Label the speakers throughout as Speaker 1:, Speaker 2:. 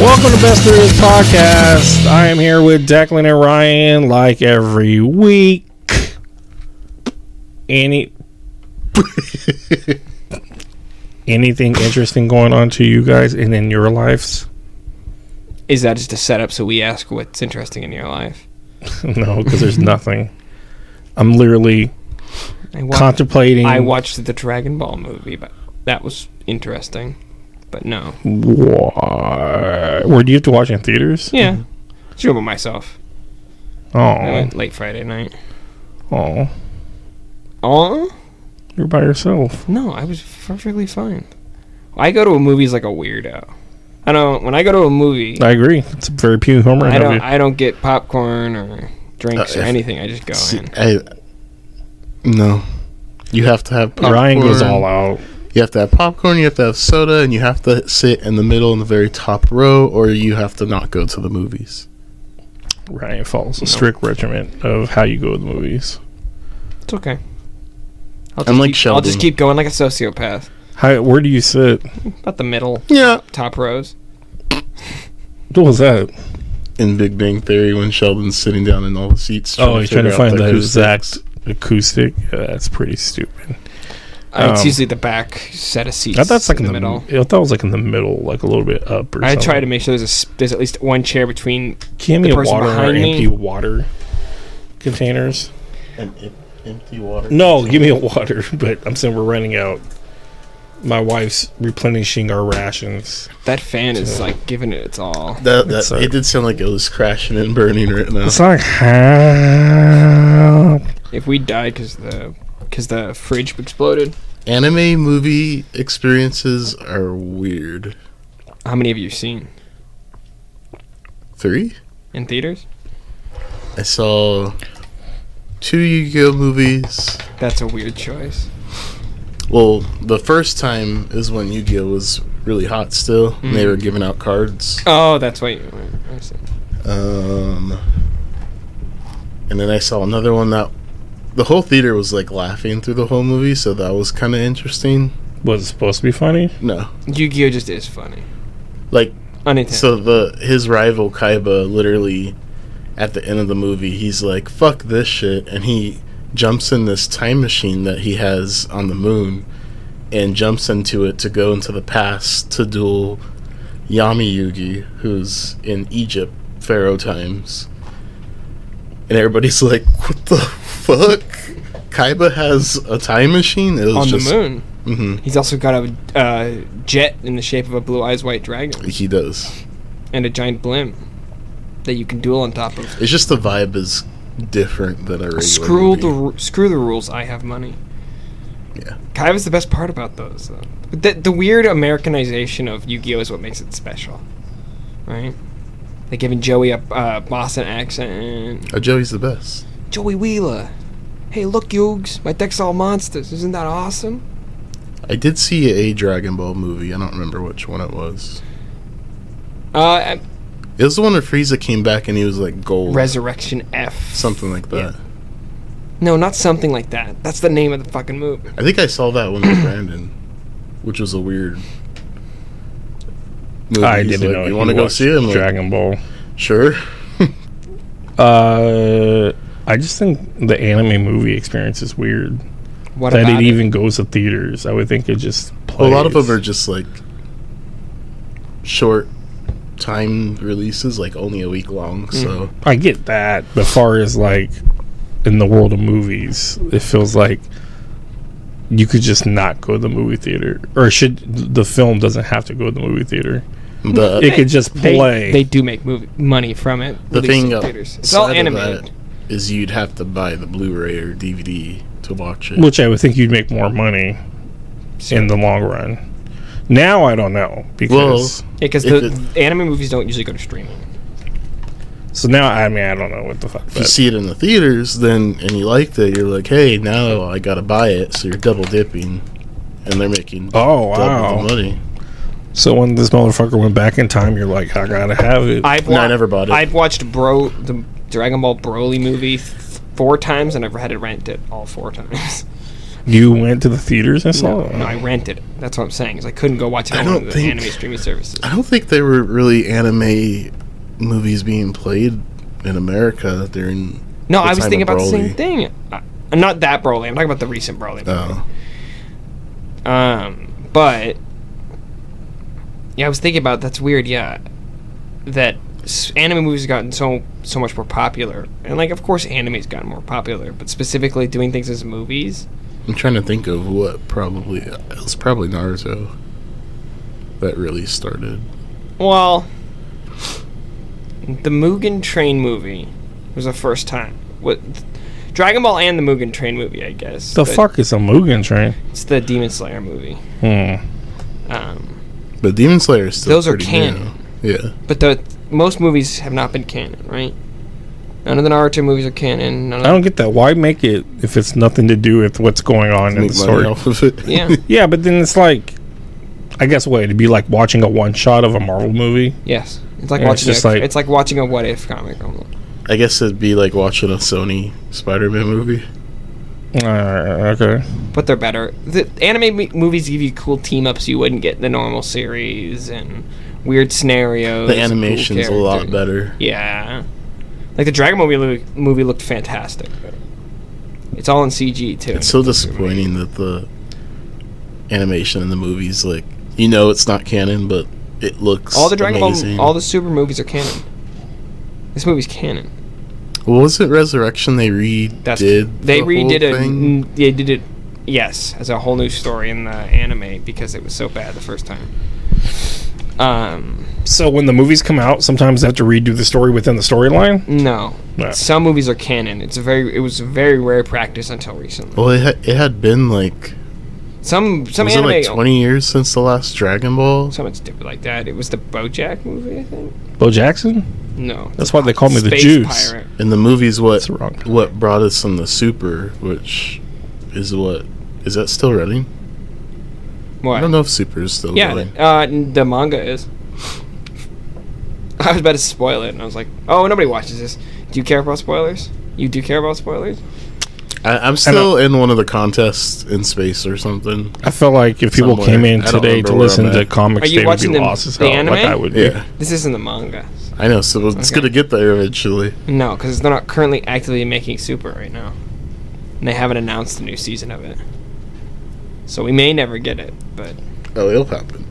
Speaker 1: Welcome to Best There Is Podcast. I am here with Declan and Ryan like every week. Any anything interesting going on to you guys and in your lives?
Speaker 2: Is that just a setup so we ask what's interesting in your life?
Speaker 1: no, because there's nothing. I'm literally
Speaker 2: I, wa-
Speaker 1: contemplating
Speaker 2: I watched the Dragon Ball movie, but that was interesting. But no.
Speaker 3: Mm-hmm.
Speaker 1: why. Where do you have to watch in theaters?
Speaker 2: Yeah. Show by myself. I
Speaker 1: Oh,
Speaker 2: went late Friday night.
Speaker 1: oh,
Speaker 2: Oh
Speaker 1: you're by yourself.
Speaker 2: no, I was perfectly fine. I go to a movie as like a weirdo. I don't when I go to a movie
Speaker 1: I agree. It's a very Pew Homer.
Speaker 2: I
Speaker 1: of
Speaker 2: don't
Speaker 1: you.
Speaker 2: I don't get popcorn or drinks
Speaker 3: Uh,
Speaker 2: or
Speaker 3: if-
Speaker 2: anything. I just go
Speaker 3: See,
Speaker 2: in.
Speaker 3: I, no. You have to have popcorn.
Speaker 1: Ryan goes all out.
Speaker 3: You have to have popcorn, you have to have soda, and you have to sit in the middle in the very top row, or you have to not go to the movies.
Speaker 1: Ryan follows a strict regimen of how you go to the movies.
Speaker 2: It's okay. I'll just,
Speaker 3: I'm like
Speaker 2: keep, I'll just
Speaker 3: Sheldon.
Speaker 2: keep going like a sociopath.
Speaker 1: How where do you sit?
Speaker 2: About the middle,
Speaker 3: Yeah.
Speaker 2: top rows.
Speaker 1: What was that?
Speaker 3: In Big Bang Theory, when Sheldon's sitting down in all the seats.
Speaker 1: oh, he's trying to
Speaker 3: figure out
Speaker 1: find the
Speaker 3: acoustics.
Speaker 1: exact acoustic. Yeah, that's pretty stupid.
Speaker 2: Uh, it's
Speaker 1: Um,
Speaker 2: usually the back set of seats.
Speaker 1: I thought that's like in the,
Speaker 2: middle.
Speaker 1: middle. I thought it was like in the middle, like a little bit up. Or
Speaker 2: I try to
Speaker 1: something.
Speaker 2: make sure there's a, s- there's at least one chair between.
Speaker 1: Can
Speaker 2: the
Speaker 1: me a
Speaker 2: person
Speaker 1: water or
Speaker 2: behind me.
Speaker 1: empty water containers.
Speaker 3: An em- empty water.
Speaker 1: No, give me a water. But I'm saying we're running out. My wife's replenishing our rations.
Speaker 2: That fan is like giving it its all.
Speaker 3: That, that,
Speaker 1: It's a-
Speaker 3: it did sound like it was crashing and burning right now.
Speaker 1: It's like how
Speaker 2: If we died because the because the fridge exploded,
Speaker 3: Anime movie experiences are weird.
Speaker 2: how many have you seen
Speaker 3: Three?
Speaker 2: in theaters?
Speaker 3: I saw two Yu-Gi-Oh movies.
Speaker 2: That's a weird choice.
Speaker 3: Well, the first time is when Yu-Gi-Oh was really hot still, and they were giving out cards.
Speaker 2: Oh, that's why. You, I see.
Speaker 3: Um, and then I saw another one that the whole theater was like laughing through the whole movie, so that was kind of interesting.
Speaker 1: was it supposed to be funny?
Speaker 3: No,
Speaker 2: Yu-Gi-Oh just is funny.
Speaker 3: like
Speaker 2: Unintended.
Speaker 3: so the his rival Kaiba literally at the end of the movie, he's like, "Fuck this shit," and he jumps in this time machine that he has on the moon and jumps into it to go into the past to duel Yami Yugi, who's in Egypt, Pharaoh times. And everybody's like, "What the fuck?" Kaiba has a time machine. It was
Speaker 2: on the
Speaker 3: just,
Speaker 2: moon,
Speaker 3: Mhm,
Speaker 2: he's also got a uh, jet in the shape of a blue eyes white dragon
Speaker 3: he does.
Speaker 2: and a giant blimp that you can duel on top of.
Speaker 3: It's just the vibe is different than a regular
Speaker 2: Screw
Speaker 3: movie.
Speaker 2: the ru- screw the rules. I have money.
Speaker 3: Yeah.
Speaker 2: Kaiba's the best part about those. Though. But the, the weird Americanization of Yu-Gi-Oh is what makes it special, right? They're giving Joey a uh, Boston accent.
Speaker 3: Oh, Joey's the best.
Speaker 2: Joey Wheeler. Hey, look, Yugs, my deck's all monsters. Isn't that awesome?
Speaker 3: I did see a Dragon Ball movie. I don't remember which one it was.
Speaker 2: Uh, I-
Speaker 3: It was the one where Frieza came back and he was like gold,
Speaker 2: Resurrection F.
Speaker 3: something like that.
Speaker 2: No, not something like that. That's the name of the fucking movie.
Speaker 3: I think I saw that one with Brandon, which was a weird. Movie.
Speaker 1: I
Speaker 3: He's
Speaker 1: didn't
Speaker 3: like,
Speaker 1: know. he
Speaker 3: You want to go
Speaker 1: watched
Speaker 3: see it? I'm like,
Speaker 1: Dragon Ball.
Speaker 3: sure.
Speaker 1: Uh, I just think the anime movie experience is weird.
Speaker 2: What
Speaker 1: that
Speaker 2: about
Speaker 1: it
Speaker 2: it?
Speaker 1: even goes to theaters. I would think it just
Speaker 3: Well,
Speaker 1: plays.
Speaker 3: a lot of them are just like short time releases, like only a week long. So
Speaker 1: I get that, but far as like in the world of movies, it feels like you could just not go to the movie theater, or should the film doesn't have to go to the movie theater.
Speaker 3: the
Speaker 1: It could just
Speaker 2: They,
Speaker 1: play.
Speaker 2: they do make movie money from it.
Speaker 3: the
Speaker 2: released
Speaker 3: thing
Speaker 2: in
Speaker 3: uh,
Speaker 2: theaters. It's all
Speaker 3: side of
Speaker 2: animated.
Speaker 3: that is you'd have to buy the Blu-ray or DVD to watch it.
Speaker 1: which I would think you'd make more money
Speaker 2: Sure.
Speaker 1: in the long run. Now I don't know
Speaker 3: well,
Speaker 1: because
Speaker 2: Yeah, because
Speaker 3: If
Speaker 2: the anime movies don't usually go to streaming.
Speaker 1: so now I mean I don't know what the fuck.
Speaker 3: if you
Speaker 1: that-
Speaker 3: see it in the theaters, then and you liked it, you're like, hey, now I gotta buy it. So you're double dipping, and they're making
Speaker 1: oh
Speaker 3: double
Speaker 1: wow!
Speaker 3: the money.
Speaker 1: So when this motherfucker went back in time, you're like, I gotta have it.
Speaker 2: I've
Speaker 3: No, I never bought it.
Speaker 2: I've watched Bro the Dragon Ball Broly movie th- four times, and I've had it rented all four times.
Speaker 1: You went to the theaters and saw
Speaker 2: No,
Speaker 1: it.
Speaker 2: no, I rented it. That's what I'm saying. Is I couldn't go watch it
Speaker 3: I
Speaker 2: on
Speaker 3: don't
Speaker 2: one of the
Speaker 3: think-
Speaker 2: anime streaming services.
Speaker 3: I don't think there were really anime movies being played in America during.
Speaker 2: No,
Speaker 3: the
Speaker 2: I was
Speaker 3: time
Speaker 2: thinking
Speaker 3: of
Speaker 2: about the same
Speaker 3: Broly.
Speaker 2: thing. I, not that Broly. I'm talking about the recent Broly.
Speaker 3: Oh,
Speaker 2: Um, but yeah, I was thinking about that's weird. Yeah, that s- anime movies have gotten so so much more popular, and like of course anime's gotten more popular, but specifically doing things as movies.
Speaker 3: I'm trying to think of what probably it was probably Naruto that really started.
Speaker 2: Well, the Mugen Train movie was the first time. What Dragon Ball and the Mugen Train movie, I guess.
Speaker 1: The
Speaker 2: but
Speaker 1: fuck is a Mugen Train?
Speaker 2: It's the Demon Slayer movie.
Speaker 1: Hmm.
Speaker 2: Um,
Speaker 3: But Demon Slayer is still
Speaker 2: Those are
Speaker 3: pretty
Speaker 2: canon.
Speaker 3: new. Yeah,
Speaker 2: but the most movies have not been canon, right? None of the Naruto movies are canon. None of
Speaker 1: I don't get that. Why make it if it's nothing to do with what's going on in
Speaker 3: make
Speaker 1: the
Speaker 3: money
Speaker 1: story?
Speaker 3: off of it.
Speaker 2: Yeah.
Speaker 1: Yeah, but then it's like, I guess what it'd be like watching a one shot of a Marvel movie.
Speaker 2: Yes, it's like
Speaker 1: Yeah, it's
Speaker 2: watching.
Speaker 1: just
Speaker 2: a,
Speaker 1: like-
Speaker 2: it's like watching a what if comic.
Speaker 3: I guess it'd be like watching a Sony Spider-Man movie.
Speaker 1: Uh, okay.
Speaker 2: But they're better. The anime m- movies give you cool team ups you wouldn't get in the normal series and weird scenarios.
Speaker 3: The
Speaker 2: cool
Speaker 3: animation's a lot
Speaker 2: characters.
Speaker 3: better.
Speaker 2: Yeah, like the Dragon Ball movie, movie looked fantastic. It's all in CG too.
Speaker 3: It's so disappointing that the animation in the movies, like you know, it's not canon, but it looks
Speaker 2: all the Dragon
Speaker 3: amazing.
Speaker 2: Ball, all the Super movies are canon. This movie's canon.
Speaker 3: Well, was it Resurrection? They redid.
Speaker 2: That's
Speaker 3: the
Speaker 2: they
Speaker 3: whole
Speaker 2: redid it.
Speaker 3: thing?
Speaker 2: mm, They did it. Yes, as a whole new story in the anime because it was so bad the first time. Um,
Speaker 1: So when the movies come out, sometimes they have to redo the story within the storyline.
Speaker 2: no,
Speaker 1: Yeah.
Speaker 2: some movies are canon. It's a very it was a very rare practice until recently.
Speaker 3: Well, it, ha- it had been like
Speaker 2: Some some
Speaker 3: was
Speaker 2: anime,
Speaker 3: it like twenty years since the last Dragon Ball?
Speaker 2: something stupid like that. It was the BoJack movie, I think.
Speaker 1: Bo Jackson.
Speaker 2: No,
Speaker 1: That's why they call me the
Speaker 2: Space
Speaker 1: Juice.
Speaker 2: Pirate.
Speaker 3: And the movies what
Speaker 1: That's wrong.
Speaker 3: what brought us from the Super, which is what is that still running?
Speaker 2: What?
Speaker 3: I don't know if Super is still
Speaker 2: Yeah,
Speaker 3: running.
Speaker 2: uh, n- the manga is. I was about to spoil it, and I was like, "Oh, nobody watches this. Do you care about spoilers? You do care about spoilers?
Speaker 3: I, I'm still in one of the contests in space or something.
Speaker 1: I feel like if people
Speaker 3: Somewhere.
Speaker 1: came in
Speaker 3: I don't
Speaker 1: today
Speaker 3: remember
Speaker 1: to
Speaker 3: where
Speaker 1: listen
Speaker 3: I'm
Speaker 1: to
Speaker 3: at.
Speaker 1: comics,
Speaker 2: Are you
Speaker 1: they would be
Speaker 2: watching the-
Speaker 1: lost as
Speaker 2: the
Speaker 1: hell. like
Speaker 2: anime?
Speaker 1: I would be.
Speaker 3: Yeah,
Speaker 2: This isn't the manga.
Speaker 3: I know. So it's
Speaker 2: Okay.
Speaker 3: gonna get there eventually.
Speaker 2: No, because they're not currently actively making Super right now, and they haven't announced the new season of it. So we may never get it. But
Speaker 3: Oh, it'll happen.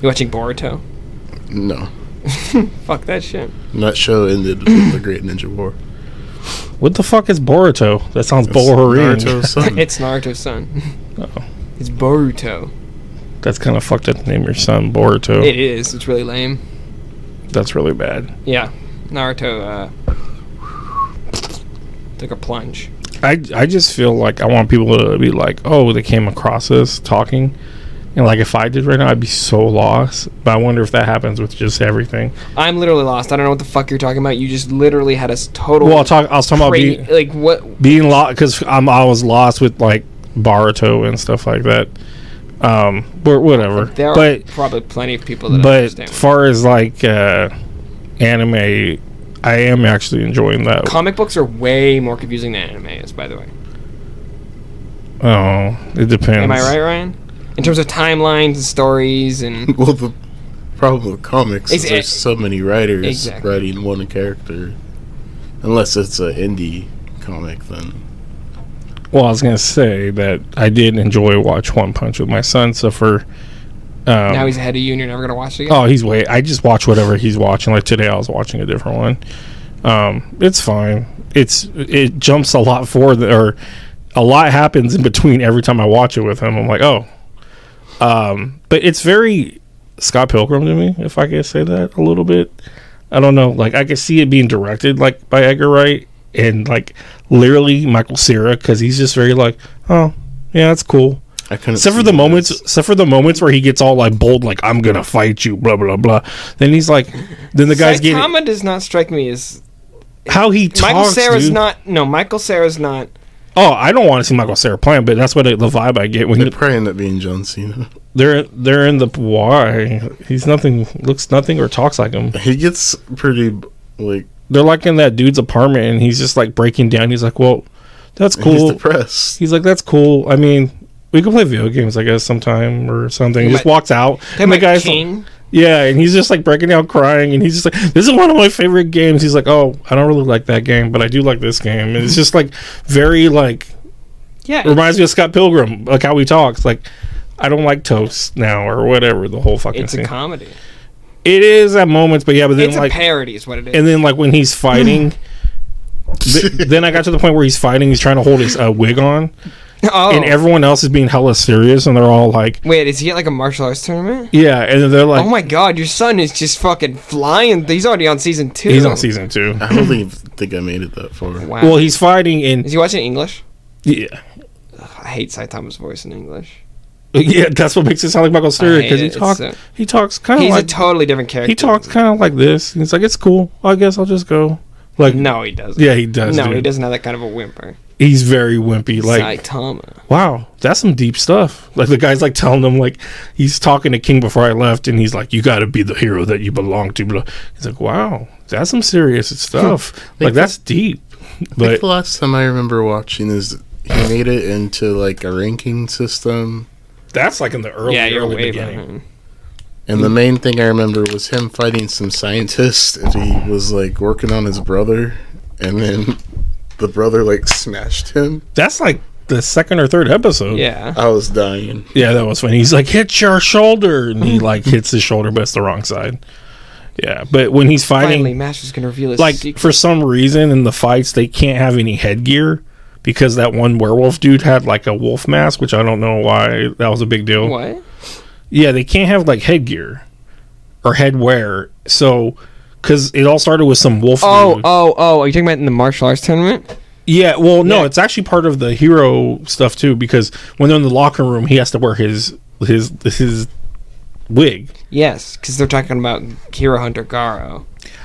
Speaker 2: you watching Boruto?
Speaker 3: No,
Speaker 2: Fuck that shit.
Speaker 3: that show ended with the Great Ninja War.
Speaker 1: What the fuck is Boruto? That sounds
Speaker 3: That's
Speaker 1: Boruto.
Speaker 3: Naruto's son.
Speaker 2: it's Naruto's son.
Speaker 1: Oh.
Speaker 2: It's Boruto.
Speaker 1: That's kind of fucked up. to Name your son Boruto.
Speaker 2: It is. It's really lame.
Speaker 1: That's really bad.
Speaker 2: Yeah, Naruto uh, took a plunge.
Speaker 1: I, I just feel like I want people to be like, oh, they came across us talking. And like if I did right now, I'd be so lost. But I wonder if that happens with just everything.
Speaker 2: I'm literally lost. I don't know what the fuck you're talking about. You just literally had us total.
Speaker 1: Well, I'll talk, I was talking about
Speaker 2: crazy-
Speaker 1: being,
Speaker 2: like what?
Speaker 1: being lost because I'm I was lost with like Baruto and stuff like that. Um, but whatever.
Speaker 2: There
Speaker 1: but
Speaker 2: are probably plenty of people that
Speaker 1: but
Speaker 2: understand.
Speaker 1: far as like uh, anime, I am actually enjoying that.
Speaker 2: Comic books are way more confusing than anime is, by the way.
Speaker 1: oh, it depends.
Speaker 2: Am I right, Ryan? In terms of timelines and stories and
Speaker 3: well, the problem with comics is
Speaker 2: Exa-
Speaker 3: there's so many writers
Speaker 2: Exactly.
Speaker 3: writing one character. Unless it's an indie comic, then
Speaker 1: Well, I was gonna say that I did enjoy watch One Punch with my son. So for um,
Speaker 2: now he's ahead of you and you're never gonna watch it again.
Speaker 1: oh he's way. I just watch whatever he's watching. Like today, I was watching a different one. Um, it's fine. It's it jumps a lot forward or a lot happens in between every time I watch it with him. I'm like oh, um, but it's very Scott Pilgrim to me if I can say that a little bit. I don't know. Like I could see it being directed like by Edgar Wright and like literally Michael Cera because he's just very like oh yeah that's cool
Speaker 3: I couldn't.
Speaker 1: except for
Speaker 3: see
Speaker 1: the
Speaker 3: this.
Speaker 1: moments except for the moments where he gets all like bold like i'm gonna fight you blah blah blah then he's like then the guys get
Speaker 2: Saitama does not strike me as
Speaker 1: how he talks
Speaker 2: Michael Sarah's
Speaker 1: dude.
Speaker 2: not. No, Michael Sarah's not.
Speaker 1: oh i don't want to see michael sarah playing but that's what it, the vibe i get when
Speaker 3: They're
Speaker 1: he,
Speaker 3: probably end up being John Cena.
Speaker 1: they're they're in the why he's nothing looks nothing or talks like him
Speaker 3: He gets pretty like
Speaker 1: they're like in that dude's apartment and he's just like breaking down he's like well that's
Speaker 3: And He's
Speaker 1: cool.
Speaker 3: depressed.
Speaker 1: He's like, that's cool. I mean, we can play video games, I guess, sometime or something. He
Speaker 2: They
Speaker 1: just
Speaker 2: might-
Speaker 1: walks out.
Speaker 2: That my
Speaker 1: guy's
Speaker 2: king.
Speaker 1: yeah, and he's just like breaking down crying, and he's just like, "This is one of my favorite games." He's like, "Oh, I don't really like that game, but I do like this game." And it's just like very like
Speaker 2: yeah.
Speaker 1: it reminds me of Scott Pilgrim, like how he talks. Like, I don't like toast now or whatever. The whole fucking
Speaker 2: it's
Speaker 1: thing.
Speaker 2: a comedy.
Speaker 1: it is at moments, but yeah, but then
Speaker 2: It's
Speaker 1: like
Speaker 2: a parody, is what it is.
Speaker 1: and then like when he's fighting. th- then I got to the point where he's fighting. He's trying to hold his uh, wig on,
Speaker 2: oh,
Speaker 1: and everyone else is being hella serious, and they're all like,
Speaker 2: wait, is he at like a martial arts tournament?
Speaker 1: "Yeah," and then they're like,
Speaker 2: oh my god, your son is just fucking flying. He's already on season two.
Speaker 1: "He's on season two.
Speaker 3: I don't even think I made it that far.
Speaker 2: Wow.
Speaker 1: Well, he's fighting, and
Speaker 2: is he watching English?
Speaker 1: yeah,
Speaker 2: I hate Saitama's voice in English.
Speaker 1: Yeah, that's what makes it sound like Michael Cera
Speaker 2: I hate
Speaker 1: because he
Speaker 2: it. It's
Speaker 1: talks.
Speaker 2: so-
Speaker 1: he talks kind of
Speaker 2: He's
Speaker 1: like
Speaker 2: a totally different character.
Speaker 1: he talks kind of like this. He's like, it's cool. I guess I'll just go. Like,
Speaker 2: No, he doesn't.
Speaker 1: yeah, he does.
Speaker 2: no,
Speaker 1: dude.
Speaker 2: he doesn't have that kind of a whimper.
Speaker 1: He's very wimpy. Like,
Speaker 2: Saitama.
Speaker 1: wow, that's some deep stuff. Like the guy's like telling him like he's talking to King before I left, and he's like, you got to be the hero that you belong to. Blah. He's like, wow, that's some serious stuff. like that's deep.
Speaker 3: I think
Speaker 1: But
Speaker 3: the last time I remember watching is he made it into like a ranking system,
Speaker 1: that's like in the early,
Speaker 2: yeah, you're
Speaker 1: early
Speaker 2: way
Speaker 1: beginning.
Speaker 2: behind.
Speaker 3: and the main thing I remember was him fighting some scientist, and he was like working on his brother, and then the brother like smashed him.
Speaker 1: That's like the second or third episode.
Speaker 2: Yeah.
Speaker 3: I was dying.
Speaker 1: Yeah, that was funny. He's like, hit your shoulder, and he like hits his shoulder, but it's the wrong side. Yeah, but when he's fighting,
Speaker 2: Finally, Master's gonna reveal his
Speaker 1: like
Speaker 2: secret.
Speaker 1: for some reason in the fights they can't have any headgear because that one werewolf dude had like a wolf mask, which I don't know why that was a big deal.
Speaker 2: What?
Speaker 1: Yeah, they can't have like headgear or headwear. So, because it all started with some wolf.
Speaker 2: Oh,
Speaker 1: dude.
Speaker 2: oh, oh! Are you talking about in the martial arts tournament?
Speaker 1: Yeah, well, no,
Speaker 2: Yeah.
Speaker 1: it's actually part of the hero stuff too because when they're in the locker room, he has to wear his his his wig.
Speaker 2: Yes, because they're talking about Kira Hunter Garo,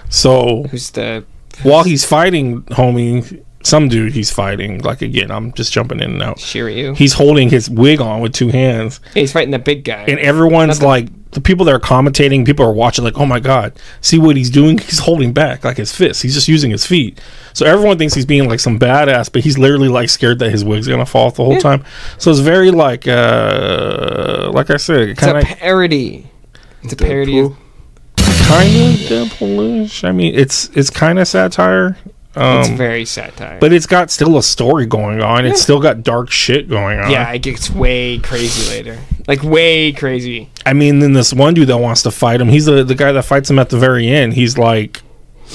Speaker 1: So
Speaker 2: who's the
Speaker 1: while he's fighting, homie, some dude he's fighting, like again, I'm just jumping in and out.
Speaker 2: Shiryu.
Speaker 1: He's holding his wig on with two hands,
Speaker 2: Yeah, he's fighting the big guy.
Speaker 1: and everyone's
Speaker 2: Nothing.
Speaker 1: like, the people that are commentating, people are watching, like, oh my god, see what he's doing? He's holding back, like his fists. He's just using his feet. So everyone thinks he's being like some badass, but he's literally like scared that his wig's gonna fall off the whole
Speaker 2: Yeah.
Speaker 1: time. So it's very like, uh, like I said,
Speaker 2: it's
Speaker 1: kind
Speaker 2: a
Speaker 1: of
Speaker 2: parody. It's a parody. Of,
Speaker 1: kind of Deadpoolish. I mean, it's it's kind of satire. Um,
Speaker 2: it's very satire.
Speaker 1: But it's got still a story going on. It's still got dark shit going on.
Speaker 2: yeah, it gets way crazy later. Like way crazy.
Speaker 1: I mean, then this one dude that wants to fight him, he's the, the guy that fights him at the very end. He's like,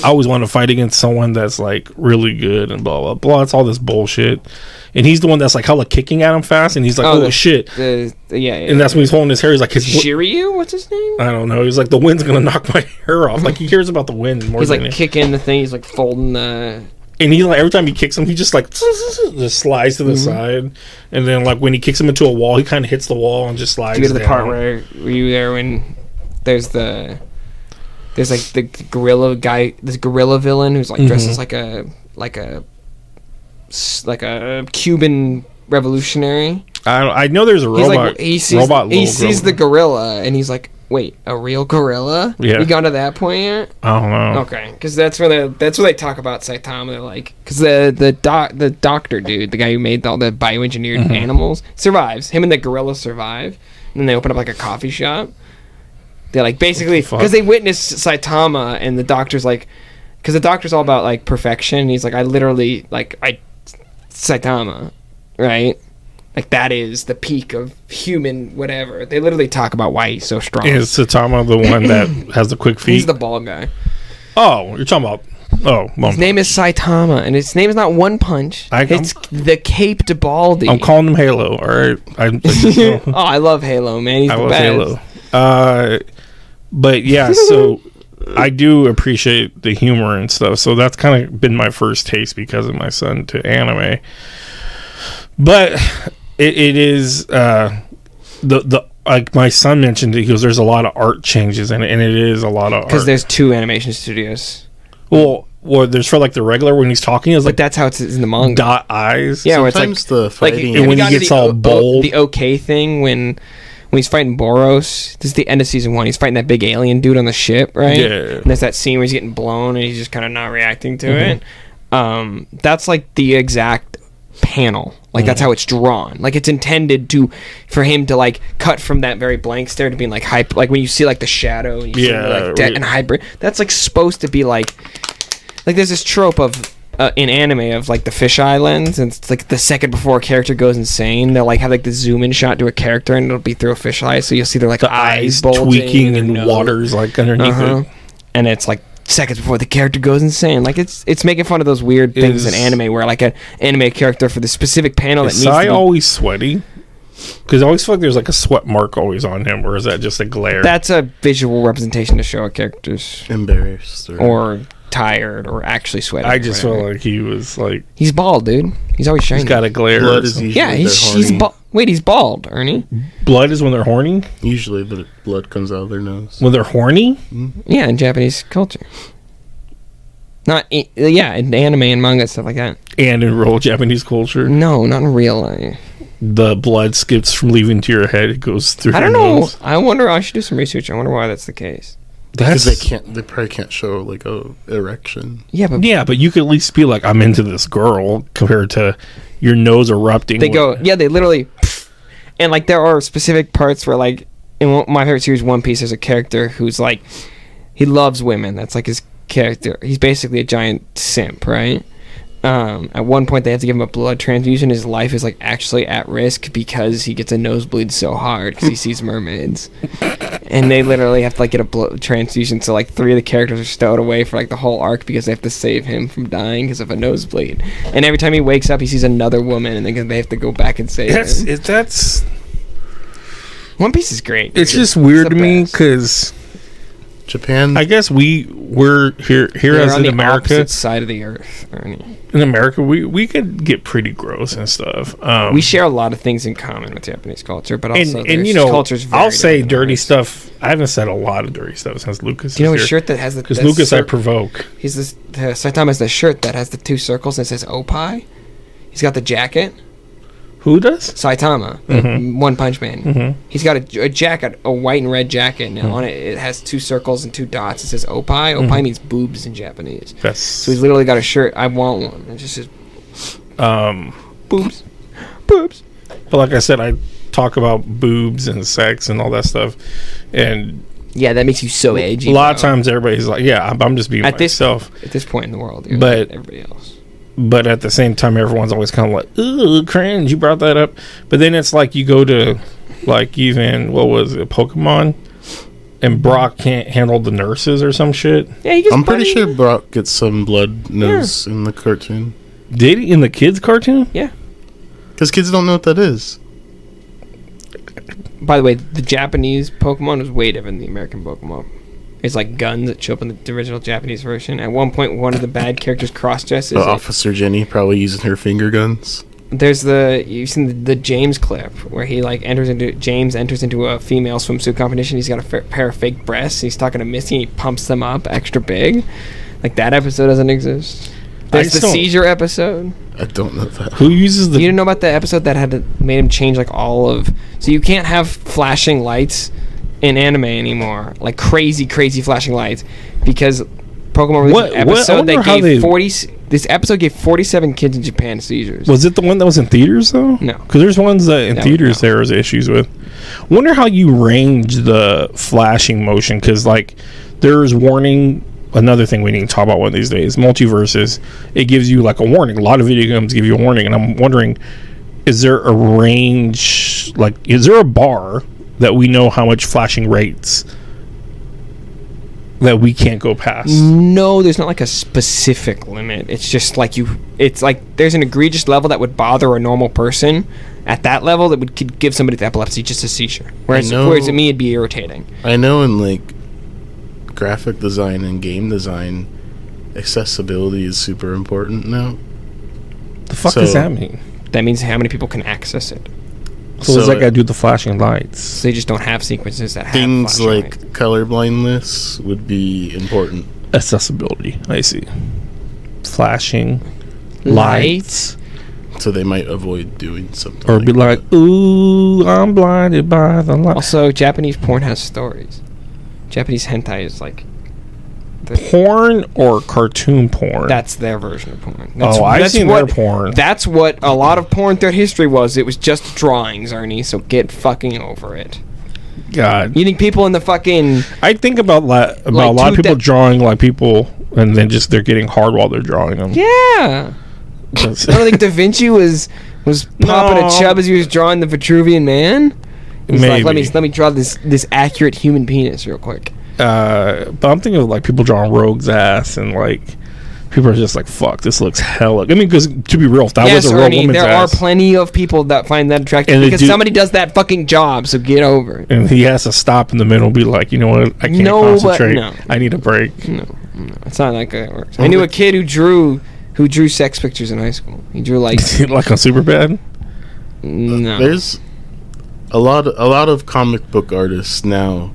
Speaker 1: I always want to fight against someone that's like really good and blah, blah, blah. It's all this bullshit. And he's the one that's like hella kicking at him fast. And he's like, oh,
Speaker 2: the-
Speaker 1: shit.
Speaker 2: The, the- yeah, yeah.
Speaker 1: And Uh, that's when he's holding his hair. He's like, his, wi-
Speaker 2: Shiryu. What's his name?
Speaker 1: I don't know. He's like, the wind's going to knock my hair off. Like, he cares about the wind more
Speaker 2: He's
Speaker 1: than
Speaker 2: like
Speaker 1: it.
Speaker 2: kicking the thing. He's like folding the.
Speaker 1: And he like, every time he kicks him, he just like, just slides to
Speaker 2: Mm-hmm.
Speaker 1: the side. And then, like, when he kicks him into a wall, he kind of hits the wall and just slides.
Speaker 2: Do you get to the
Speaker 1: down.
Speaker 2: part where were you there when there's the there's like the gorilla guy, this gorilla villain who's
Speaker 1: Mm-hmm.
Speaker 2: like dressed as like a like a s- like a Cuban revolutionary.
Speaker 1: I, don't, I know there's a
Speaker 2: He's
Speaker 1: robot.
Speaker 2: like he sees
Speaker 1: robot
Speaker 2: he
Speaker 1: little
Speaker 2: sees
Speaker 1: girl.
Speaker 2: the gorilla and he's like, wait, a real gorilla?
Speaker 1: Yeah.
Speaker 2: we gone to that point yet?
Speaker 1: I don't know.
Speaker 2: Okay, because that's where they that's where they talk about Saitama. They're like, because the the doc the doctor dude, the guy who made all the bioengineered animals, survives. Him and the gorilla survive, and then they open up like a coffee shop. They're like basically
Speaker 1: fuck?
Speaker 2: because they witness Saitama, and the doctor's like, because the doctor's all about like perfection. And he's like, I literally like I Saitama, right? Like that is the peak of human whatever. They literally talk about why he's so strong.
Speaker 1: Is Satama the one that has the quick
Speaker 2: He's
Speaker 1: feet?
Speaker 2: the ball guy.
Speaker 1: oh, you're talking about. Oh, well,
Speaker 2: His name is Saitama, and his name is not One Punch.
Speaker 1: I-
Speaker 2: it's the Caped Baldy.
Speaker 1: I'm calling him Halo. All right, I, I just know.
Speaker 2: oh, I love Halo, man. He's
Speaker 1: I
Speaker 2: the
Speaker 1: love
Speaker 2: best.
Speaker 1: Halo. Uh, but yeah, so I do appreciate the humor and stuff. So that's kind of been my first taste because of my son to anime. But it, it is uh, the the like my son mentioned it. He goes, "There's a lot of art changes in it, and it is a lot of art."
Speaker 2: Because there's two animation studios,
Speaker 1: Well, well, there's for like the regular when he's talking is
Speaker 2: but
Speaker 1: like
Speaker 2: that's how it's in the manga.
Speaker 1: dot eyes.
Speaker 2: yeah, where it's like
Speaker 3: Sometimes the
Speaker 2: like
Speaker 3: fighting.
Speaker 1: And when he
Speaker 2: got to
Speaker 1: gets
Speaker 2: the
Speaker 1: all
Speaker 2: O- O-
Speaker 1: bold.
Speaker 2: the okay thing when when he's fighting Boros. This is the end of season one. He's fighting that big alien dude on the ship, right?
Speaker 1: Yeah.
Speaker 2: And there's that scene where he's
Speaker 1: Mm-hmm.
Speaker 2: getting blown and he's just kind of not reacting to it. Um, that's like the exact panel. Like that's
Speaker 1: Mm.
Speaker 2: how it's drawn. Like it's intended to for him to like cut from that very blank stare to being like hyper. Like when you see like the shadow, and you see,
Speaker 1: Yeah,
Speaker 2: like de-
Speaker 1: we-
Speaker 2: and hybrid. That's like supposed to be like like there's this trope of uh, in anime of like the fisheye lens, and it's like the second before a character goes insane, they'll like have like the zoom in shot to a character, and it'll be through a fisheye, so you'll see their like
Speaker 1: The
Speaker 2: eyes
Speaker 1: eyes
Speaker 2: bulging
Speaker 1: tweaking
Speaker 2: their
Speaker 1: and
Speaker 2: nose.
Speaker 1: waters like underneath
Speaker 2: Uh-huh.
Speaker 1: it.
Speaker 2: and it's like seconds before the character goes insane. Like it's it's making fun of those weird things in
Speaker 1: Is-
Speaker 2: anime where like an anime character for the specific panel that
Speaker 1: Is
Speaker 2: needs
Speaker 1: Sai
Speaker 2: to be
Speaker 1: always sweaty? Because I always feel like there's like a sweat mark always on him, or is that just a glare?
Speaker 2: that's a visual representation to show a character's
Speaker 3: Embarrassed or,
Speaker 2: or tired or actually sweating.
Speaker 1: I
Speaker 2: or
Speaker 1: just
Speaker 2: whatever.
Speaker 1: feel like he was like
Speaker 2: he's bald, dude. He's always shiny.
Speaker 1: he's got a glare.
Speaker 3: blood
Speaker 1: or
Speaker 3: is
Speaker 1: something.
Speaker 3: usually
Speaker 2: yeah, he's
Speaker 3: their
Speaker 2: he's
Speaker 3: horny-
Speaker 2: bald. Wait, he's bald, Ernie.
Speaker 1: blood is when they're horny.
Speaker 3: usually, but it- blood comes out of their nose.
Speaker 1: When they're horny,
Speaker 2: Yeah, in Japanese culture. Not i- yeah, in anime and manga and stuff like that.
Speaker 1: and in rural Japanese culture,
Speaker 2: No, not in real life.
Speaker 1: the blood skips from leaving to your head. It goes through.
Speaker 2: I
Speaker 1: your
Speaker 2: don't know.
Speaker 1: nose.
Speaker 2: I wonder. I should do some research. I wonder why that's the case.
Speaker 1: That's
Speaker 3: Because they can't, they probably can't show like a erection.
Speaker 2: Yeah, but
Speaker 1: yeah, but you could at least be like, I'm into this girl compared to your nose erupting.
Speaker 2: they
Speaker 1: with-
Speaker 2: go yeah they literally and like there are specific parts where like in one, my favorite series one piece there's a character who's like he loves women that's like his character he's basically a giant simp right um, at one point they have to give him a blood transfusion his life is like actually at risk because he gets a nosebleed so hard because he sees mermaids and they literally have to like get a blood transfusion so like three of the characters are stowed away for like the whole arc because they have to save him from dying because of a nosebleed and every time he wakes up he sees another woman and then they have to go back and save
Speaker 1: That's
Speaker 2: him
Speaker 1: it, that's
Speaker 2: one piece is great
Speaker 1: it's
Speaker 2: dude.
Speaker 1: just weird
Speaker 2: the
Speaker 1: to me
Speaker 2: best.
Speaker 1: because
Speaker 3: Japan,
Speaker 1: I guess we we're here here
Speaker 2: They're
Speaker 1: as
Speaker 2: on
Speaker 1: in
Speaker 2: the
Speaker 1: America
Speaker 2: opposite side of the earth Ernie.
Speaker 1: in America we we could get pretty gross and stuff. Um,
Speaker 2: we share a lot of things in common with japanese culture but
Speaker 1: and
Speaker 2: also
Speaker 1: and you know I'll say dirty stuff. I haven't said a lot of dirty stuff since Lucas.
Speaker 2: Do you know
Speaker 1: is
Speaker 2: his
Speaker 1: here.
Speaker 2: shirt that has the
Speaker 1: Because
Speaker 2: the
Speaker 1: Lucas, I
Speaker 2: cir-
Speaker 1: provoke.
Speaker 2: he's this the Saitama has the shirt that has the two circles and it says Opie. He's got the jacket.
Speaker 1: Who does?
Speaker 2: Saitama,
Speaker 1: Mm-hmm.
Speaker 2: the One Punch Man. He's got a j- a, jacket, a white and red jacket, and on it
Speaker 1: Mm-hmm.
Speaker 2: it has two circles and two dots. It says Opie. Opie means boobs in Japanese.
Speaker 1: That's
Speaker 2: So he's literally got a shirt. I want one. It just says
Speaker 1: um.
Speaker 2: boobs, boobs.
Speaker 1: But like I said, I talk about boobs and sex and all that stuff, and
Speaker 2: Yeah, that makes you so edgy.
Speaker 1: a lot of
Speaker 2: bro.
Speaker 1: times everybody's like, "Yeah, I'm, I'm just being
Speaker 2: At this-
Speaker 1: myself."
Speaker 2: at this point in the world, you're
Speaker 1: But-
Speaker 2: like everybody else.
Speaker 1: but at the same time, everyone's always kind of like, "Ooh, cringe." You brought that up, but then it's like you go to, like even what was it, Pokemon, and Brock can't handle the nurses or some shit.
Speaker 2: Yeah, he gets
Speaker 3: I'm
Speaker 2: bunny-
Speaker 3: pretty sure Brock gets some blood nose in the cartoon
Speaker 1: Did he in the kids cartoon?
Speaker 3: because kids don't know what that is.
Speaker 2: By the way, the Japanese Pokemon was way different than the American Pokemon. It's like guns that show up in the original Japanese version. At one point, one of the bad characters cross dresses.
Speaker 3: But Officer Jenny probably using her finger guns.
Speaker 2: There's the you've seen the, the James clip where he like enters into James enters into a female swimsuit competition. He's got a fa- pair of fake breasts. He's talking to Missy. And he pumps them up extra big. Like that episode doesn't exist. There's the
Speaker 1: just don't-
Speaker 2: seizure episode.
Speaker 3: I don't know that.
Speaker 1: Who uses
Speaker 2: you
Speaker 1: the?
Speaker 2: didn't know about the episode that had to- made him change like all of so you can't have flashing lights in anime anymore like crazy crazy flashing lights because pokemon released
Speaker 1: What-
Speaker 2: an
Speaker 1: what- I
Speaker 2: episode
Speaker 1: wonder
Speaker 2: that
Speaker 1: how
Speaker 2: gave
Speaker 1: they-
Speaker 2: 40 this episode gave 47 kids in japan seizures
Speaker 1: Was it the one that was in theaters though?
Speaker 2: No.
Speaker 1: because there's ones that in
Speaker 2: No,
Speaker 1: theaters
Speaker 2: no.
Speaker 1: there was issues with. Wonder how you range the flashing motion because like there's warning. Another thing we need to talk about one of these days, multiverses. It gives you like a warning. A lot of video games give you a warning, and I'm wondering, is there a range? Like, is there a bar that we know how much flashing rates that we can't go past?
Speaker 2: no there's not like a specific limit it's just like you it's like there's an egregious level that would bother a normal person at that level that would could give somebody with epilepsy just a seizure whereas,
Speaker 3: know-
Speaker 2: whereas to me it'd be irritating
Speaker 3: I know in like graphic design and game design, accessibility is super important now.
Speaker 1: The fuck
Speaker 3: So-
Speaker 1: does that mean?
Speaker 2: that means how many people can access it
Speaker 1: So, what does
Speaker 3: So
Speaker 1: that
Speaker 3: it-
Speaker 1: got to do with the flashing lits?
Speaker 2: So they just don't have sequences that have
Speaker 3: Things
Speaker 2: flashing
Speaker 3: like
Speaker 2: lights.
Speaker 3: colorblindness would be important.
Speaker 1: accessibility. I see. Flashing lights,
Speaker 2: Lights?
Speaker 3: So they might avoid doing something.
Speaker 1: or be like, "Ooh, I'm blinded by the light."
Speaker 2: Also, Japanese porn has stories. Japanese hentai is like
Speaker 1: porn or cartoon porn?
Speaker 2: That's their version of porn. That's,
Speaker 1: oh, I've
Speaker 2: that's
Speaker 1: seen
Speaker 2: what,
Speaker 1: their porn.
Speaker 2: That's what a lot of porn throughout history was. It was just drawings, Ernie. So get fucking over it.
Speaker 1: God,
Speaker 2: You think people in the fucking
Speaker 1: I think about la- about
Speaker 2: Like
Speaker 1: a lot of
Speaker 2: two
Speaker 1: people
Speaker 2: thou-
Speaker 1: drawing like people, and then just they're getting hard while they're drawing them.
Speaker 2: yeah?
Speaker 1: That's-
Speaker 2: I don't think Da Vinci was was popping
Speaker 1: No.
Speaker 2: a chub as he was drawing the Vitruvian Man. He's like, let me
Speaker 1: Maybe.
Speaker 2: let me draw this this accurate human penis real quick.
Speaker 1: uh, but I'm thinking of like people drawing Rogue's ass and like. People are just like, "Fuck, this looks hella." I mean, because to be real, if that
Speaker 2: yes,
Speaker 1: was a real
Speaker 2: Ernie,
Speaker 1: woman's
Speaker 2: there
Speaker 1: ass,
Speaker 2: are plenty of people that find that attractive
Speaker 1: And they
Speaker 2: because
Speaker 1: do-
Speaker 2: somebody does that fucking job. So get over it.
Speaker 1: and he has to stop in the middle, and be like, "You know what? I can't
Speaker 2: No, but
Speaker 1: concentrate.
Speaker 2: no.
Speaker 1: I need a break."
Speaker 2: It's not like that works. I knew a kid who drew who drew sex pictures in high school. He drew like
Speaker 1: like on Superbad.
Speaker 2: no.
Speaker 3: There's a lot a lot of comic book artists now.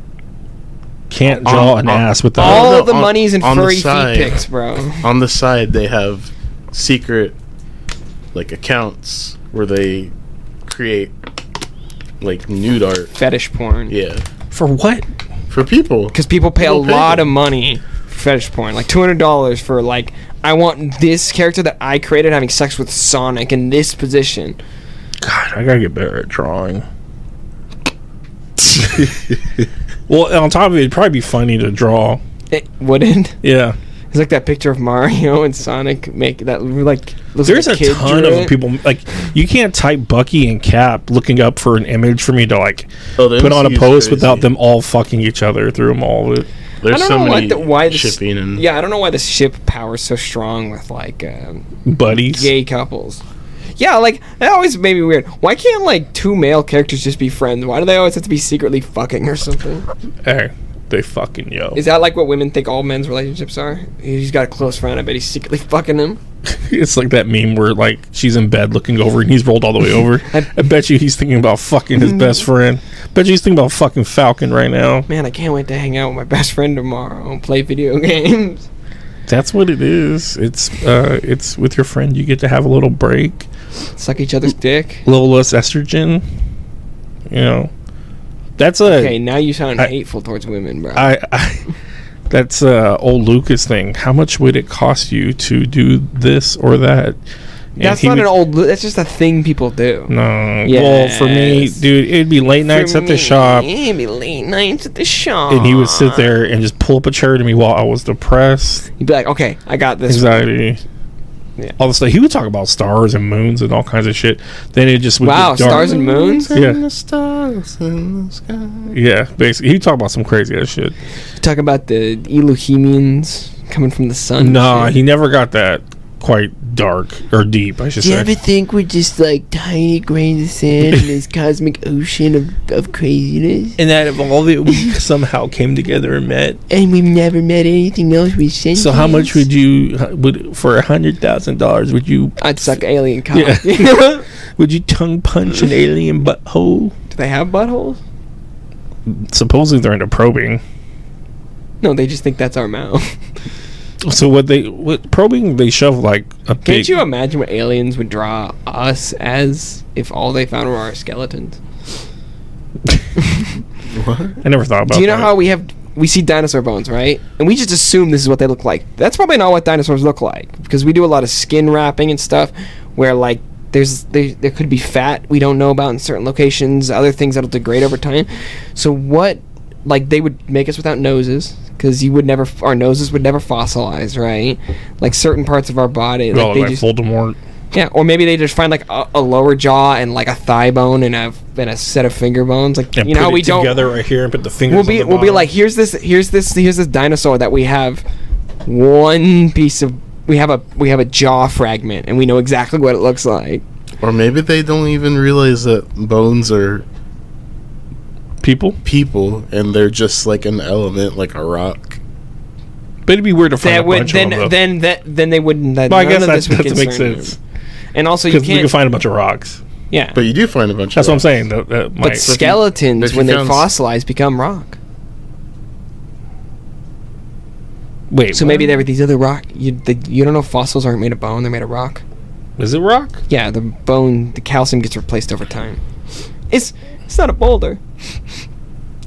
Speaker 1: Can't
Speaker 3: On-
Speaker 1: draw an
Speaker 3: on-
Speaker 1: ass without.
Speaker 2: Um, uh, all
Speaker 3: no,
Speaker 2: of the
Speaker 3: on-
Speaker 2: money's in
Speaker 3: on the
Speaker 2: furry feet
Speaker 3: side.
Speaker 2: pics, bro.
Speaker 3: On the side they have secret like accounts where they create like nude art.
Speaker 2: Fetish porn.
Speaker 3: Yeah.
Speaker 1: for what?
Speaker 3: For people.
Speaker 2: Because people pay
Speaker 3: People
Speaker 2: a
Speaker 3: pay
Speaker 2: lot
Speaker 3: them.
Speaker 2: of money for fetish porn, like two hundred dollars for like I want this character that I created having sex with Sonic in this position.
Speaker 1: God, I gotta get better at drawing. well, and on top of it, it'd probably be funny to draw.
Speaker 2: It wouldn't.
Speaker 1: Yeah,
Speaker 2: It's like that picture of Mario and Sonic make that like looks
Speaker 1: there's a
Speaker 2: like kid
Speaker 1: ton
Speaker 2: drew
Speaker 1: of
Speaker 2: it.
Speaker 1: people. Like, you can't type Bucky and Cap looking up for an image for me to like
Speaker 3: Oh, the
Speaker 1: put on a
Speaker 3: MCU is
Speaker 1: post
Speaker 3: crazy.
Speaker 1: without them all fucking each other through them all.
Speaker 3: There's
Speaker 2: I don't
Speaker 3: so
Speaker 2: know
Speaker 3: many
Speaker 2: what the, why the s-
Speaker 3: shipping and
Speaker 2: yeah I don't know why the ship power is so strong with like um,
Speaker 1: buddies.
Speaker 2: gay couples. Yeah, like that always made me weird. Why can't like two male characters just be friends? Why do they always have to be secretly fucking or something?
Speaker 1: Hey, they fucking yo.
Speaker 2: Is that like what women think all men's relationships are? He's got a close friend. I bet he's secretly fucking him.
Speaker 1: It's like that meme where like she's in bed looking over and he's rolled all the way over. I, bet you he's thinking about fucking
Speaker 2: Mm-hmm.
Speaker 1: his best friend. Bet you he's thinking about fucking Falcon right now.
Speaker 2: Man, I can't wait to hang out with my best friend tomorrow and play video games.
Speaker 1: That's what it is. It's uh, it's with your friend. You get to have a little break,
Speaker 2: Suck each other's dick.
Speaker 1: a little less estrogen. You know, that's a I
Speaker 2: Okay, now you sound
Speaker 1: I-
Speaker 2: hateful towards women, bro.
Speaker 1: I, I that's a old Lucas thing. How much would it cost you to do this or that? And
Speaker 2: that's
Speaker 1: he
Speaker 2: not
Speaker 1: would-
Speaker 2: an old. li- That's just a thing people do.
Speaker 1: No. Well, for me,
Speaker 2: Yes.
Speaker 1: dude, it'd be late nights at the shop.
Speaker 2: It'd be late nights at the shop.
Speaker 1: and he would sit there and just pull up a chair to me while I was depressed,
Speaker 2: He'd be like, "Okay, I got this."
Speaker 1: anxiety,
Speaker 2: Yeah.
Speaker 1: all this stuff. He would talk about stars and moons and all kinds of shit. Then it just would get
Speaker 2: Wow,
Speaker 1: dark.
Speaker 2: stars and moons.
Speaker 1: Yeah.
Speaker 3: the stars in the sky.
Speaker 1: yeah, basically he would talk about some crazy ass shit.
Speaker 2: Talk about the Elohimians coming from the sun. and
Speaker 1: Nah,
Speaker 2: Oh, shit.
Speaker 1: he never got that quite dark or deep. I should
Speaker 4: Do you
Speaker 1: say.
Speaker 4: ever think we're just like tiny grains of sand in this cosmic ocean of, of craziness?
Speaker 1: and that if all the we somehow came together and met.
Speaker 4: And we've never met anything else we sent.
Speaker 1: So how much would you would for a hundred thousand dollars would you
Speaker 2: I'd suck alien cock.
Speaker 1: Yeah.
Speaker 2: Do
Speaker 1: would you tongue punch an alien butthole?
Speaker 2: they have buttholes?
Speaker 1: Supposedly they're into probing.
Speaker 2: No, they just think that's our mouth.
Speaker 1: So what they what probing they shove like a
Speaker 2: Can't
Speaker 1: big
Speaker 2: you um, imagine what aliens would draw us as if all they found were our skeletons?
Speaker 3: What?
Speaker 1: I never thought about.
Speaker 2: Do you know
Speaker 1: that.
Speaker 2: how we have we see dinosaur bones, right? And we just assume this is what they look like. That's probably not what dinosaurs look like because we do a lot of skin wrapping and stuff where like there's there, there could be fat we don't know about in certain locations, other things that'll degrade over time. So what like they would make us without noses because you would never our noses would never fossilize, right? Like certain parts of our body,
Speaker 1: We all
Speaker 2: like they
Speaker 1: look like
Speaker 2: just
Speaker 1: Voldemort?
Speaker 2: Yeah, or maybe they just find like a, a lower jaw and like a thigh bone and a and a set of finger bones. Like
Speaker 1: And
Speaker 2: you know
Speaker 1: put
Speaker 2: how
Speaker 1: it
Speaker 2: we don't.
Speaker 1: together right here and put the fingers.
Speaker 2: We'll be
Speaker 1: on the
Speaker 2: we'll be
Speaker 1: bottom.
Speaker 2: like here's this here's this here's this dinosaur that we have one piece of we have a we have a jaw fragment and we know exactly what it looks like.
Speaker 3: Or maybe they don't even realize that bones are
Speaker 1: people,
Speaker 3: people and they're just like an element, like a rock.
Speaker 1: but it'd be weird to find
Speaker 2: That
Speaker 1: a
Speaker 2: would
Speaker 1: bunch
Speaker 2: then
Speaker 1: of them.
Speaker 2: then that then they wouldn't. That
Speaker 1: well, I
Speaker 2: none
Speaker 1: guess
Speaker 2: of
Speaker 1: that
Speaker 2: this would
Speaker 1: doesn't make
Speaker 2: concern
Speaker 1: sense
Speaker 2: them. And also you
Speaker 1: because we
Speaker 2: can't.
Speaker 1: can find a bunch of rocks.
Speaker 2: yeah,
Speaker 3: But you do find a bunch
Speaker 1: That's what I'm
Speaker 3: of
Speaker 1: saying. That, that
Speaker 2: but
Speaker 1: might-
Speaker 2: skeletons
Speaker 3: if you
Speaker 2: when they
Speaker 3: found s-
Speaker 2: fossilize become rock.
Speaker 1: wait,
Speaker 2: So maybe there were these other rock. You the, you don't know fossils aren't made of bone; they're made of rock.
Speaker 1: is it rock?
Speaker 2: Yeah, the bone, the calcium gets replaced over time. It's it's not a boulder.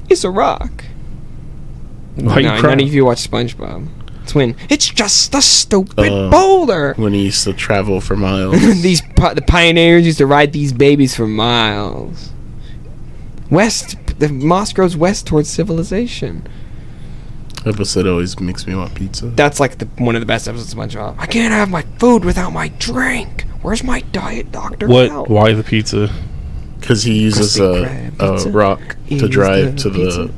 Speaker 2: It's a rock.
Speaker 1: Why
Speaker 2: no,
Speaker 1: you
Speaker 2: none
Speaker 1: crying?
Speaker 2: of you watch SpongeBob. twin. It's just a stupid
Speaker 1: Uh,
Speaker 3: Oh.
Speaker 2: boulder.
Speaker 3: when he used to travel for miles.
Speaker 2: these pi- the pioneers used to ride these babies for miles. West, the moss grows west towards civilization.
Speaker 3: Episode always makes me want pizza.
Speaker 2: That's like the, one of the best episodes of SpongeBob. I can't have my food without my drink. Where's my diet, Doctor?
Speaker 1: What? Why the pizza?
Speaker 3: Because he uses
Speaker 2: Krusty
Speaker 3: a,
Speaker 2: Krab
Speaker 3: a
Speaker 2: pizza
Speaker 3: rock to
Speaker 2: is
Speaker 3: drive
Speaker 2: the
Speaker 3: to the
Speaker 2: pizza.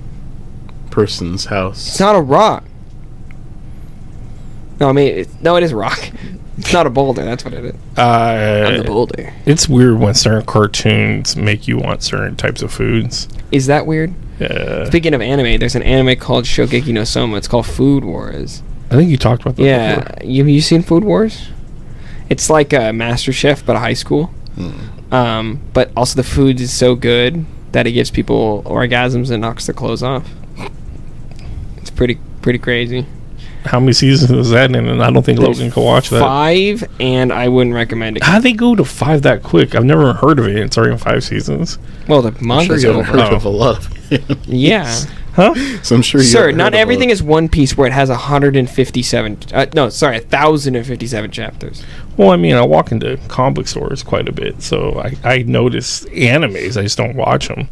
Speaker 3: person's house.
Speaker 2: It's not a rock. No, I mean, it, no, it is a rock. It's not a boulder. That's what it is. I'm the
Speaker 1: Uh,
Speaker 2: boulder.
Speaker 1: it's weird when certain cartoons make you want certain types of foods. Uh,
Speaker 2: Is that weird?
Speaker 1: Yeah,
Speaker 2: Speaking of anime, there's an anime called Shokeki no Soma. It's called Food Wars.
Speaker 1: I think you talked about that. before.
Speaker 2: Yeah, you you seen Food Wars? It's like a Master Chef, but a high school.
Speaker 3: Hmm.
Speaker 2: Um, but also the food is so good that it gives people orgasms and knocks their clothes off. It's pretty pretty crazy.
Speaker 1: How many seasons is that in? And I don't think Logan can watch that.
Speaker 2: Five, and I wouldn't recommend it.
Speaker 1: How they go to five that quick? I've never heard of it. It's already in five seasons.
Speaker 2: Well, the
Speaker 3: I'm sure
Speaker 2: manga's
Speaker 3: you haven't
Speaker 2: over.
Speaker 3: heard
Speaker 1: Oh.
Speaker 3: of a lot. of-
Speaker 2: Yeah,
Speaker 1: Huh?
Speaker 3: so I'm sure you
Speaker 2: sir.
Speaker 3: haven't
Speaker 2: Not
Speaker 3: heard of
Speaker 2: everything
Speaker 3: a-
Speaker 2: is One Piece, where it has 157. Uh, no, sorry, 1,057 chapters.
Speaker 1: Well, I mean, I walk into comic book stores quite a bit, so I, I notice animes. I just don't watch them.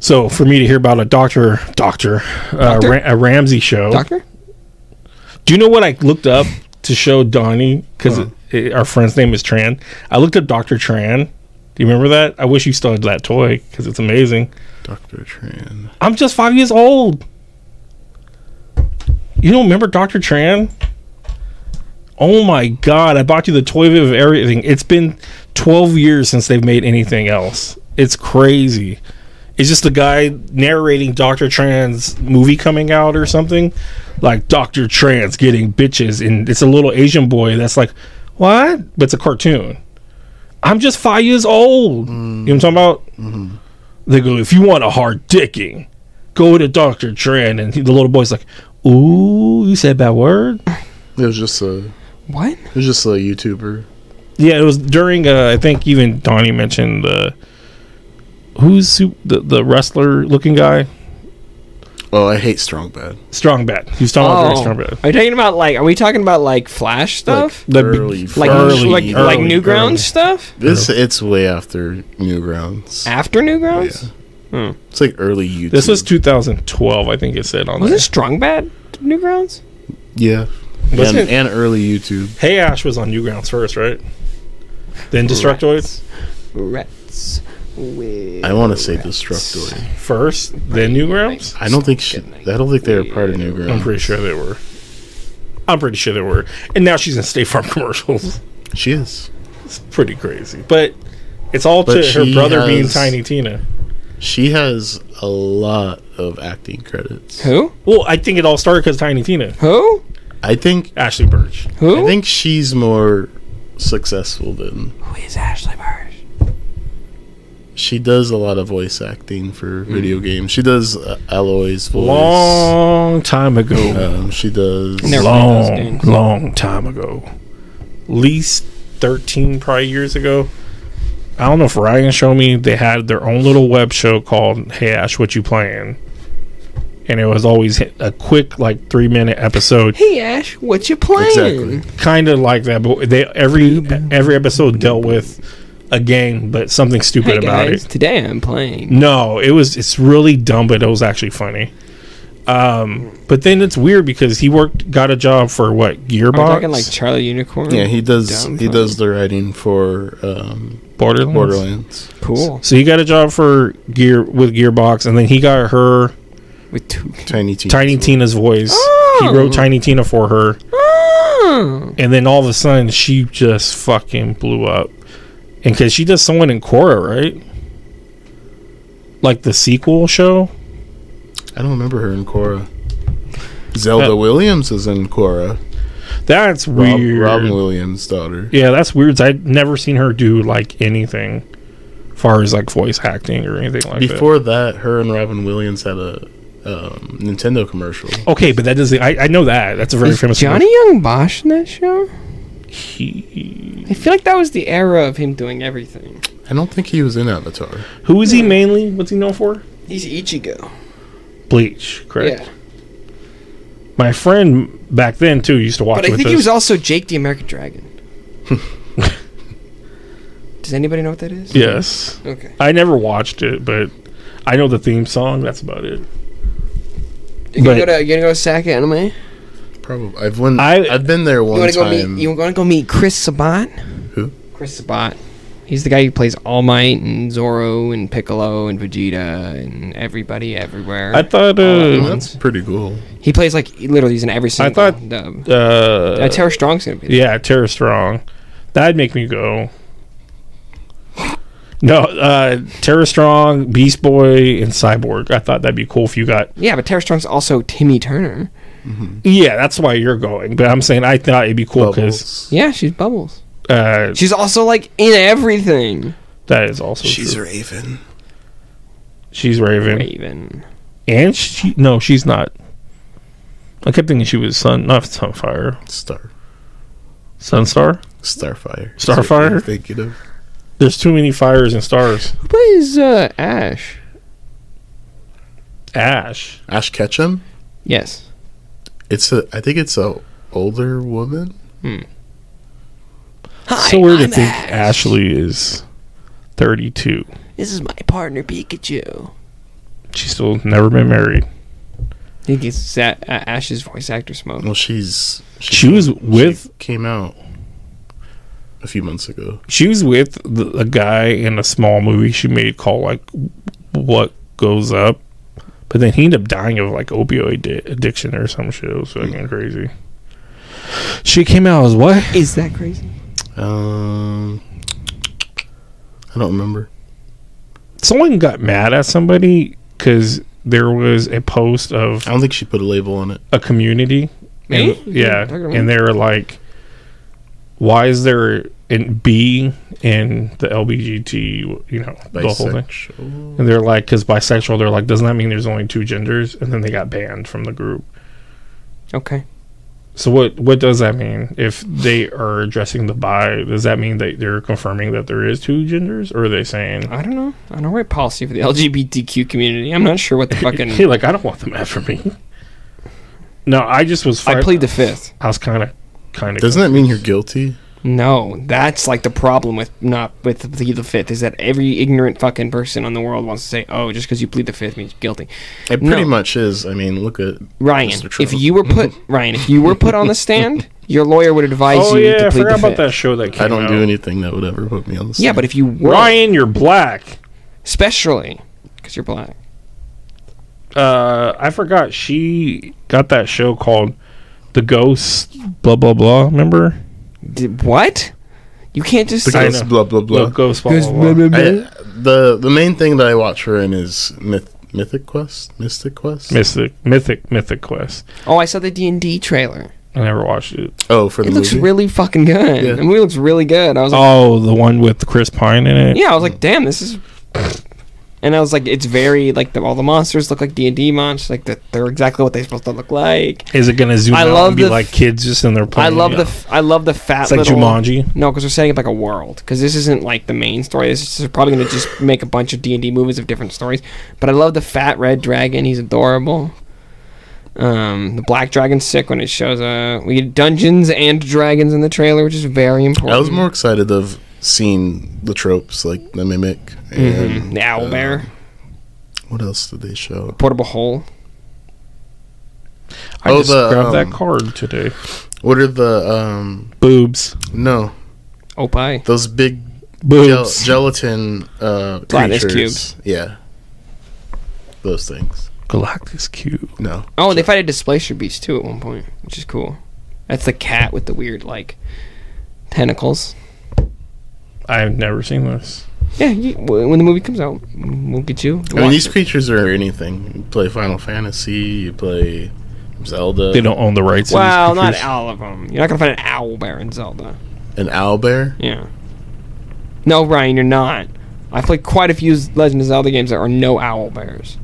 Speaker 1: So for me to hear about a doctor, doctor, uh,
Speaker 2: Doctor?
Speaker 1: Ra- a Ramsey show.
Speaker 2: Doctor,
Speaker 1: Do you know what I looked up to show Donnie? Because our friend's name is Tran. I looked up Doctor Tran. Do you remember that? I wish you still had that toy because it's amazing.
Speaker 3: Dr. Tran.
Speaker 1: I'm just five years old. You don't remember Dr. Tran? Oh my god, I bought you the toy of everything. It's been 12 years since they've made anything else. It's crazy. It's just the guy narrating Dr. Tran's movie coming out or something. Like Dr. Tran's getting bitches and it's a little Asian boy that's like, "What?" But it's a cartoon. I'm just 5 years old. You know what I'm talking about? They go, if you want a hard dicking, go to Dr. Tran. And he- the little boy's like, Ooh, you said that word?
Speaker 3: It was just a
Speaker 2: what?
Speaker 3: it was just a YouTuber.
Speaker 1: Yeah, it was during, uh, I think even Donnie mentioned the. Who's su- the, the wrestler looking guy?
Speaker 3: Oh, I hate strong bad.
Speaker 1: Strong Bad. He was talking
Speaker 2: Oh.
Speaker 1: about during Strong Bad.
Speaker 2: Are you talking about like? Are we talking about like Flash stuff?
Speaker 1: The big-
Speaker 3: early,
Speaker 2: Like
Speaker 1: early,
Speaker 2: like, like
Speaker 1: early,
Speaker 2: Newgrounds
Speaker 1: early.
Speaker 2: stuff?
Speaker 3: This it's way after Newgrounds.
Speaker 2: After Newgrounds?
Speaker 3: It's like early YouTube.
Speaker 1: This was 2012, I think it said on
Speaker 2: Was
Speaker 1: there.
Speaker 2: it Strong Bad Newgrounds?
Speaker 3: yeah,
Speaker 1: Wasn't
Speaker 3: and,
Speaker 1: it-
Speaker 3: and early YouTube.
Speaker 1: hey Ash was on Newgrounds first, right? Then Destructoids
Speaker 2: Rats. Wait.
Speaker 3: I want to say Destructoid.
Speaker 1: first, then Newgrounds.
Speaker 3: I don't think she, I don't think they were part of
Speaker 1: I'm
Speaker 3: Newgrounds.
Speaker 1: pretty sure they were. I'm pretty sure they were. And now she's in State Farm commercials.
Speaker 3: She is.
Speaker 1: It's pretty crazy. But it's all
Speaker 3: But
Speaker 1: to her
Speaker 3: she
Speaker 1: brother being
Speaker 3: has-
Speaker 1: Tiny Tina.
Speaker 3: She has a lot of acting credits.
Speaker 2: Who?
Speaker 1: Well, I think it all started because Tiny Tina.
Speaker 2: Who?
Speaker 3: I think
Speaker 1: Ashley Birch.
Speaker 2: Who?
Speaker 3: I think she's more successful than
Speaker 2: Who is Ashley Burge?
Speaker 3: she does a lot of voice acting for video games. She does uh, Aloy's voice.
Speaker 1: Long time ago.
Speaker 3: Um, she does.
Speaker 2: Never- played those
Speaker 1: long,
Speaker 2: games.
Speaker 1: long time ago. Least 13 probably years ago. I don't know if Ryan showed me they had their own little web show called Hey Ash, What You Playing? And it was always a quick, like, three minute episode.
Speaker 2: Hey Ash, what you playing?
Speaker 3: Exactly.
Speaker 1: kind of like that, but they every
Speaker 2: Mm-hmm.
Speaker 1: every episode dealt with a game, but something stupid
Speaker 2: Hey
Speaker 1: about
Speaker 2: guys,
Speaker 1: it.
Speaker 2: today I'm playing.
Speaker 1: No, it was it's really dumb, but it was actually funny. Um, but then it's weird because he worked got a job for what
Speaker 2: Are we
Speaker 1: Gearbox,
Speaker 2: talking like Charlie Unicorn?
Speaker 3: Yeah, he does.
Speaker 2: Dumb
Speaker 3: He
Speaker 2: fuck.
Speaker 3: does the writing for um,
Speaker 1: Borderlands.
Speaker 3: Borderlands.
Speaker 2: cool.
Speaker 1: So he got a job for Gear with Gearbox, and then he got her
Speaker 2: With two.
Speaker 3: Tiny Teen.
Speaker 1: Tiny Tina's voice. He wrote Tiny Tina for her.
Speaker 2: Oh.
Speaker 1: and then all of a sudden she just fucking blew up and because she does someone in Korra, right like the sequel show
Speaker 3: I don't remember her in Korra. Zelda
Speaker 1: Uh,
Speaker 3: Williams is in Korra.
Speaker 1: that's
Speaker 3: Rob,
Speaker 1: weird
Speaker 3: Robin Williams' daughter.
Speaker 1: yeah that's weird i've never seen her do like anything far as like voice acting or anything like
Speaker 3: Before that, her and Robin Williams had a um, Nintendo commercial.
Speaker 1: that okay but that doesn't i, I know that that's a very
Speaker 2: Is
Speaker 1: famous
Speaker 2: Johnny Young Bosch in that show?
Speaker 1: he,
Speaker 2: I feel like that was the era of him doing everything.
Speaker 3: I don't think he was in Avatar.
Speaker 1: who is he mainly what's he known for
Speaker 2: He's Ichigo.
Speaker 1: bleach correct
Speaker 2: Yeah.
Speaker 1: my friend back then too used to watch.
Speaker 2: But I
Speaker 1: with
Speaker 2: think
Speaker 1: us.
Speaker 2: he was also Jake the American Dragon. Does anybody know what that is?
Speaker 1: Yes,
Speaker 2: Okay.
Speaker 1: I never watched it, but I know the theme song. That's about it.
Speaker 2: You
Speaker 1: But-
Speaker 2: gonna go to you gonna go to Sack Anime? You
Speaker 3: Probably. I've went.
Speaker 1: I-
Speaker 3: I, have been there one
Speaker 2: wanna go
Speaker 3: time.
Speaker 2: meet you wanna go meet Chris Sabat?
Speaker 3: Who?
Speaker 2: Chris Sabat. He's the guy who plays All Might and Zoro and Piccolo and Vegeta and everybody everywhere.
Speaker 1: I thought
Speaker 2: Oh,
Speaker 1: uh,
Speaker 3: Well, that's pretty cool.
Speaker 2: he plays like he literally he's in every single
Speaker 1: thought-
Speaker 2: dub.
Speaker 1: uh
Speaker 2: Uh, Tara Strong's gonna be there.
Speaker 1: yeah, Terror Strong. That'd make me go. No, uh Terror Strong, Beast Boy, and Cyborg. I thought that'd be cool if you got
Speaker 2: Yeah, but Tara Strong's also Timmy Turner.
Speaker 1: Yeah, that's why you're going. But I'm saying I thought it'd be cool because
Speaker 3: Bubbles.
Speaker 2: Yeah, she's Bubbles.
Speaker 1: uh,
Speaker 2: She's also like in everything.
Speaker 1: that is also
Speaker 3: She's
Speaker 1: she's
Speaker 3: Raven.
Speaker 1: she's Raven,
Speaker 2: Raven.
Speaker 1: and she no, she's not. I kept thinking she was Sun, not Sunfire,
Speaker 3: Star.
Speaker 1: Sunstar.
Speaker 3: Starfire.
Speaker 1: Starfire?
Speaker 3: That's what I'm Thinking of.
Speaker 1: There's too many fires and stars.
Speaker 2: Who plays uh, Ash?
Speaker 1: Ash.
Speaker 3: Ash Ketchum.
Speaker 2: Yes.
Speaker 3: It's a. I think it's a older woman.
Speaker 1: so weird to think Ashley is 32.
Speaker 4: This is my partner, Pikachu.
Speaker 1: She's still never been married.
Speaker 2: I think it's Sa- uh, Ash's voice actor smoke.
Speaker 3: Well, she's.
Speaker 1: She was with-
Speaker 3: She came out a few months ago.
Speaker 1: She was with the, a guy in a small movie she made called like "What Goes Up," but then he ended up dying of like opioid di- addiction or some shit. It was fucking crazy. She came out as what?
Speaker 2: Is that crazy?
Speaker 3: Um. I don't remember.
Speaker 1: Someone got mad at somebody because there was a post of
Speaker 3: I don't think she put a label on it.
Speaker 1: a community.
Speaker 2: Me?
Speaker 1: And, yeah,
Speaker 2: Talking to me?
Speaker 1: and they were like, "Why is there an B in the LBGT? You know, the whole thing."
Speaker 3: Bisexual.
Speaker 1: And they're like, because bisexual, they're like, doesn't that mean there's only two genders? And then they got banned from the group.
Speaker 2: Okay.
Speaker 1: So what what does that mean? If they are addressing the bi, does that mean that they're confirming that there is two genders, or are they saying,
Speaker 2: I don't know. I don't write policy for the LGBTQ community. I'm not sure what the
Speaker 1: hey,
Speaker 2: fucking.
Speaker 1: like I don't want them after me? No, I just was.
Speaker 2: I
Speaker 1: fri-
Speaker 2: plead the fifth.
Speaker 1: I was kind of, kind of.
Speaker 3: Doesn't that mean you're guilty?
Speaker 2: No, that's like the problem with not with the plead the fifth is that every ignorant fucking person in the world wants to say, "Oh, just because you plead the fifth means you're guilty."
Speaker 3: It pretty
Speaker 2: No.
Speaker 3: much is. I mean, look at
Speaker 2: Ryan,
Speaker 3: Mr.
Speaker 2: if
Speaker 3: Trump.
Speaker 2: you were put Ryan, if you were put on the stand, your lawyer would advise
Speaker 1: Oh
Speaker 2: you
Speaker 1: yeah,
Speaker 2: to
Speaker 1: I
Speaker 2: plead the
Speaker 1: forgot
Speaker 2: fifth.
Speaker 1: about that show that came
Speaker 3: I don't
Speaker 1: out.
Speaker 3: do anything that would ever put me on
Speaker 2: Yeah,
Speaker 3: the stand.
Speaker 2: but if you were,
Speaker 1: Ryan, you're black.
Speaker 2: especially because you're black.
Speaker 1: Uh, I forgot she got that show called The Ghost. Blah blah blah. Remember?
Speaker 2: Did, what? You can't just
Speaker 3: the
Speaker 1: I
Speaker 3: ghost
Speaker 1: know.
Speaker 3: blah blah blah.
Speaker 1: The Ghost. Blah, blah, blah.
Speaker 3: I- the the main thing that I watch her in is myth, Mythic Quest, Mystic Quest.
Speaker 1: Mythic, Mythic, Mythic Quest.
Speaker 2: Oh, I saw the D and D trailer.
Speaker 1: I never watched it.
Speaker 3: oh, for the
Speaker 2: It looks
Speaker 3: movie.
Speaker 2: really fucking good.
Speaker 3: Yeah.
Speaker 2: The movie looks really good. I was like,
Speaker 1: Oh, the one with Chris Pine in
Speaker 3: Oh.
Speaker 1: it.
Speaker 2: yeah, I was like, damn, this is. And I was like, it's very like the, all the monsters look like D and D monsters. Like that they're exactly what they're supposed to look like.
Speaker 1: Is it gonna zoom
Speaker 2: I
Speaker 1: out
Speaker 2: love
Speaker 1: and be
Speaker 2: the
Speaker 1: like
Speaker 2: f-
Speaker 1: kids just in their
Speaker 2: I
Speaker 1: playing?
Speaker 2: love the
Speaker 1: Yeah.
Speaker 2: f- I love the fat.
Speaker 1: It's like
Speaker 2: little,
Speaker 1: Jumanji.
Speaker 2: No, because they're setting up like a world. Because this isn't like the main story. This is probably going to just make a bunch of D and D movies of different stories. But I love the fat red dragon. He's adorable. Um, the black dragon's sick when it shows. Uh, we get dungeons and dragons in the trailer, which is very important.
Speaker 3: I was more excited of seeing the tropes like the mimic and
Speaker 2: Mhm. the owl
Speaker 3: uh,
Speaker 2: bear,
Speaker 3: What else did they show?
Speaker 2: portable hole.
Speaker 1: I
Speaker 3: Oh,
Speaker 1: just
Speaker 3: the,
Speaker 1: grabbed that
Speaker 3: um,
Speaker 1: card today.
Speaker 3: What are the um?
Speaker 1: Boobs,
Speaker 3: No,
Speaker 2: Opie.
Speaker 3: those big gel-
Speaker 1: boobs.
Speaker 3: gelatin uh
Speaker 2: Platinus
Speaker 3: creatures.
Speaker 2: cubes.
Speaker 3: Yeah, those things.
Speaker 1: Galactus cube.
Speaker 3: No,
Speaker 2: Oh, they fight a displacer beast too at one point, which is cool. That's the cat with the weird like tentacles.
Speaker 1: I've never seen this.
Speaker 2: Yeah, you, w- when the movie comes out, we'll get you.
Speaker 3: I mean
Speaker 2: Watch
Speaker 3: these
Speaker 2: it.
Speaker 3: creatures are anything. You play Final Fantasy, you play Zelda.
Speaker 1: They don't own the rights. to
Speaker 2: Well,
Speaker 1: these
Speaker 2: not
Speaker 1: creatures.
Speaker 2: all of them. You're not gonna find an owl bear in Zelda.
Speaker 3: an owl bear.
Speaker 2: Yeah. No, Ryan, you're not. I've played quite a few Legend of Zelda games that are no owl bears.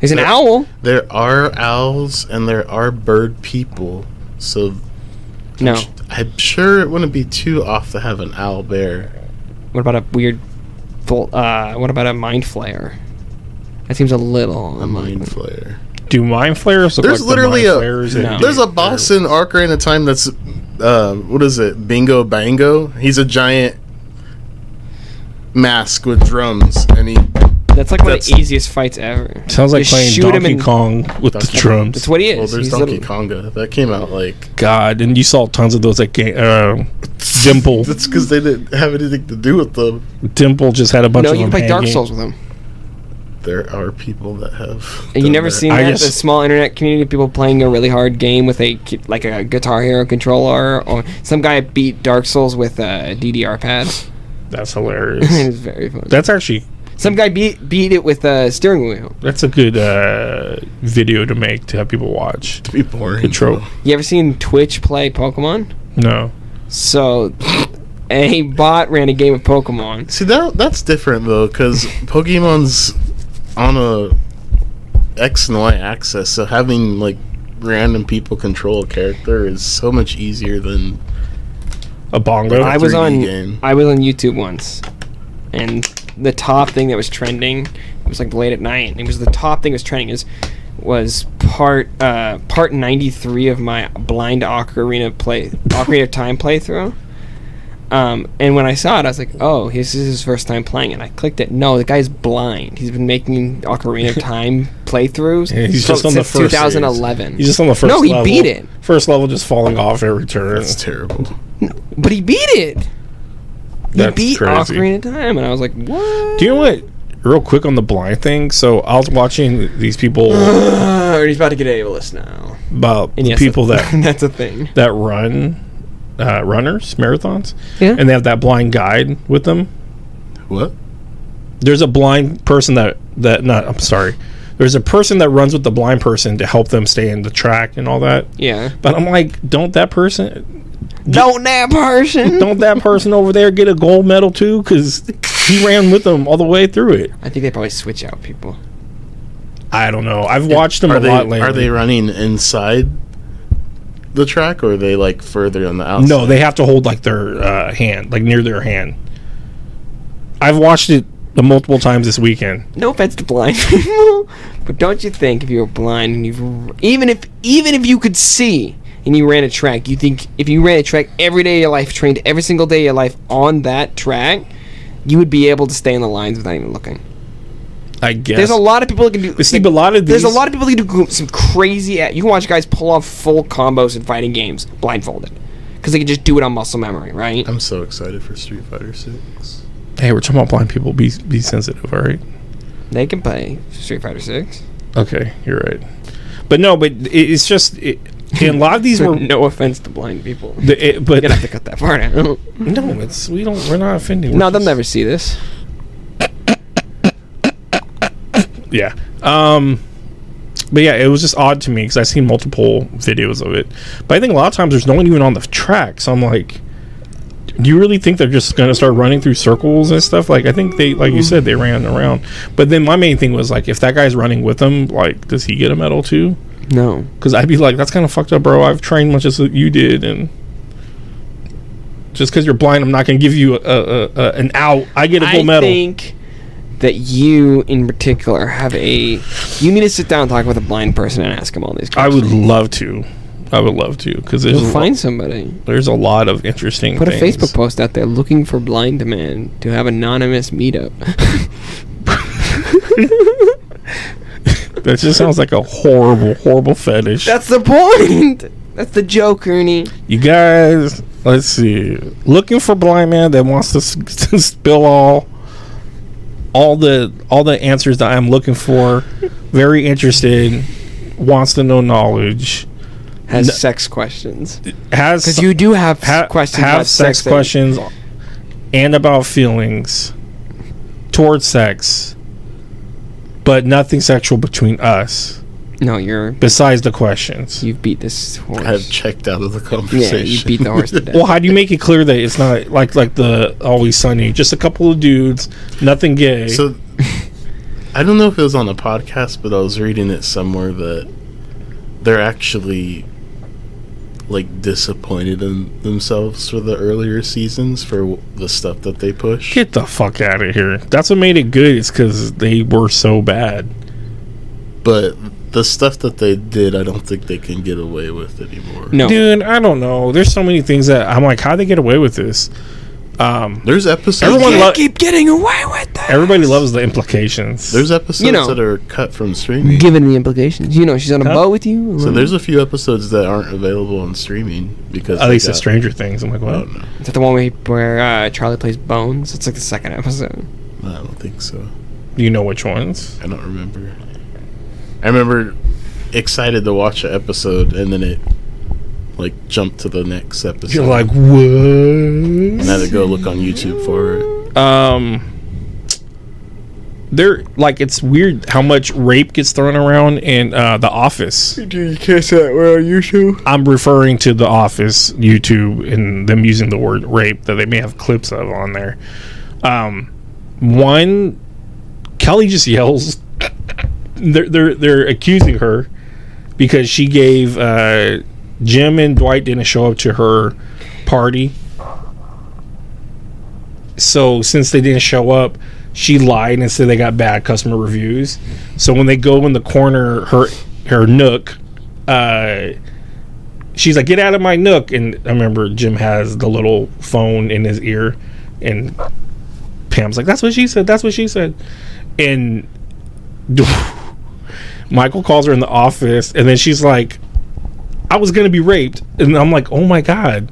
Speaker 2: There's an
Speaker 3: Uh,
Speaker 2: owl.
Speaker 3: There are owls and there are bird people. So
Speaker 2: No.
Speaker 3: I'm sure it wouldn't be too off to have an owl bear.
Speaker 2: What about a weird? fl- Uh, what about a mind flayer? That seems a little
Speaker 3: A
Speaker 2: unlikely.
Speaker 3: mind flayer.
Speaker 1: Do mind flares look
Speaker 3: There's
Speaker 1: like the mind
Speaker 3: literally a-
Speaker 1: flares in
Speaker 2: No.
Speaker 1: Duke
Speaker 3: There's a boss in Ocarina of Time that's, uh, what is it? Bingo Bango. He's a giant mask with drums, and he
Speaker 2: That's like one of the
Speaker 3: That's-
Speaker 2: easiest fights ever.
Speaker 1: Sounds like
Speaker 2: Just
Speaker 1: playing
Speaker 2: shoot him
Speaker 1: Donkey
Speaker 2: and-
Speaker 1: Kong with the
Speaker 3: Donkey-
Speaker 1: drums.
Speaker 2: That's what he is.
Speaker 3: well, there's
Speaker 2: He's
Speaker 3: Donkey
Speaker 2: literally-
Speaker 3: Konga that came out like
Speaker 1: God, and you saw tons of those at game. Uh, Dimple,
Speaker 3: that's because they didn't have anything to do with them.
Speaker 1: Dimple just had a bunch
Speaker 2: No,
Speaker 1: of.
Speaker 2: you can
Speaker 1: them
Speaker 2: play Dark
Speaker 1: hanging.
Speaker 2: Souls with him.
Speaker 3: There are people that have.
Speaker 2: And you
Speaker 3: done
Speaker 2: never
Speaker 3: that.
Speaker 2: seen
Speaker 1: I
Speaker 2: that?
Speaker 1: just-
Speaker 2: the small internet community of people playing a really hard game with a ki- like a Guitar Hero controller, or some guy beat Dark Souls with a DDR pad.
Speaker 1: That's
Speaker 2: it
Speaker 1: hilarious.
Speaker 2: was very fun.
Speaker 1: that's actually
Speaker 2: some guy beat beat it with a steering wheel.
Speaker 1: that's a good uh, video to make to have people watch.
Speaker 3: To be boring.
Speaker 1: Good trope.
Speaker 3: though.
Speaker 2: You ever seen Twitch play Pokemon?
Speaker 1: No,
Speaker 2: So, a bot ran a game of Pokemon.
Speaker 3: See that that's different though, because Pokemon's on a X and Y axis, so having like random people control a character is so much easier than
Speaker 1: a bongo.
Speaker 2: I was
Speaker 3: 3D
Speaker 2: on
Speaker 3: game.
Speaker 2: I was on YouTube once, and the top thing that was trending it was like late at night. And it was the top thing that was trending is was part uh, part ninety three of my blind Ocarina play Ocarina of Time playthrough. Um, and when I saw it, I was like, "Oh, this is his first time playing it." I clicked it. No, the guy's blind. He's been making Ocarina of Time playthroughs.
Speaker 1: Yeah, he's
Speaker 2: from-
Speaker 1: just on the
Speaker 2: since
Speaker 1: first
Speaker 2: 2011.
Speaker 1: He's just on the first.
Speaker 2: No, he
Speaker 1: level.
Speaker 2: beat it.
Speaker 1: First level, just falling off every turn.
Speaker 3: That's terrible.
Speaker 2: but he beat it. He
Speaker 1: That's
Speaker 2: beat
Speaker 1: crazy.
Speaker 2: Ocarina of Time, and I was like, "What?"
Speaker 1: Do you know what? Real quick on the blind thing. So I was watching these people
Speaker 2: Uh, he's about to get ableist now.
Speaker 1: about the
Speaker 2: yes,
Speaker 1: people
Speaker 2: that's-
Speaker 1: that
Speaker 2: that's a thing.
Speaker 1: that run uh, runners marathons,
Speaker 2: Yeah.
Speaker 1: and they have that blind guide with them.
Speaker 3: What?
Speaker 1: There's a blind person that that not. I'm sorry. There's a person that runs with the blind person to help them stay in the track and all that.
Speaker 2: yeah.
Speaker 1: But I'm like, don't that person,
Speaker 2: Don't that person.
Speaker 1: don't that person over there get a gold medal too? Because he ran with them all the way through it.
Speaker 2: I think they probably switch out people.
Speaker 1: I don't know. I've watched them
Speaker 3: are
Speaker 1: a
Speaker 3: they
Speaker 1: lot lately.
Speaker 3: are they running inside the track, or are they like further on the outside?
Speaker 1: No, they have to hold like their uh, hand, like near their hand. I've watched it multiple times this weekend.
Speaker 2: No offense to blind people, but don't you think if you were blind and you even if even if you could see and you ran a track, you think if you ran a track every day of your life, trained every single day of your life on that track, you would be able to stay in the lines without even looking.
Speaker 1: I guess
Speaker 2: There's a lot of people that can do.
Speaker 1: See, but a lot of
Speaker 2: There's a
Speaker 1: these-
Speaker 2: lot of people that can do some crazy. a- You can watch guys pull off full combos in fighting games blindfolded, because they can just do it on muscle memory, right?
Speaker 1: Um,
Speaker 3: I'm so excited for Street Fighter Six.
Speaker 1: Hey, we're talking about blind people. Be be sensitive, all right?
Speaker 2: They can play Street Fighter Six.
Speaker 1: Okay, you're right. But no, but it, it's just it, and a lot of these were.
Speaker 2: no offense to blind people. You're
Speaker 1: The, it, but
Speaker 2: gonna have to cut that part out.
Speaker 1: no, it's we don't. We're not offending. We're
Speaker 2: no, they'll
Speaker 1: just-
Speaker 2: never see this.
Speaker 1: Yeah. Um, but yeah, it was just odd to me because I've seen multiple videos of it. But I think a lot of times there's no one even on the track, so I'm like, do you really think they're just gonna start running through circles and stuff? Like I think they, like you said, they ran around. But then my main thing was like, if that guy's running with them, like, does he get a medal too?
Speaker 2: No.
Speaker 1: Because I'd be like, that's kind of fucked up, bro. I've trained much as you did, and just because you're blind, I'm not gonna give you a, a, a an out. I get a gold
Speaker 2: I
Speaker 1: medal.
Speaker 2: think that you, in particular, have a. You need to sit down and talk with a blind person and ask him all these.
Speaker 1: I
Speaker 2: questions.
Speaker 1: would love to. I would love to because there's
Speaker 2: You'll
Speaker 1: a lot-
Speaker 2: find somebody.
Speaker 1: there's a lot of interesting
Speaker 2: Put a
Speaker 1: things.
Speaker 2: Facebook post out there looking for blind men to have anonymous meetup.
Speaker 1: that just sounds like a horrible horrible fetish
Speaker 2: That's the point. That's the joke, Ernie.
Speaker 1: you guys let's see looking for blind man that wants to, s- to spill all all the all the answers that i'm looking for very interested wants to know knowledge
Speaker 2: Has
Speaker 1: No.
Speaker 2: sex questions
Speaker 1: has
Speaker 2: because
Speaker 1: some-
Speaker 2: you do have s-
Speaker 1: ha-
Speaker 2: questions.
Speaker 1: have
Speaker 2: about
Speaker 1: sex,
Speaker 2: that-
Speaker 1: questions and about feelings towards sex but nothing sexual between us
Speaker 2: No, you're
Speaker 1: besides the questions
Speaker 2: you've beat this horse.
Speaker 3: I have checked out of the
Speaker 2: yeah,
Speaker 3: conversation.
Speaker 2: you beat the horse to death.
Speaker 1: Well, how do you make it clear that it's not like like the Always Sunny? Just a couple of dudes, nothing gay.
Speaker 3: So I don't know if it was on a podcast, but I was reading it somewhere that they're actually like disappointed in themselves for the earlier seasons for w- the stuff that they push.
Speaker 1: Get the fuck out of here. That's what made it good. It's because they were so bad.
Speaker 3: But the stuff that they did, I don't think they can get away with anymore.
Speaker 2: No.
Speaker 1: Dude, I don't know. There's so many things that I'm like, how they get away with this? Um,
Speaker 3: There's episodes.
Speaker 1: Everyone
Speaker 2: Can't
Speaker 1: lo-
Speaker 2: keep getting away with that.
Speaker 1: everybody loves the implications.
Speaker 3: there's episodes
Speaker 2: You know.
Speaker 3: that are cut from streaming.
Speaker 4: Given the implications, you know, she's on a
Speaker 1: Huh?
Speaker 4: boat with you.
Speaker 3: So there's a few episodes that aren't available on streaming because
Speaker 1: at
Speaker 3: they
Speaker 1: least the
Speaker 3: got-
Speaker 1: Stranger Things. I'm like,
Speaker 3: I
Speaker 1: what?
Speaker 3: don't know.
Speaker 2: Is that the one where, he, where uh, Charlie plays Bones? It's like the second episode.
Speaker 3: I don't think so.
Speaker 1: Do you know which ones?
Speaker 3: I don't remember. I remember excited to watch an episode and then it like jumped to the next episode.
Speaker 1: You're like,
Speaker 3: and I
Speaker 1: what?
Speaker 3: had to go look on YouTube for it.
Speaker 1: Um, they're like, it's weird how much rape gets thrown around in uh, The Office.
Speaker 3: Dude, you can't say that we're on YouTube.
Speaker 1: I'm referring to The Office YouTube and them using the word rape that they may have clips of on there. Um, one, Kelly just yells. They're they're they're accusing her because she gave uh, Jim and Dwight didn't show up to her party. So since they didn't show up, she lied and said they got bad customer reviews. So when they go in the corner, her her nook. Uh, she's like, "Get out of my nook!" And I remember Jim has the little phone in his ear, and Pam's like, "That's what she said. That's what she said." And Michael calls her in the office, and then she's like, "I was gonna be raped," and I'm like, "Oh my god."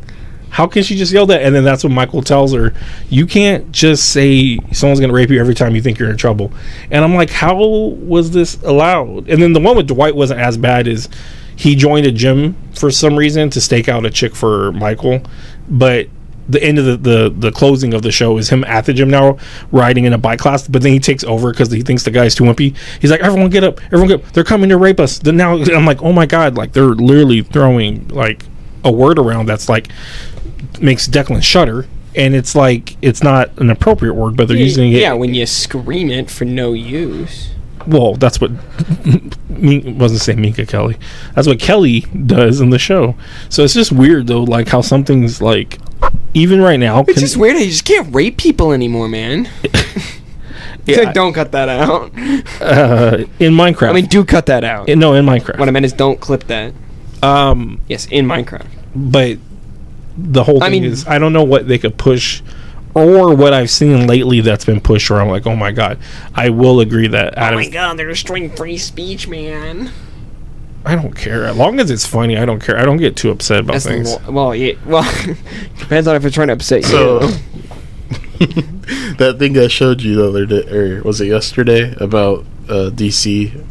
Speaker 1: How can she just yell that? And then that's when Michael tells her, "You can't just say someone's gonna rape you every time you think you're in trouble." And I'm like, "How was this allowed?" And then the one with Dwight wasn't as bad as he joined a gym for some reason to stake out a chick for Michael. But the end of the, the, the closing of the show is him at the gym now riding in a bike class, but then he takes over because he thinks the guy's too wimpy. He's like, Everyone get up, everyone get up. They're coming to rape us. Then now I'm like, Oh my god, like they're literally throwing like a word around that's like makes Declan shudder. And it's like it's not an appropriate word, but they're using it.
Speaker 2: Yeah, when you scream it for no use.
Speaker 1: Well, that's what Min- wasn't saying Minka Kelly. That's what Kelly does in the show. So it's just weird though, like how something's like even right now.
Speaker 2: It's just weird. how You just can't rape people anymore, man. It's like, don't cut that out.
Speaker 1: uh, in Minecraft.
Speaker 2: I mean, do cut that out.
Speaker 1: In- no, in Minecraft.
Speaker 2: what I meant is don't clip that.
Speaker 1: um,
Speaker 2: Yes, in Minecraft.
Speaker 1: but the whole thing
Speaker 2: I mean-
Speaker 1: is I don't know what they could push or what I've seen lately that's been pushed where I'm like, oh my god, I Oh, will agree that out of
Speaker 2: Oh god, they're destroying free speech, man.
Speaker 1: I don't care as long as it's funny. I don't care. I don't get too upset about
Speaker 2: That's
Speaker 1: things.
Speaker 2: the, lo- well, yeah, well, depends on if they're trying to upset you.
Speaker 3: So that thing I showed you the other day, or was it yesterday, about uh, DC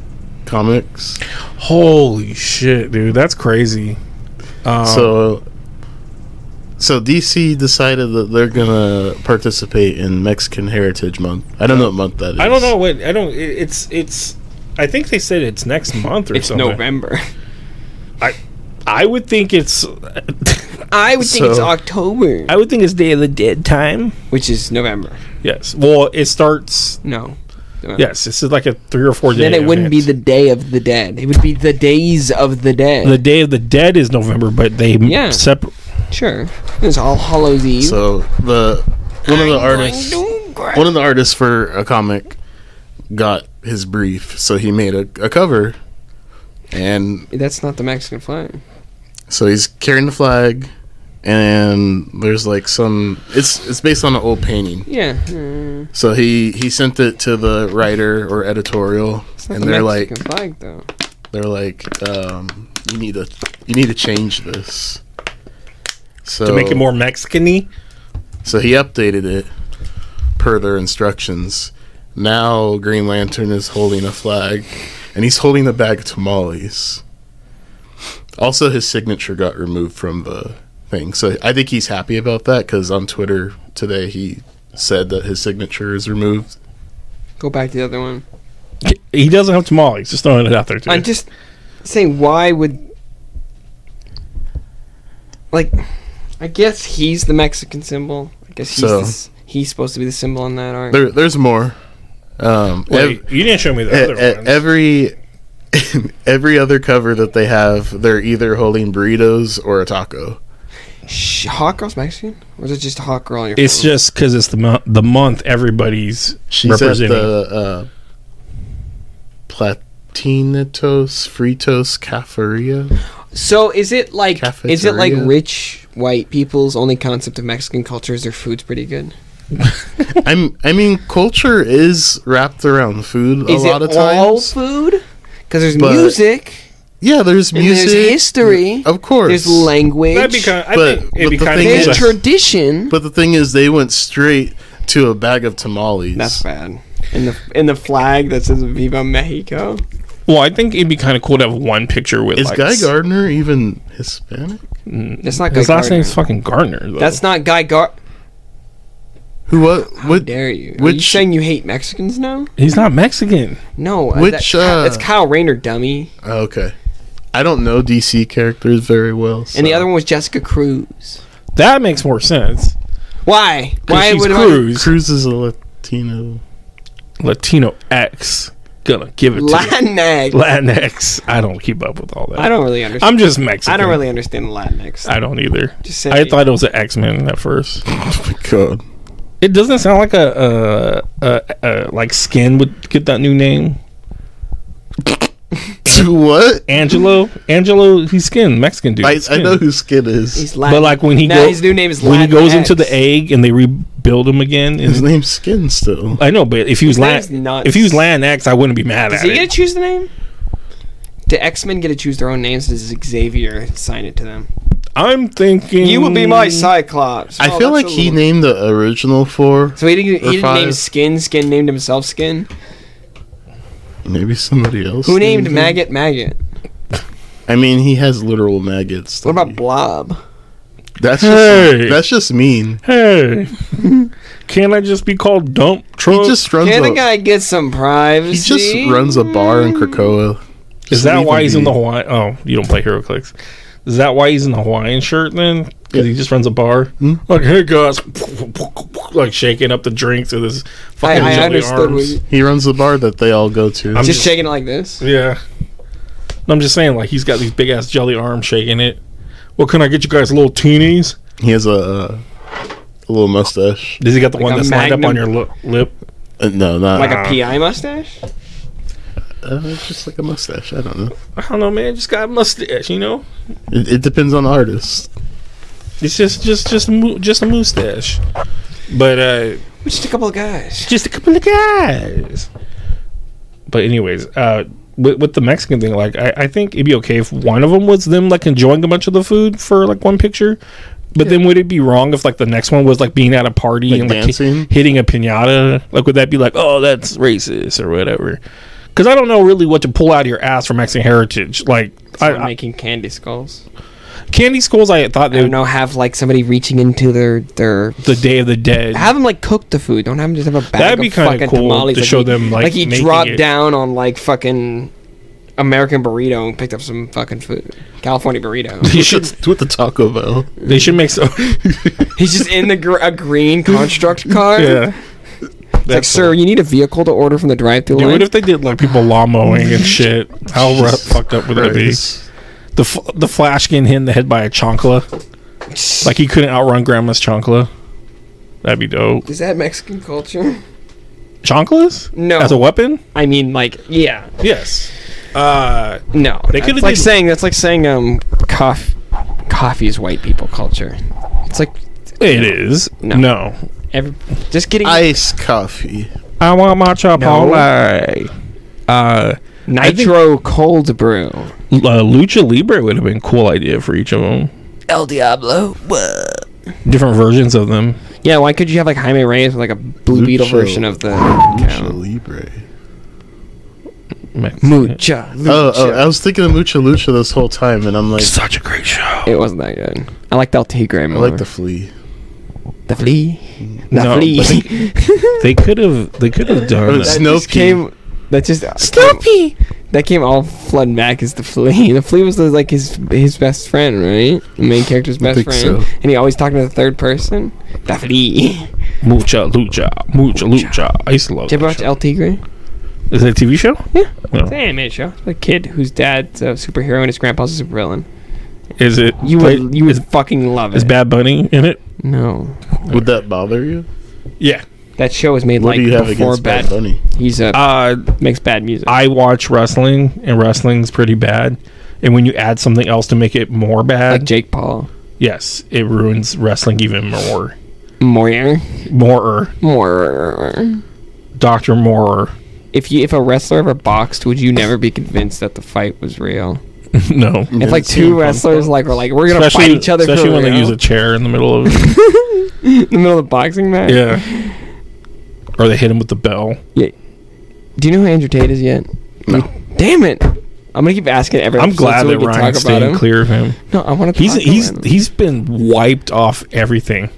Speaker 3: comics?
Speaker 1: Holy shit, dude, that's crazy. Um,
Speaker 3: Uh-huh. so so DC decided that they're gonna participate in Mexican Heritage Month. I don't know what month that is.
Speaker 1: I don't know what I don't. It, it's it's. I think they said it's next month or
Speaker 2: it's
Speaker 1: something.
Speaker 2: November.
Speaker 1: I would think it's.
Speaker 2: I would think it's
Speaker 3: So-
Speaker 2: October,
Speaker 1: I would think it's Day of the Dead time.
Speaker 2: which is November.
Speaker 1: Yes. Well, it starts.
Speaker 2: No. November.
Speaker 1: Yes, this is like a three or four day.
Speaker 4: then it wouldn't be the
Speaker 1: event.
Speaker 4: day of the dead. It would be the days of the dead.
Speaker 1: the Day of the Dead is November, but they
Speaker 2: Yeah.
Speaker 1: separate.
Speaker 2: Sure. It's All Hallows Eve.
Speaker 3: So the one of the artists one of the artists for a comic got his brief, so he made a, a cover, and
Speaker 2: That's not the Mexican flag.
Speaker 3: so he's carrying the flag, and there's like some it's it's based on an old painting.
Speaker 2: Yeah. mm,
Speaker 3: So he he sent it to the writer or editorial,
Speaker 2: It's not
Speaker 3: and
Speaker 2: the
Speaker 3: they're like
Speaker 2: Mexican flag, though.
Speaker 3: they're like, um, you need to you need to change this. So
Speaker 1: to make it more Mexican-y.
Speaker 3: So he updated it per their instructions. Now Green Lantern is holding a flag, and he's holding a bag of tamales. Also, his signature got removed from the thing, so I think he's happy about that because on Twitter today he said that his signature is removed.
Speaker 2: Go back to the other one.
Speaker 1: He doesn't have tamales. Just throwing it out there. Too.
Speaker 2: I'm just saying, why would. Like, I guess he's the Mexican symbol. I guess he's,
Speaker 3: So-
Speaker 2: the s- he's supposed to be the symbol in that art.
Speaker 3: There, there's more. Um, ev-
Speaker 1: Wait, you didn't show me the
Speaker 3: E-
Speaker 1: other
Speaker 3: e-
Speaker 1: one.
Speaker 3: every every other cover that they have, they're either holding burritos or a taco.
Speaker 2: Sh- Hot Girl's Mexican? Or is it just a Hot Girl on your
Speaker 1: it's
Speaker 2: phone?
Speaker 1: just because it's the mo- the month everybody's
Speaker 3: She's at uh,
Speaker 1: representing.
Speaker 3: the uh, plat- Tinitos Fritos Caferia.
Speaker 2: So is it like is it like
Speaker 3: Cafeteria.
Speaker 2: rich white people's only concept of Mexican culture is their food's pretty good?
Speaker 3: I'm I mean culture is wrapped around food a
Speaker 2: is
Speaker 3: lot
Speaker 2: it
Speaker 3: of times.
Speaker 2: all food? Because there's
Speaker 3: But-
Speaker 2: music,
Speaker 3: yeah, there's
Speaker 2: and
Speaker 3: music.
Speaker 2: there's history,
Speaker 3: Of course.
Speaker 2: there's language,
Speaker 1: That'd be kind. I
Speaker 3: But-
Speaker 1: think it'd
Speaker 3: but
Speaker 1: be
Speaker 3: the
Speaker 1: kind
Speaker 3: thing
Speaker 1: of
Speaker 2: there's
Speaker 3: is-
Speaker 1: cool.
Speaker 2: tradition.
Speaker 3: but the thing is they went straight to a bag of tamales.
Speaker 2: that's bad. And the and the flag that says "Viva Mexico."
Speaker 1: Well, I think it'd be kind of cool to have one picture with.
Speaker 3: is
Speaker 1: like,
Speaker 3: Guy
Speaker 1: s-
Speaker 3: Gardner even Hispanic?
Speaker 2: That's not Guy
Speaker 1: His last
Speaker 2: Gardner.
Speaker 1: name's fucking Gardner. Though.
Speaker 2: That's not Guy Gar.
Speaker 3: Who what what
Speaker 2: Dare you? Are you
Speaker 3: which-
Speaker 2: saying you hate Mexicans now?
Speaker 1: he's not Mexican.
Speaker 2: No, uh,
Speaker 3: Which,
Speaker 2: that-
Speaker 3: uh,
Speaker 2: that's Kyle Rayner, dummy.
Speaker 3: oh, okay. I don't know DC characters very well. so-
Speaker 2: And the other one was Jessica Cruz.
Speaker 1: That makes more sense.
Speaker 2: Why?
Speaker 1: 'Cause
Speaker 2: Why
Speaker 1: she's
Speaker 2: would I?
Speaker 1: Cruz,
Speaker 3: Cruz is a Latino.
Speaker 1: Latino X, gonna give it to you.
Speaker 2: Latinx.
Speaker 1: Latinx. I don't keep up with all that.
Speaker 2: I don't really understand.
Speaker 1: I'm just Mexican.
Speaker 2: I don't really understand the Latinx.
Speaker 1: I don't either.
Speaker 2: Just say-
Speaker 1: I thought it was an X Men at first.
Speaker 3: Oh my god.
Speaker 1: It doesn't sound like a, uh uh uh like Skin would get that new name.
Speaker 3: what?
Speaker 1: Angelo, Angelo, he's Skin, Mexican dude.
Speaker 3: I, I
Speaker 1: Skin.
Speaker 3: know who Skid is.
Speaker 2: He's Latin.
Speaker 1: But like when he
Speaker 2: Nah,
Speaker 1: go-
Speaker 2: his new name is
Speaker 1: when he goes
Speaker 2: Latinx.
Speaker 1: into the egg and they rebuild him again, and-
Speaker 3: His name's Skin still.
Speaker 1: I know, but if he was
Speaker 2: name's
Speaker 1: Latin,
Speaker 2: nuts.
Speaker 1: if he was Latin X, I wouldn't be mad
Speaker 2: does
Speaker 1: at
Speaker 2: he get to
Speaker 1: it.
Speaker 2: choose the name? Do X Men get to choose their own names? Does Xavier sign it to them?
Speaker 1: I'm thinking
Speaker 2: You will be my
Speaker 1: Mm.
Speaker 2: Cyclops.
Speaker 3: I
Speaker 2: Oh,
Speaker 3: feel
Speaker 2: that's
Speaker 3: like
Speaker 2: a
Speaker 3: he
Speaker 2: little-
Speaker 3: named the original four.
Speaker 2: So he didn't.
Speaker 3: or
Speaker 2: He didn't name
Speaker 3: five.
Speaker 2: Skin. Skin named himself Skin.
Speaker 3: Maybe somebody else.
Speaker 2: Who named
Speaker 3: him.
Speaker 2: Maggot Maggot?
Speaker 3: I mean, he has literal maggots.
Speaker 2: What
Speaker 3: that
Speaker 2: about
Speaker 3: he-
Speaker 2: Blob?
Speaker 3: That's
Speaker 1: Hey!
Speaker 3: just that's just mean.
Speaker 1: Hey, can I just be called Dump
Speaker 3: He
Speaker 1: Truck?
Speaker 3: just runs.
Speaker 2: Can the
Speaker 3: A,
Speaker 2: guy get some
Speaker 3: he
Speaker 2: privacy?
Speaker 3: just runs a bar in Krakoa.
Speaker 1: Is
Speaker 3: Just
Speaker 1: that
Speaker 3: leave
Speaker 1: why
Speaker 3: him
Speaker 1: he's in
Speaker 3: be.
Speaker 1: the Hawaiian? Oh, you don't play HeroClix. Is that why he's in the Hawaiian shirt then? Because he just runs a bar,
Speaker 3: Hmm?
Speaker 1: like hey guys, like shaking up the drinks with his
Speaker 2: I,
Speaker 1: fucking
Speaker 2: I
Speaker 1: jelly
Speaker 2: understood.
Speaker 1: arms.
Speaker 2: What you,
Speaker 3: He runs the bar that they all go to.
Speaker 1: I'm
Speaker 2: just,
Speaker 1: just-
Speaker 2: shaking it like this.
Speaker 1: Yeah, No, I'm just saying, like he's got these big ass jelly arms shaking it. Well, can I get you guys little teenies?
Speaker 3: he has a, uh, a little mustache.
Speaker 1: Does he got the
Speaker 2: Like
Speaker 1: one
Speaker 2: a
Speaker 1: that's lined up on your
Speaker 2: Magnum?
Speaker 1: li- lip?
Speaker 3: Uh, no, not
Speaker 2: Like
Speaker 1: Ah.
Speaker 2: a PI mustache.
Speaker 3: uh, it's just like a mustache. I don't know.
Speaker 1: I don't know, man. Just got a mustache, you know.
Speaker 3: It, it depends on the artist.
Speaker 1: It's just, just, just, mo- just a mustache. But uh,
Speaker 2: We're just a couple of guys.
Speaker 1: just a couple of guys. But anyways, uh, with, with the Mexican thing, like I, I think it'd be okay if one of them was them like enjoying a bunch of the food for like one picture. But then would it be wrong if like the next one was like being at a party
Speaker 3: Like
Speaker 1: and like hi-
Speaker 3: dancing?
Speaker 1: hitting a pinata? Like would that be like, oh, that's racist or whatever? Because I don't know really what to pull out of your ass for Mexican heritage. Like I,
Speaker 2: I,
Speaker 1: I,
Speaker 2: making candy skulls.
Speaker 1: candy schools, I thought
Speaker 2: I
Speaker 1: they
Speaker 2: don't
Speaker 1: would,
Speaker 2: know. Have like somebody reaching into their their.
Speaker 1: the Day of the Dead.
Speaker 2: Have them like cook the food. Don't have them just have a bag
Speaker 1: That'd be
Speaker 2: of
Speaker 1: kinda
Speaker 2: fucking
Speaker 1: cool
Speaker 2: tamales.
Speaker 1: to
Speaker 2: like
Speaker 1: show
Speaker 2: he-
Speaker 1: them, like,
Speaker 2: like he
Speaker 1: making
Speaker 2: dropped
Speaker 1: it.
Speaker 2: down on like fucking American burrito and picked up some fucking food. California burrito.
Speaker 1: They
Speaker 3: With
Speaker 1: should
Speaker 3: the, with the Taco Bell.
Speaker 1: they should make so
Speaker 2: He's just in the gr- a green construct car.
Speaker 1: yeah.
Speaker 2: It's like, sir, you need a vehicle to order from the drive-through
Speaker 1: Dude,
Speaker 2: line.
Speaker 1: what if they did like people law mowing and shit? How ru-
Speaker 3: Jesus
Speaker 1: fucked up would that be?
Speaker 3: Christ.
Speaker 1: The f- the Flash getting hit in the head by a chonkla, like he couldn't outrun Grandma's chonkla. That'd be dope.
Speaker 2: Is that Mexican culture?
Speaker 1: Chonklas?
Speaker 2: No.
Speaker 1: As a weapon?
Speaker 2: I mean, like, yeah,
Speaker 1: Yes. Uh,
Speaker 2: no.
Speaker 1: They
Speaker 2: That's
Speaker 1: could've
Speaker 2: like
Speaker 1: did-
Speaker 2: saying that's like saying um, coffee, coffee is white people culture. It's like
Speaker 1: it is.
Speaker 2: No.
Speaker 1: No.
Speaker 2: every just getting
Speaker 3: Iced coffee.
Speaker 1: I want my Chipotle. Uh,
Speaker 2: nitro cold brew.
Speaker 1: L- uh, Lucha Libre would have been a cool idea for each of them.
Speaker 4: El Diablo. Whoa.
Speaker 1: Different versions of them.
Speaker 2: Yeah, why could you have like Jaime Reyes with like a Blue Beetle
Speaker 3: Lucho-
Speaker 2: version of the
Speaker 3: Lucha
Speaker 2: cow?
Speaker 3: Libre.
Speaker 1: Mex-
Speaker 2: Mucha Lucha?
Speaker 3: Oh, oh, I was thinking of Mucha Lucha this whole time, and I'm like,
Speaker 1: Such a great show.
Speaker 2: It wasn't that good. I liked El Tigre
Speaker 3: I
Speaker 2: more.
Speaker 3: like the flea.
Speaker 2: the flea. The
Speaker 1: No,
Speaker 2: flea.
Speaker 1: but They could have. They could have done.
Speaker 3: That
Speaker 1: that.
Speaker 3: Snow
Speaker 2: just
Speaker 3: pea.
Speaker 2: came. That just Snoopy. That came all flooding back as the flea. The flea was the, like his his best friend, right? The main character's best
Speaker 3: think
Speaker 2: friend,
Speaker 3: so.
Speaker 2: and he always talked in the third person. The flea.
Speaker 1: Mucha lucha, mucha lucha. I used to love
Speaker 2: Did you ever
Speaker 1: that.
Speaker 2: watch
Speaker 1: Show.
Speaker 2: El Tigre?
Speaker 1: Is it a TV show?
Speaker 2: Yeah.
Speaker 1: No.
Speaker 2: It's an animated show. It's about A kid whose dad's a superhero and his grandpa's a supervillain.
Speaker 1: Is it?
Speaker 2: You
Speaker 1: play-
Speaker 2: would you would
Speaker 1: is,
Speaker 2: fucking love it.
Speaker 1: is Bad Bunny in it?
Speaker 2: No.
Speaker 3: Would that bother you?
Speaker 1: Yeah.
Speaker 2: That show was made
Speaker 3: What
Speaker 2: like
Speaker 3: do you have
Speaker 2: before
Speaker 3: against Bad
Speaker 2: bad.
Speaker 3: Bunny?
Speaker 2: He's a
Speaker 1: Uh,
Speaker 2: makes bad music.
Speaker 1: I watch wrestling, and wrestling's pretty bad. And when you add something else to make it more bad,
Speaker 2: like Jake Paul.
Speaker 1: yes, it ruins wrestling even more.
Speaker 2: Moyer.
Speaker 1: Morer,
Speaker 2: Moyer.
Speaker 1: Doctor Morer.
Speaker 2: If you if a wrestler ever boxed, would you never be convinced that the fight was real?
Speaker 1: no,
Speaker 3: You
Speaker 2: If like
Speaker 3: haven't seen
Speaker 2: two wrestlers
Speaker 3: Punk
Speaker 2: like were like we're gonna fight each other,
Speaker 1: especially
Speaker 2: for
Speaker 1: when
Speaker 2: real.
Speaker 1: they use a chair in the middle of it.
Speaker 2: in the middle of the boxing match.
Speaker 1: yeah, or they hit him with the bell.
Speaker 2: Do you know who Andrew Tate is yet?
Speaker 3: No.
Speaker 2: Damn it! I'm gonna keep asking every.
Speaker 1: I'm
Speaker 2: episode
Speaker 1: glad
Speaker 2: so we
Speaker 1: that
Speaker 2: can
Speaker 1: Ryan
Speaker 2: talk about
Speaker 1: stayed
Speaker 2: him.
Speaker 1: clear of him.
Speaker 2: No, I want to.
Speaker 1: He's
Speaker 2: talk
Speaker 1: he's
Speaker 2: about him.
Speaker 1: he's been wiped off everything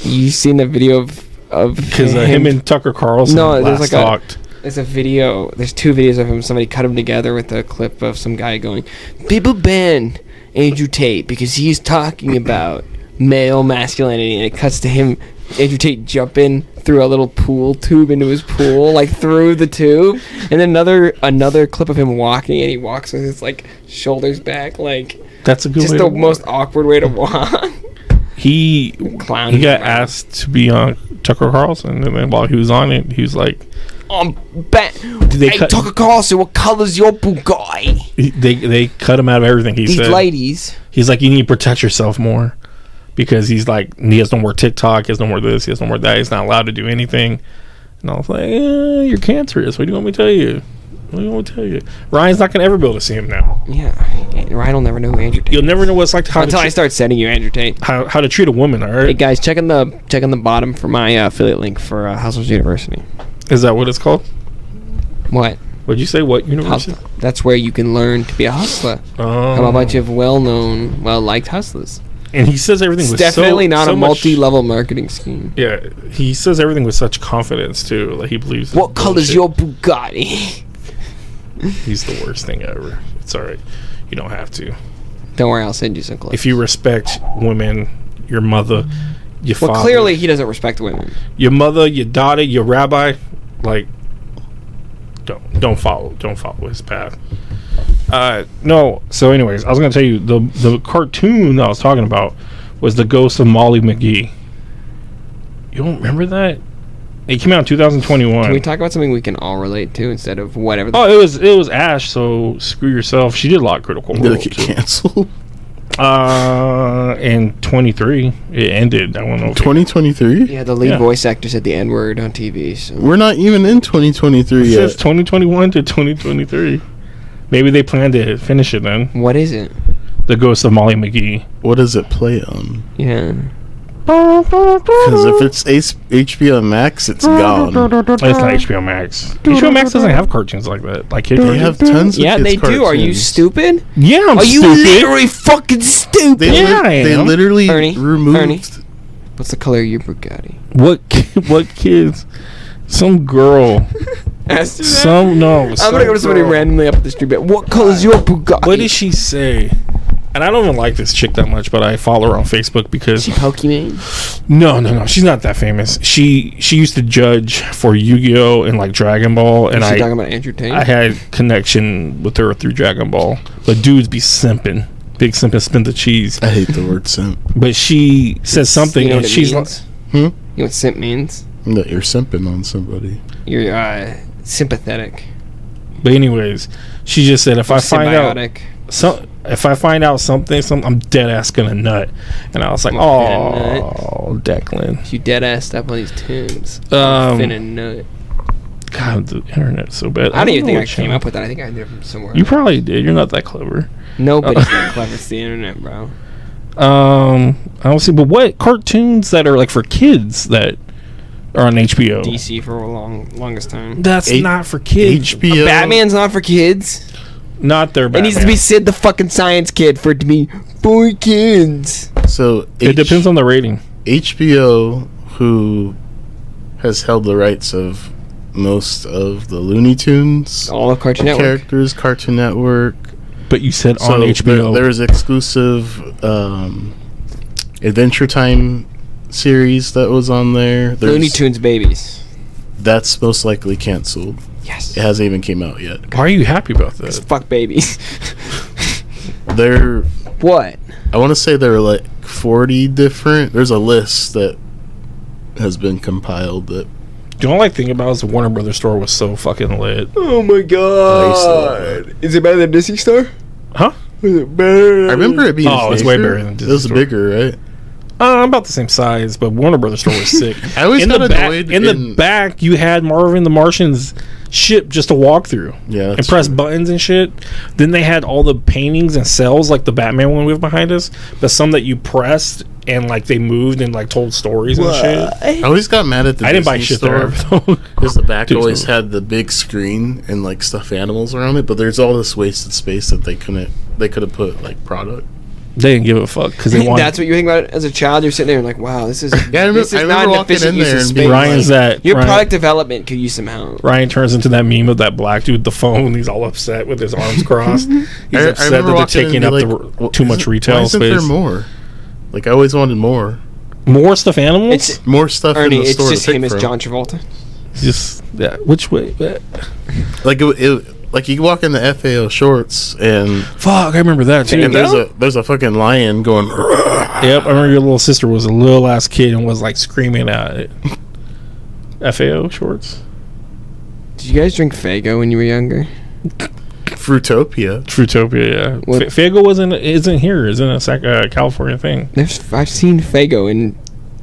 Speaker 2: You seen the video of of
Speaker 1: because uh, him and Tucker Carlson
Speaker 2: No,
Speaker 1: last
Speaker 2: there's like a-
Speaker 1: talked.
Speaker 2: There's a video. There's two videos of him. Somebody cut them together with a clip of some guy going, "People ban Andrew Tate because he's talking about male masculinity," and it cuts to him, Andrew Tate jumping through a little pool tube into his pool, like through the tube, and then another another clip of him walking, and he walks with his like shoulders back, like
Speaker 1: That's a good.
Speaker 2: just
Speaker 1: way
Speaker 2: the
Speaker 1: to-
Speaker 2: most awkward way to walk.
Speaker 1: he
Speaker 2: Clown.
Speaker 1: he got asked to be on Tucker Carlson, and then while he was on it, he was like,
Speaker 2: I'm ban.
Speaker 1: they
Speaker 2: Um, hey,
Speaker 1: cut-
Speaker 2: Tucker Carlson, what color's your Bugatti?
Speaker 1: he- they they cut him out of everything. He
Speaker 2: These
Speaker 1: said
Speaker 2: ladies.
Speaker 1: he's like, you need to protect yourself more because he's like, he has no more TikTok, he has no more this, he has no more that. He's not allowed to do anything. And I was like, eh, you're cancerous. What do you want me to tell you? What do you want me to tell you? Ryan's not gonna ever be able to see him now.
Speaker 2: Yeah, Ryan will never know who Andrew Tate.
Speaker 1: You'll never know what it's like to how, to,
Speaker 2: Until I
Speaker 1: tre-
Speaker 2: start sending you Andrew Tate.
Speaker 1: how, how to treat a woman. All
Speaker 2: Hey
Speaker 1: right,
Speaker 2: guys, check on the check on the bottom for my uh, affiliate link for uh, Hustlers University.
Speaker 1: is that what it's called?
Speaker 2: What?
Speaker 1: Would you say what
Speaker 2: Hus-
Speaker 1: university?
Speaker 2: that's where you can learn to be a hustler.
Speaker 1: Um,
Speaker 2: How about you have well-known, well-liked hustlers?
Speaker 1: And he says everything
Speaker 2: It's
Speaker 1: was
Speaker 2: definitely
Speaker 1: so,
Speaker 2: not
Speaker 1: so
Speaker 2: a
Speaker 1: much-
Speaker 2: multi-level marketing scheme.
Speaker 1: Yeah, he says everything with such confidence too. Like he believes. it's
Speaker 2: What color's
Speaker 1: bullshit.
Speaker 2: your Bugatti?
Speaker 1: He's the worst thing ever. It's all right. You don't have to.
Speaker 2: Don't worry, I'll send you some clips.
Speaker 1: If you respect women, your mother, your
Speaker 2: well,
Speaker 1: father,
Speaker 2: clearly he doesn't respect women.
Speaker 1: your mother, your daughter, your rabbi, like don't don't follow don't follow his path. Uh, no. So, anyways, I was gonna tell you the the cartoon that I was talking about was the Ghost of Molly McGee. You don't remember that? It came out in 2021.
Speaker 2: Can we talk about something we can all relate to instead of whatever? The
Speaker 1: Oh, it was it was Ash. So screw yourself. She did a lot of critical
Speaker 3: Did
Speaker 1: role.
Speaker 3: it get canceled?
Speaker 1: Uh, and twenty three, it ended. I don't know. if it-
Speaker 3: 2023?
Speaker 2: yeah, the lead
Speaker 1: Yeah.
Speaker 2: voice actor said the N-word on TV. So
Speaker 3: We're not even in
Speaker 1: It
Speaker 3: 2023 yet.
Speaker 1: says twenty twenty one to twenty twenty three. Maybe they plan to finish it then.
Speaker 2: what is it?
Speaker 1: The Ghost of Molly McGee.
Speaker 3: What does it play on?
Speaker 2: Yeah.
Speaker 3: Because if it's H- HBO Max, it's gone.
Speaker 1: It's not HBO Max. HBO Max doesn't have cartoons like that. Like kid
Speaker 3: They
Speaker 1: cartoons.
Speaker 3: have tons of
Speaker 2: Yeah,
Speaker 3: kids
Speaker 2: they do. Are you
Speaker 3: cartoons.
Speaker 2: stupid?
Speaker 1: Yeah, I'm
Speaker 2: Are you
Speaker 1: stupid.
Speaker 2: literally fucking stupid?
Speaker 3: They, li-
Speaker 1: Yeah, I
Speaker 3: they
Speaker 1: am.
Speaker 3: literally
Speaker 2: Ernie,
Speaker 3: removed.
Speaker 2: Ernie. What's the color of your Bugatti?
Speaker 1: what? ki- What kids? Some girl. Some no.
Speaker 2: I'm gonna go to somebody randomly up the street. But what color is your Bugatti?
Speaker 1: What did she say? And I don't even like this chick that much, but I follow her on Facebook because
Speaker 4: She Pokemon.
Speaker 1: No, no, no. She's not that famous. She she used to judge for Yu-Gi-Oh and like Dragon Ball, and
Speaker 2: Is she
Speaker 1: I
Speaker 2: talking about Andrew Tate?
Speaker 1: I had connection with her through Dragon Ball. But dudes be simping, big simping, spin the cheese.
Speaker 3: I hate the word simp.
Speaker 1: But she says something,
Speaker 2: You know
Speaker 1: and
Speaker 2: what it
Speaker 1: she's like,
Speaker 2: means?
Speaker 3: Hmm?
Speaker 2: You know what simp means?
Speaker 3: That you're simping on somebody.
Speaker 2: You're uh, sympathetic.
Speaker 1: but anyways, she just said if I find out
Speaker 2: symbiotic.
Speaker 1: so if I find out something, some I'm dead ass gonna nut, and I was like,
Speaker 2: gonna nut.
Speaker 1: oh, Declan,
Speaker 2: You dead assed up on these tunes.
Speaker 1: Um,
Speaker 2: Fin and nut.
Speaker 1: God, the internet's so bad.
Speaker 2: I don't even
Speaker 1: know
Speaker 2: think I
Speaker 1: what
Speaker 2: came
Speaker 1: channel-
Speaker 2: up with that. I think I did it from somewhere.
Speaker 1: You Oh. probably did. You're not that clever.
Speaker 2: Nobody's that clever. It's the internet, bro.
Speaker 1: Um, I don't see. But what cartoons that are like for kids that are on HBO?
Speaker 2: DC for a long, longest time.
Speaker 1: That's
Speaker 3: H-
Speaker 1: not for kids.
Speaker 3: HBO.
Speaker 2: Batman's not for kids.
Speaker 1: Not their. Batman.
Speaker 2: It needs to be Sid the fucking science kid for it to be for kids.
Speaker 3: So
Speaker 1: It depends on the rating.
Speaker 3: HBO, who has held the rights of most of the Looney Tunes
Speaker 2: All of Cartoon Network.
Speaker 3: characters, Cartoon Network.
Speaker 1: But you said
Speaker 3: So
Speaker 1: on
Speaker 3: there,
Speaker 1: HBO.
Speaker 3: there's exclusive um, Adventure Time series that was on there. There's,
Speaker 2: Looney Tunes babies.
Speaker 3: That's most likely canceled.
Speaker 2: Yes.
Speaker 3: It hasn't even came out yet.
Speaker 1: why are you happy about
Speaker 2: It's
Speaker 1: that?
Speaker 2: fuck babies.
Speaker 3: There,
Speaker 2: what?
Speaker 3: I want to say there were like 40 different. There's a list that has been compiled that
Speaker 1: The only thing about it is the Warner Brothers store was so fucking lit.
Speaker 2: Oh my
Speaker 3: God.
Speaker 2: Is it better than Disney Star?
Speaker 1: Huh?
Speaker 2: Is it better?
Speaker 3: I remember it being.
Speaker 1: Oh, it's way
Speaker 3: bigger.
Speaker 1: bigger than
Speaker 3: It was
Speaker 1: Disney
Speaker 3: bigger, right?
Speaker 1: Uh, about the same size, but Warner Brothers store was sick.
Speaker 3: I always
Speaker 1: in
Speaker 3: got
Speaker 1: the back,
Speaker 3: annoyed
Speaker 1: in, the back, you had Marvin the Martian's ship just to walk through
Speaker 3: Yeah,
Speaker 1: and
Speaker 3: that's
Speaker 1: press
Speaker 3: true.
Speaker 1: buttons and shit. Then they had all the paintings and cells, like the Batman one we have behind us, but some that you pressed and like they moved and like told stories and shit.
Speaker 3: I always got mad at the.
Speaker 1: I didn't buy
Speaker 3: Disney
Speaker 1: shit there.
Speaker 3: store.
Speaker 1: though.
Speaker 3: Because the back
Speaker 1: Dude,
Speaker 3: always
Speaker 1: so-
Speaker 3: had the big screen and like stuffed animals around it, but there's all this wasted space that they couldn't. They could have put like product.
Speaker 1: they didn't give a fuck because they wanted.
Speaker 2: That's what you think about it as a child. You're sitting there and like, wow, this is
Speaker 3: Yeah, I remember-
Speaker 2: this is
Speaker 3: I remember
Speaker 2: not an
Speaker 3: walking
Speaker 2: efficient
Speaker 3: in
Speaker 2: use
Speaker 3: there
Speaker 2: of
Speaker 3: and
Speaker 2: space.
Speaker 3: being
Speaker 1: Ryan's that
Speaker 2: Your
Speaker 1: Ryan,
Speaker 2: product development could use some help.
Speaker 1: Ryan turns into that meme of that black dude with the phone. He's all upset with his arms crossed. He's
Speaker 3: I- I
Speaker 1: upset that
Speaker 3: remember
Speaker 1: they're
Speaker 3: walking in
Speaker 1: taking
Speaker 3: and
Speaker 1: up
Speaker 3: be
Speaker 1: the,
Speaker 3: like,
Speaker 1: r-
Speaker 3: "Well,
Speaker 1: too much
Speaker 3: isn't-
Speaker 1: retail
Speaker 3: why isn't
Speaker 1: space.
Speaker 3: There more. Like I always wanted more,
Speaker 1: More stuffed animals.
Speaker 2: It's
Speaker 3: more stuff
Speaker 2: Ernie.
Speaker 3: in the
Speaker 2: It's
Speaker 3: store.
Speaker 2: just
Speaker 3: to pick
Speaker 2: him as
Speaker 3: from.
Speaker 2: John Travolta.
Speaker 1: just yeah, which way? uh,
Speaker 3: Like it, it, like you walk in the FAO shorts and
Speaker 1: Fuck, I remember that too.
Speaker 3: and there's a there's a fucking lion going.
Speaker 1: yep, I remember your little sister was a little ass kid and was like screaming at it. FAO shorts,
Speaker 2: Did you guys drink Fago when you were younger?
Speaker 3: Fruitopia.
Speaker 1: Fruitopia. Yeah,
Speaker 2: What-
Speaker 1: F- Fago wasn't isn't here. Isn't a Sac- uh, California thing.
Speaker 2: There's, I've seen Fago in.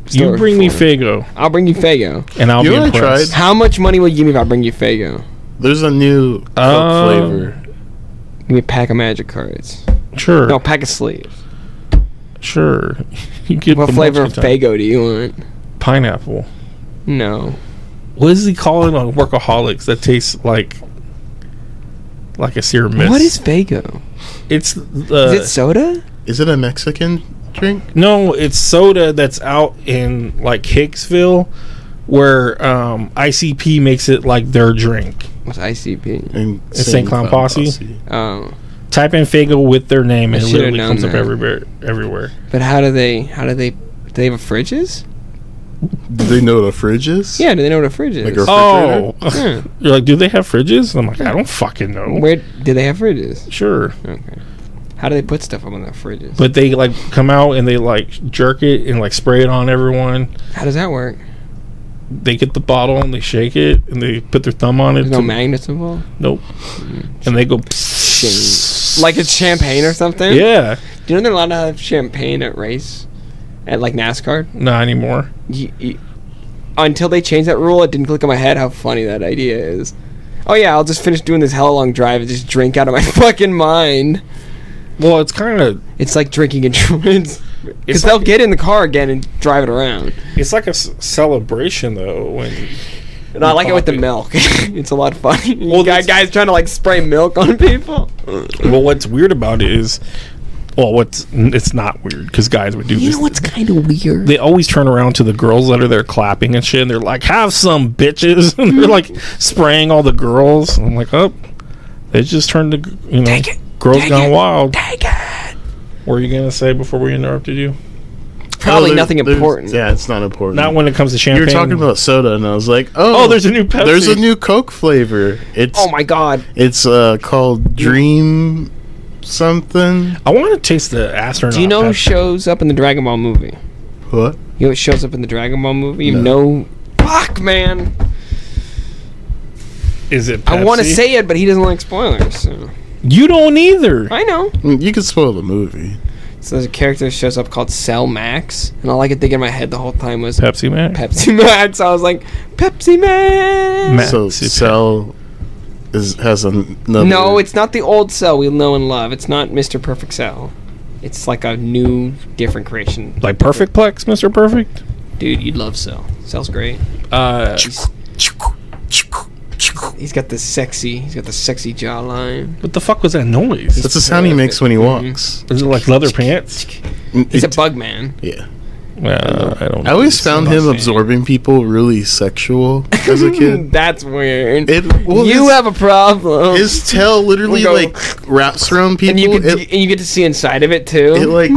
Speaker 1: You
Speaker 2: store
Speaker 1: bring me
Speaker 2: before.
Speaker 1: Fago,
Speaker 2: I'll bring you Fago.
Speaker 1: and I'll
Speaker 3: You
Speaker 1: be
Speaker 3: know I
Speaker 1: impressed.
Speaker 3: tried
Speaker 2: How much money will you give me if I bring you Fago?
Speaker 3: There's a new Coke
Speaker 1: Um,
Speaker 3: flavor.
Speaker 2: Give me a pack of magic cards.
Speaker 1: Sure,
Speaker 2: No, a pack of sleeves.
Speaker 1: sure. You get
Speaker 2: What
Speaker 1: the
Speaker 2: flavor of
Speaker 1: multi-time.
Speaker 2: Fago do you want?
Speaker 1: Pineapple.
Speaker 2: No.
Speaker 1: What is he calling on workaholics that tastes like like a serum mist?
Speaker 2: What is Fago?
Speaker 1: it's uh,
Speaker 2: Is
Speaker 1: the
Speaker 2: it soda?
Speaker 3: Is it a Mexican drink?
Speaker 1: No, it's soda that's out in like Hicksville, where um, ICP makes it like their drink.
Speaker 2: What's ICP?
Speaker 3: And
Speaker 1: It's Saint Clown Posse?
Speaker 2: Oh,
Speaker 1: Type in Fago with their name,
Speaker 2: I
Speaker 1: and it
Speaker 2: should've
Speaker 1: literally
Speaker 2: known
Speaker 1: comes up
Speaker 2: that.
Speaker 1: everywhere. Everywhere.
Speaker 2: but how do they? How do they? Do they have a fridges?
Speaker 3: Do they know what a fridge is?
Speaker 2: Yeah. Do they know what a fridge is?
Speaker 3: Like a
Speaker 1: Oh,
Speaker 2: Yeah.
Speaker 1: you're like, do they have fridges? And I'm like, I don't fucking know.
Speaker 2: Where do they have fridges?
Speaker 1: Sure,
Speaker 2: Okay. How do they put stuff up on the fridges?
Speaker 1: but they like come out and they like jerk it and like spray it on everyone.
Speaker 2: How does that work?
Speaker 1: They get the bottle and they shake it and they put their thumb on it.
Speaker 2: There's no
Speaker 1: to-
Speaker 2: magnets involved.
Speaker 1: Nope. And they go
Speaker 2: Like it's champagne or something.
Speaker 1: Yeah,
Speaker 2: Do you know they're allowed to have champagne at race, at like NASCAR?
Speaker 1: not anymore.
Speaker 2: You, you- until they change that rule, it didn't click in my head how funny that idea is. Oh yeah, I'll just finish doing this hella long drive and just drink out of my fucking mind.
Speaker 1: Well, it's kind of
Speaker 2: It's like drinking insurance. Because
Speaker 1: It's
Speaker 2: they'll get in the car again and drive it around.
Speaker 1: It's like a s- celebration, though. When
Speaker 2: And I like it with the
Speaker 1: Pop it.
Speaker 2: milk. it's a lot of fun.
Speaker 1: Well,
Speaker 2: Well, guy,
Speaker 1: that's-
Speaker 2: guys trying to like spray milk on people.
Speaker 1: well, what's weird about it is, well, what's it's not weird because guys would do
Speaker 4: You
Speaker 1: this.
Speaker 4: know what's kind of weird?
Speaker 1: they always turn around to the girls that are there clapping and shit, and they're like, "Have some bitches," and they're like spraying all the girls. I'm like, oh, they just turned to you know,
Speaker 4: Take it.
Speaker 1: girls
Speaker 4: Take
Speaker 1: gone
Speaker 4: it.
Speaker 1: wild.
Speaker 4: Take it.
Speaker 1: What were you gonna say before we interrupted you?
Speaker 2: Probably
Speaker 3: Oh, there-
Speaker 2: nothing
Speaker 3: there's-
Speaker 2: important.
Speaker 3: Yeah, it's not important.
Speaker 1: Not when it comes to champagne.
Speaker 3: You're talking about soda, and I was like, oh,
Speaker 1: Oh, there's a new Pepsi.
Speaker 3: there's a new Coke flavor. It's
Speaker 2: Oh my god.
Speaker 3: it's uh, called Dream something.
Speaker 1: I want to taste the astronaut.
Speaker 2: Do you know who
Speaker 1: Pepsi.
Speaker 2: shows up in the Dragon Ball movie?
Speaker 3: What?
Speaker 2: You know what shows up in the Dragon Ball movie? You
Speaker 3: No.
Speaker 2: know. Fuck, man.
Speaker 1: Is it?
Speaker 2: I want to
Speaker 1: Pepsi?
Speaker 2: say it, but he doesn't like spoilers. So.
Speaker 1: you don't either.
Speaker 2: I know.
Speaker 3: I mean, Mm, You could spoil the movie.
Speaker 2: So there's a character that shows up called Cell Max, and all I could think in my head the whole time was
Speaker 1: Pepsi man.
Speaker 2: Pepsi Max. I was like, Pepsi Max.
Speaker 1: Ma-
Speaker 3: so
Speaker 1: Super.
Speaker 3: Cell is has an- another.
Speaker 2: No, it's not the old Cell we know and love. It's not Mr. Perfect Cell. It's like a new, different creation.
Speaker 1: like Perfect Plex, Mister Perfect.
Speaker 2: Dude, you'd love Cell. Cell's great.
Speaker 1: Uh,
Speaker 2: He's got the sexy. He's got the sexy jawline.
Speaker 1: what the fuck was that noise?
Speaker 3: That's the sound he makes when he walks.
Speaker 1: Is it like leather pants?
Speaker 2: He's a
Speaker 3: It-
Speaker 2: bug man.
Speaker 3: yeah.
Speaker 1: Well, I don't.
Speaker 3: I always found him absorbing people really sexual as a kid.
Speaker 2: That's weird.
Speaker 3: It well,
Speaker 2: you
Speaker 3: his,
Speaker 2: have a problem.
Speaker 3: his tail literally
Speaker 2: We'll go-
Speaker 3: like wraps around people.
Speaker 2: and you get
Speaker 3: it,
Speaker 2: and you get to see inside of it too.
Speaker 3: it like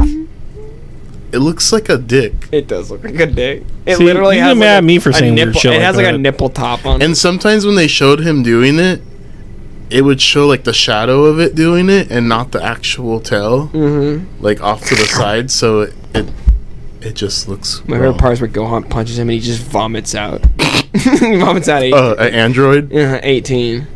Speaker 3: it looks like a dick.
Speaker 2: It does look like a dick. It
Speaker 1: See,
Speaker 2: literally
Speaker 1: you
Speaker 2: has
Speaker 1: get mad
Speaker 2: like
Speaker 1: at me for
Speaker 2: a
Speaker 1: saying weird
Speaker 2: nipple-
Speaker 1: shit
Speaker 2: It
Speaker 1: like
Speaker 2: has like a
Speaker 1: that.
Speaker 2: nipple top on.
Speaker 3: And
Speaker 2: it.
Speaker 3: sometimes when they showed him doing it, it would show like the shadow of it doing it and not the actual tail,
Speaker 2: Mhm.
Speaker 3: like off to the side. So it, it It just looks.
Speaker 2: My favorite
Speaker 3: wrong.
Speaker 2: part is where Gohan punches him and he just vomits out. he vomits out 18.
Speaker 3: Uh, an android.
Speaker 2: yeah, 18.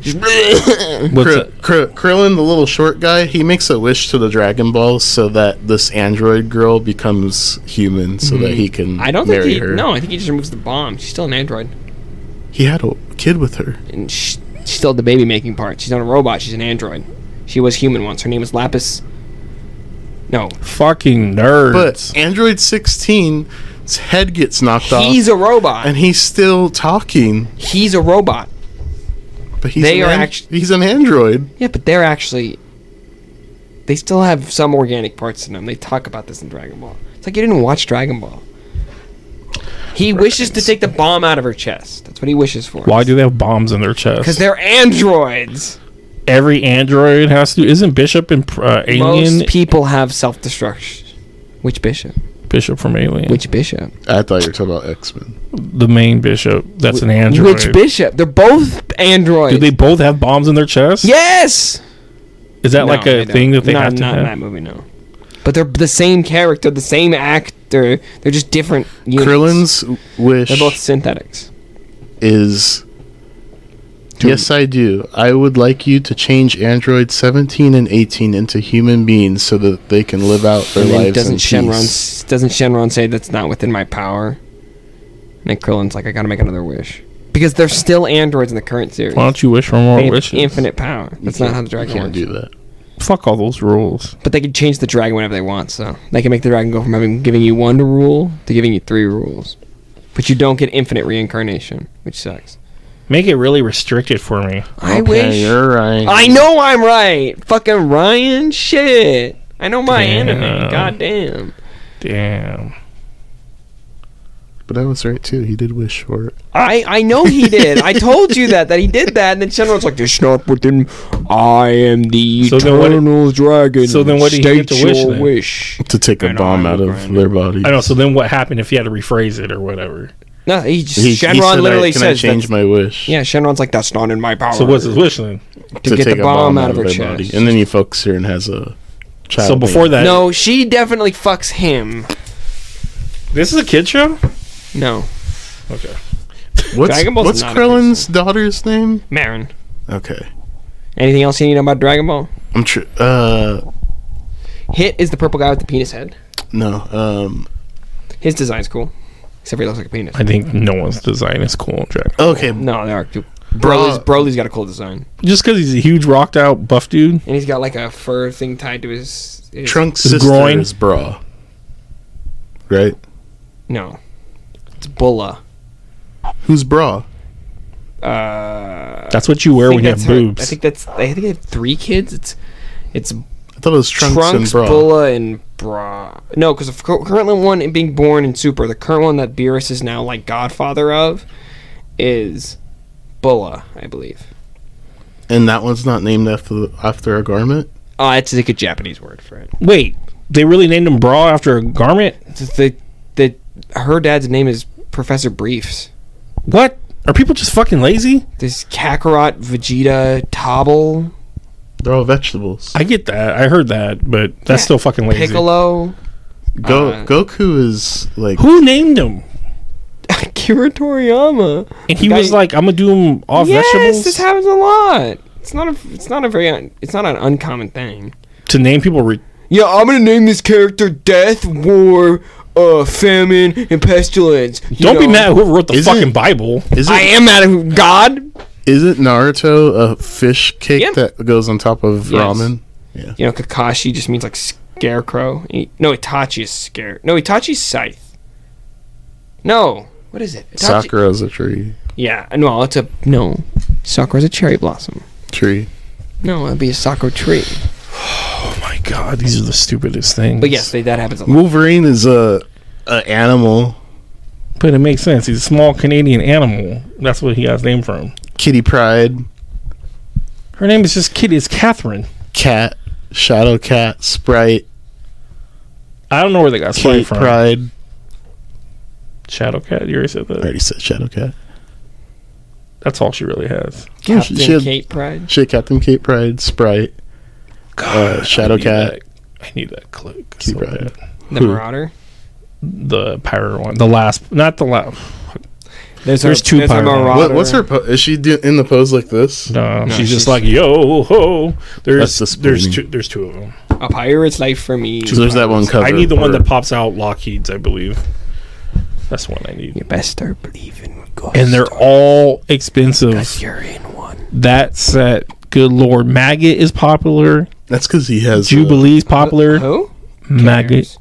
Speaker 2: Just
Speaker 1: What's
Speaker 3: Kr- Kr- Krillin, the little short guy, he makes a wish to the Dragon Ball so that this android girl becomes human, so that he can
Speaker 2: Hmm. I don't think
Speaker 3: marry
Speaker 2: he.
Speaker 3: her.
Speaker 2: No, I think he just removes the bomb. She's still an android.
Speaker 3: he had a kid with her.
Speaker 2: And sh she's still at the baby making part. She's not a robot, she's an android. She was human once. Her name was Lapis. No.
Speaker 1: Fucking nerds.
Speaker 3: But Android 16's head gets knocked
Speaker 2: He's
Speaker 3: off,
Speaker 2: a robot.
Speaker 3: and he's still talking.
Speaker 2: he's a robot.
Speaker 3: But he's
Speaker 2: They
Speaker 3: an
Speaker 2: are
Speaker 3: an-
Speaker 2: act-
Speaker 3: he's an android.
Speaker 2: Yeah, but they're actually. They still have some organic parts in them. They talk about this in Dragon Ball. It's like you didn't watch Dragon Ball. He wishes to take the bomb out of her chest. That's what he wishes for.
Speaker 1: why do they have bombs in their chest?
Speaker 2: Because they're androids.
Speaker 1: every android has to. Isn't Bishop in uh, Alien?
Speaker 2: Most people have self destruction. Which bishop?
Speaker 1: bishop from Alien.
Speaker 2: Which bishop?
Speaker 3: I thought you were talking about X Men.
Speaker 1: the main bishop. That's an android.
Speaker 2: Which bishop? They're both androids.
Speaker 1: Do they both have bombs in their chest?
Speaker 2: Yes.
Speaker 1: Is that like a thing that they
Speaker 2: not,
Speaker 1: have to
Speaker 2: not in that
Speaker 1: have?
Speaker 2: movie. No. But they're the same character, the same actor. They're just different. Units.
Speaker 3: Krillin's wish
Speaker 2: They're both synthetics.
Speaker 3: is. Yes, I do. I would like you to change Android 17 and 18 into human beings so that they can live out their
Speaker 2: And then
Speaker 3: lives
Speaker 2: doesn't
Speaker 3: in
Speaker 2: Shenron
Speaker 3: peace.
Speaker 2: s- doesn't Shenron say that's not within my power? And then Krillin's like, I gotta make another wish because they're still androids in the current series.
Speaker 1: Why don't you wish for more
Speaker 2: they have
Speaker 1: wishes?
Speaker 2: infinite power. That's not how the
Speaker 3: You
Speaker 2: dragon
Speaker 3: can't
Speaker 2: works.
Speaker 3: do that.
Speaker 1: Fuck all those rules.
Speaker 2: But they can change the dragon whenever they want, so they can make the dragon go from having giving you one rule to giving you three rules. But you don't get infinite reincarnation, which sucks.
Speaker 1: Make it really restricted for me.
Speaker 2: I
Speaker 3: Okay,
Speaker 2: wish.
Speaker 3: You're right.
Speaker 2: I know I'm right. Fucking Ryan, shit. I know my anime.
Speaker 1: Damn.
Speaker 2: Goddamn.
Speaker 1: Damn.
Speaker 3: But I was right too. He did wish for it.
Speaker 2: I, I know he did. I told you that that he did that, and then Shenron's like, "It's not within. I am the
Speaker 1: So then what-
Speaker 2: eternal dragon.
Speaker 1: so then what did he get
Speaker 2: State
Speaker 1: to wish
Speaker 2: your
Speaker 1: then?
Speaker 2: wish."
Speaker 3: To take a
Speaker 1: I know,
Speaker 3: bomb
Speaker 1: I
Speaker 3: out
Speaker 1: will
Speaker 3: of
Speaker 1: grind
Speaker 3: their body.
Speaker 1: I know. So then, what happened if he had to rephrase it or whatever?
Speaker 2: No, he just
Speaker 3: He, he said,
Speaker 2: Shenron
Speaker 3: I-
Speaker 2: literally
Speaker 3: can
Speaker 2: says,
Speaker 3: I change
Speaker 2: that's-
Speaker 3: my wish?
Speaker 2: "Yeah." Shenron's like, "That's not in my power."
Speaker 1: So what's his wish then?
Speaker 2: to, get the bomb, out of her
Speaker 3: their
Speaker 2: chest?
Speaker 3: And then he fucks her and has a child.
Speaker 1: so before that,
Speaker 2: no, she definitely fucks him.
Speaker 1: this is a kid show.
Speaker 2: No,
Speaker 1: Okay,
Speaker 3: that, what's,
Speaker 2: Dragon Ball's
Speaker 3: what's
Speaker 2: not a good
Speaker 3: Krillin's daughter's name?
Speaker 2: Marin.
Speaker 3: Okay,
Speaker 2: Anything else you need about Dragon Ball?
Speaker 3: I'm tr- uh
Speaker 2: Hit is the purple guy with the penis head.
Speaker 3: no um
Speaker 2: His design's cool, except for he looks like a penis.
Speaker 1: I think no one's design is cool in Dragon.
Speaker 3: okay
Speaker 2: No, they are. Dude. Broly's,
Speaker 3: Uh,
Speaker 2: Broly's got a cool design.
Speaker 1: Just because he's a huge rocked out buff dude,
Speaker 2: and he's got like a fur thing tied to his, his
Speaker 3: Trunks
Speaker 1: His
Speaker 3: sister
Speaker 1: groin.
Speaker 3: is bra. Right?
Speaker 2: No, it's Bulla.
Speaker 3: Who's bra?
Speaker 2: Uh, I
Speaker 1: that's what you wear
Speaker 2: think
Speaker 1: when you
Speaker 2: that's
Speaker 1: have
Speaker 2: her-
Speaker 1: boobs.
Speaker 2: I think that's. I think they have three kids. It's it's
Speaker 3: I thought it was Trunks,
Speaker 2: Trunks,
Speaker 3: and bra.
Speaker 2: Bulla, and Bra. No, because the cur- current one being born in Super, the current one that Beerus is now like godfather of, is Bulla, I believe.
Speaker 3: and that one's not named after after a garment.
Speaker 2: Oh, it's like a Japanese word for it.
Speaker 1: Wait, they really named him Bra after a garment?
Speaker 2: It's The, the, her dad's name is Professor Briefs.
Speaker 1: What? Are people just fucking lazy?
Speaker 2: There's Kakarot, Vegeta, Tobble,
Speaker 3: They're all vegetables.
Speaker 1: I get that. I heard that, but that's
Speaker 2: Yeah.
Speaker 1: still fucking lazy.
Speaker 2: Piccolo.
Speaker 3: Go
Speaker 2: uh,
Speaker 3: Goku is like
Speaker 1: Who named him?
Speaker 2: Akira Toriyama.
Speaker 1: And he
Speaker 2: Guy-
Speaker 1: was like, "I'm gonna do him all
Speaker 2: yes,
Speaker 1: vegetables."
Speaker 2: this happens a lot. It's not a. It's not a very. Un, it's not an uncommon thing.
Speaker 1: to name people re-
Speaker 2: Yeah, I'm gonna name this character Death, War, uh, Famine, and Pestilence.
Speaker 1: Don't be mad at whoever wrote the
Speaker 3: Isn't-
Speaker 1: fucking Bible.
Speaker 3: is
Speaker 2: I
Speaker 3: it
Speaker 2: am mad at who- God.
Speaker 3: isn't Naruto a fish cake
Speaker 2: Yeah.
Speaker 3: that goes on top of
Speaker 2: Yes.
Speaker 3: ramen?
Speaker 2: You know, Kakashi just means like scarecrow. He- no, Itachi is scare. No, Itachi's scythe. No, what is it? Itachi-
Speaker 3: Sakura's a tree.
Speaker 2: Yeah, no, it's a no. Sakura's a cherry blossom.
Speaker 3: Tree.
Speaker 2: No, that'd be a sakura tree.
Speaker 1: Oh my god, these are the stupidest things.
Speaker 2: But yes, they, that happens a lot.
Speaker 3: Wolverine is a a animal.
Speaker 1: but it makes sense. He's a small Canadian animal. That's what he got his name from.
Speaker 3: Kitty Pride,
Speaker 1: Her name is just Kitty. It's Catherine.
Speaker 3: cat, shadow cat, sprite,
Speaker 1: I don't know where they got Sprite
Speaker 3: Kitty
Speaker 1: from.
Speaker 3: Pride.
Speaker 1: Shadow Cat. You already said that.
Speaker 3: I already said shadow cat.
Speaker 1: That's all she really has.
Speaker 3: Yeah,
Speaker 2: Captain
Speaker 3: she had-
Speaker 2: Kate Pride.
Speaker 3: Shit, Captain Kate Pride, sprite.
Speaker 1: God,
Speaker 3: Shadow
Speaker 1: I need
Speaker 3: Cat.
Speaker 1: that- I need that click.
Speaker 3: Kitty
Speaker 1: so
Speaker 3: Pryde.
Speaker 1: bad.
Speaker 2: The
Speaker 1: Who?
Speaker 2: Marauder.
Speaker 1: the pirate one, the last, not the last. There's
Speaker 2: a-
Speaker 1: two
Speaker 2: there's a
Speaker 1: Pyro.
Speaker 2: Marauder.
Speaker 3: What, what's her? Po- is she do- in the pose like this?
Speaker 1: um, No, she's,
Speaker 2: she's-
Speaker 1: just like yo ho. There's
Speaker 3: That's
Speaker 1: there's
Speaker 3: disappointing.
Speaker 1: two there's two of them.
Speaker 2: A pirate's life for me.
Speaker 3: So there's that one cover.
Speaker 1: I need the one
Speaker 3: or-
Speaker 1: that pops out Lockheed's, I believe. That's the one I need.
Speaker 4: You best start believing what God
Speaker 1: And they're all expensive.
Speaker 4: because you're in one.
Speaker 1: That set, good lord, Maggot is popular.
Speaker 3: That's because he has Jubilee.
Speaker 1: Jubilee's popular.
Speaker 2: Who?
Speaker 1: Maggot.
Speaker 2: Cares.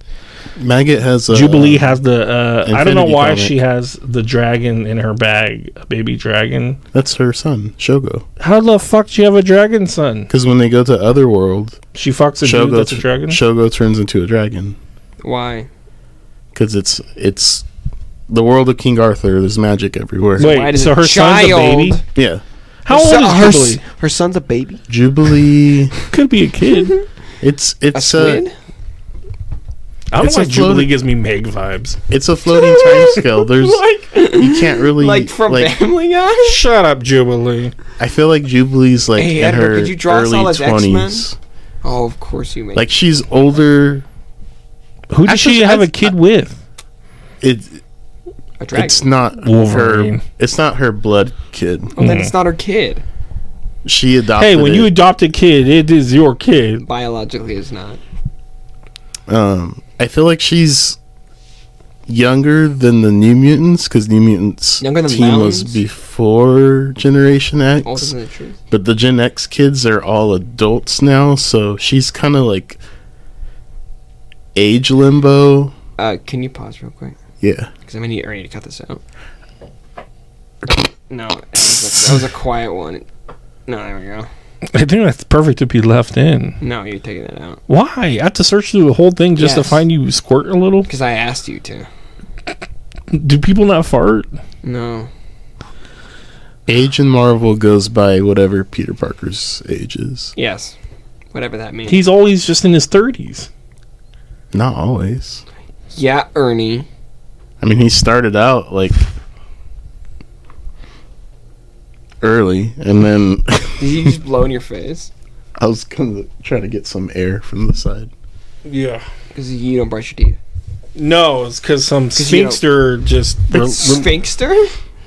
Speaker 3: Maggot has a um,
Speaker 1: Jubilee has the. Uh, I don't know
Speaker 3: Infinity
Speaker 1: why
Speaker 3: Gauntlet.
Speaker 1: she has the dragon in her bag, a baby dragon.
Speaker 3: That's her son, Shogo.
Speaker 1: How the fuck do you have a dragon son?
Speaker 3: Because when they go to Otherworld,
Speaker 1: She fucks a dude
Speaker 3: Shogo,
Speaker 1: that's a
Speaker 3: tr-
Speaker 1: dragon.
Speaker 3: Shogo turns into a dragon.
Speaker 2: Why?
Speaker 3: Because it's it's the world of King Arthur. There's magic everywhere.
Speaker 2: Why
Speaker 1: Wait,
Speaker 2: does
Speaker 1: so her son's a
Speaker 2: child-
Speaker 1: baby?
Speaker 3: Yeah,
Speaker 1: How old
Speaker 4: son- her,
Speaker 1: is
Speaker 4: s-
Speaker 1: Jubilee?
Speaker 4: her son's a baby.
Speaker 3: Jubilee.
Speaker 1: Could be a kid.
Speaker 3: It's
Speaker 2: A
Speaker 3: it's a,
Speaker 2: squid?
Speaker 1: I don't
Speaker 3: It's
Speaker 1: know why
Speaker 3: a
Speaker 1: Jubilee
Speaker 3: floating-
Speaker 1: gives me Meg vibes.
Speaker 3: it's a floating time scale. There's
Speaker 1: like,
Speaker 3: you can't really
Speaker 2: like from Family Guy?
Speaker 1: shut up, Jubilee.
Speaker 3: I feel like Jubilee's like
Speaker 2: Hey,
Speaker 3: in
Speaker 2: Edgar,
Speaker 3: her
Speaker 2: could you draw us all
Speaker 3: early
Speaker 2: as X-Men?
Speaker 3: twenties.
Speaker 2: Oh, of course you make.
Speaker 3: Like she's older.
Speaker 1: Who does
Speaker 3: Actually,
Speaker 1: she have
Speaker 3: I-
Speaker 1: a kid with?
Speaker 3: It
Speaker 2: a dragon.
Speaker 3: it's not
Speaker 1: Wolverine.
Speaker 3: her. It's not her blood kid.
Speaker 2: well, Oh, then it's not her kid.
Speaker 3: She adopted.
Speaker 1: Hey, when
Speaker 3: it.
Speaker 1: you adopt a kid, it is your kid.
Speaker 2: Biologically, it's not.
Speaker 3: um, I feel like she's younger than the New Mutants because New Mutants
Speaker 2: Younger than
Speaker 3: team was
Speaker 2: Mountains?
Speaker 3: before Generation X.
Speaker 2: Older than the truth.
Speaker 3: But the Gen X kids are all adults now, so she's kind of like age limbo.
Speaker 2: Uh, can you pause real quick?
Speaker 3: Yeah.
Speaker 2: Because I'm gonna need, I need to cut this out. No, that was, a, that was a quiet one. No, there we go.
Speaker 1: I think that's perfect to be left in.
Speaker 2: No, you're taking that out
Speaker 1: Why? I have to search through the whole thing just
Speaker 2: Yes.
Speaker 1: to find you squirt a little.
Speaker 2: because I asked you to.
Speaker 1: Do people not fart?
Speaker 2: No,
Speaker 3: Age in Marvel goes by whatever Peter Parker's age is.
Speaker 2: yes, whatever that means.
Speaker 1: He's always just in his thirties.
Speaker 3: Not always.
Speaker 2: yeah, Ernie.
Speaker 3: I mean, he started out like early, and then
Speaker 2: Did you just blow in your face?
Speaker 3: I was gonna try to get some air from the side.
Speaker 1: Yeah.
Speaker 2: Because you don't brush your teeth.
Speaker 1: No, it's because some
Speaker 2: 'Cause you don't-
Speaker 1: sphinxter just re-
Speaker 2: Sphinxter?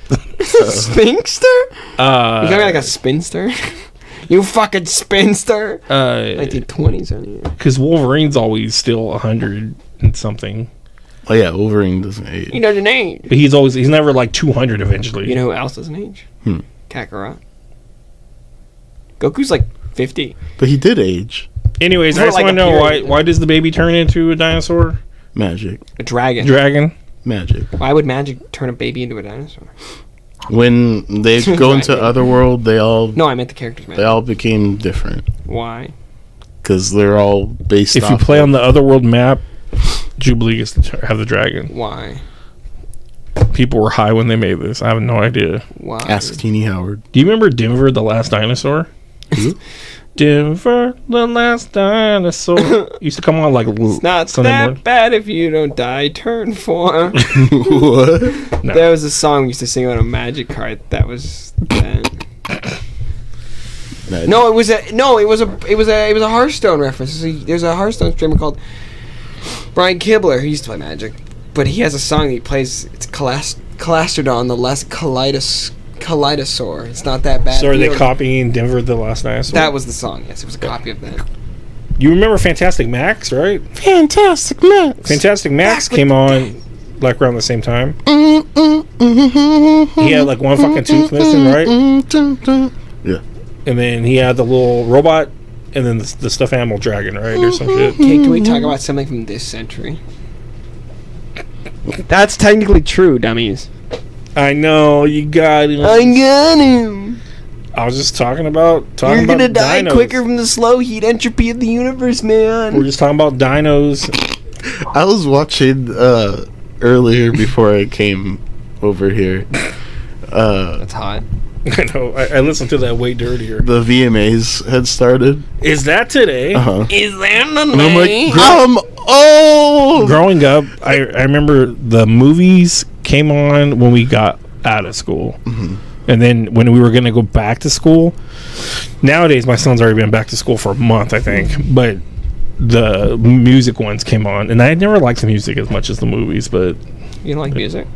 Speaker 2: Sphinxter?
Speaker 1: uh,
Speaker 2: You got me like
Speaker 3: Uh.
Speaker 2: a spinster? you fucking spinster!
Speaker 1: uh,
Speaker 2: 1920s on you.
Speaker 1: because Wolverine's always still a hundred and something,
Speaker 3: Oh yeah, Wolverine doesn't age.
Speaker 2: You know the name.
Speaker 1: but he's always he's never like two hundred eventually.
Speaker 2: You know who else doesn't age?
Speaker 3: Hmm.
Speaker 2: Kakarot. Goku's like 50.
Speaker 3: But he did age.
Speaker 1: Anyways, I
Speaker 2: We're
Speaker 1: just
Speaker 2: like
Speaker 1: want
Speaker 2: a
Speaker 1: to know why
Speaker 2: period.
Speaker 1: why does the baby turn into a dinosaur
Speaker 3: Magic,
Speaker 2: A dragon.
Speaker 1: dragon?
Speaker 3: magic.
Speaker 2: Why would magic turn a baby into a dinosaur?
Speaker 3: When they go into
Speaker 2: Right.
Speaker 3: Otherworld, they all
Speaker 2: No, I meant the characters,
Speaker 3: they
Speaker 2: man.
Speaker 3: all became different
Speaker 2: Why?
Speaker 3: because they're all based.
Speaker 1: If you
Speaker 3: off
Speaker 1: play
Speaker 3: of-
Speaker 1: on the Otherworld map, Jubilee gets to tur- have the dragon.
Speaker 2: Why?
Speaker 1: People were high when they made this. I have no idea.
Speaker 2: Why?
Speaker 3: Ask Teeny Howard.
Speaker 1: Do you remember Denver, the last dinosaur?
Speaker 2: Mm-hmm.
Speaker 3: Who?
Speaker 1: Denver, the last dinosaur used to come on like
Speaker 2: It's not
Speaker 1: Sunday
Speaker 2: that
Speaker 1: morning.
Speaker 2: bad if you don't die. Turn four.
Speaker 3: what?
Speaker 1: No.
Speaker 2: There was a song we used to sing on a magic card that was that. No, it was a no. It was a it was a it was a Hearthstone reference. So there's a Hearthstone streamer called Brian Kibler. He used to play Magic, but he has a song that he plays. It's Calast- Calastrodon, the less Kaleidos Kaleidosaur. It's not that bad.
Speaker 1: So are they
Speaker 2: You know,
Speaker 1: copying Denver, the last dinosaur?
Speaker 2: That was the song. Yes, it was a copy of that.
Speaker 4: Mm-hmm.
Speaker 1: you remember Fantastic Max, right?
Speaker 3: Fantastic Max.
Speaker 1: Fantastic Max
Speaker 2: Back with
Speaker 1: came on like around the same time.
Speaker 2: Mm-hmm.
Speaker 1: He had like one fucking tooth missing, right? And then he had the little robot, and then the, the stuffed animal dragon, right, or some shit.
Speaker 2: Okay, can we talk about something from this century?
Speaker 4: That's technically true, dummies.
Speaker 1: I know you got it.
Speaker 4: I got him.
Speaker 1: I was just talking about talking
Speaker 4: You're
Speaker 1: about
Speaker 4: gonna die
Speaker 1: dinos.
Speaker 4: quicker from the slow heat entropy of the universe,
Speaker 1: We're
Speaker 4: man.
Speaker 1: just talking about dinos.
Speaker 3: I was watching uh, earlier before I came over here. Uh,
Speaker 2: That's hot.
Speaker 1: I know. I, I listened to that way dirtier.
Speaker 3: the VMAs had started.
Speaker 1: Is that today?
Speaker 3: Uh-huh.
Speaker 2: Is there no
Speaker 3: And I'm like, I'm old.
Speaker 1: Growing up, I, I remember the movies came on when we got out of school.
Speaker 4: Mm-hmm.
Speaker 1: And then when we were going to go back to school, nowadays my son's already been back to school for a month, I think. But the music ones came on, and I had never liked the music as much as the movies, but
Speaker 2: You don't like music?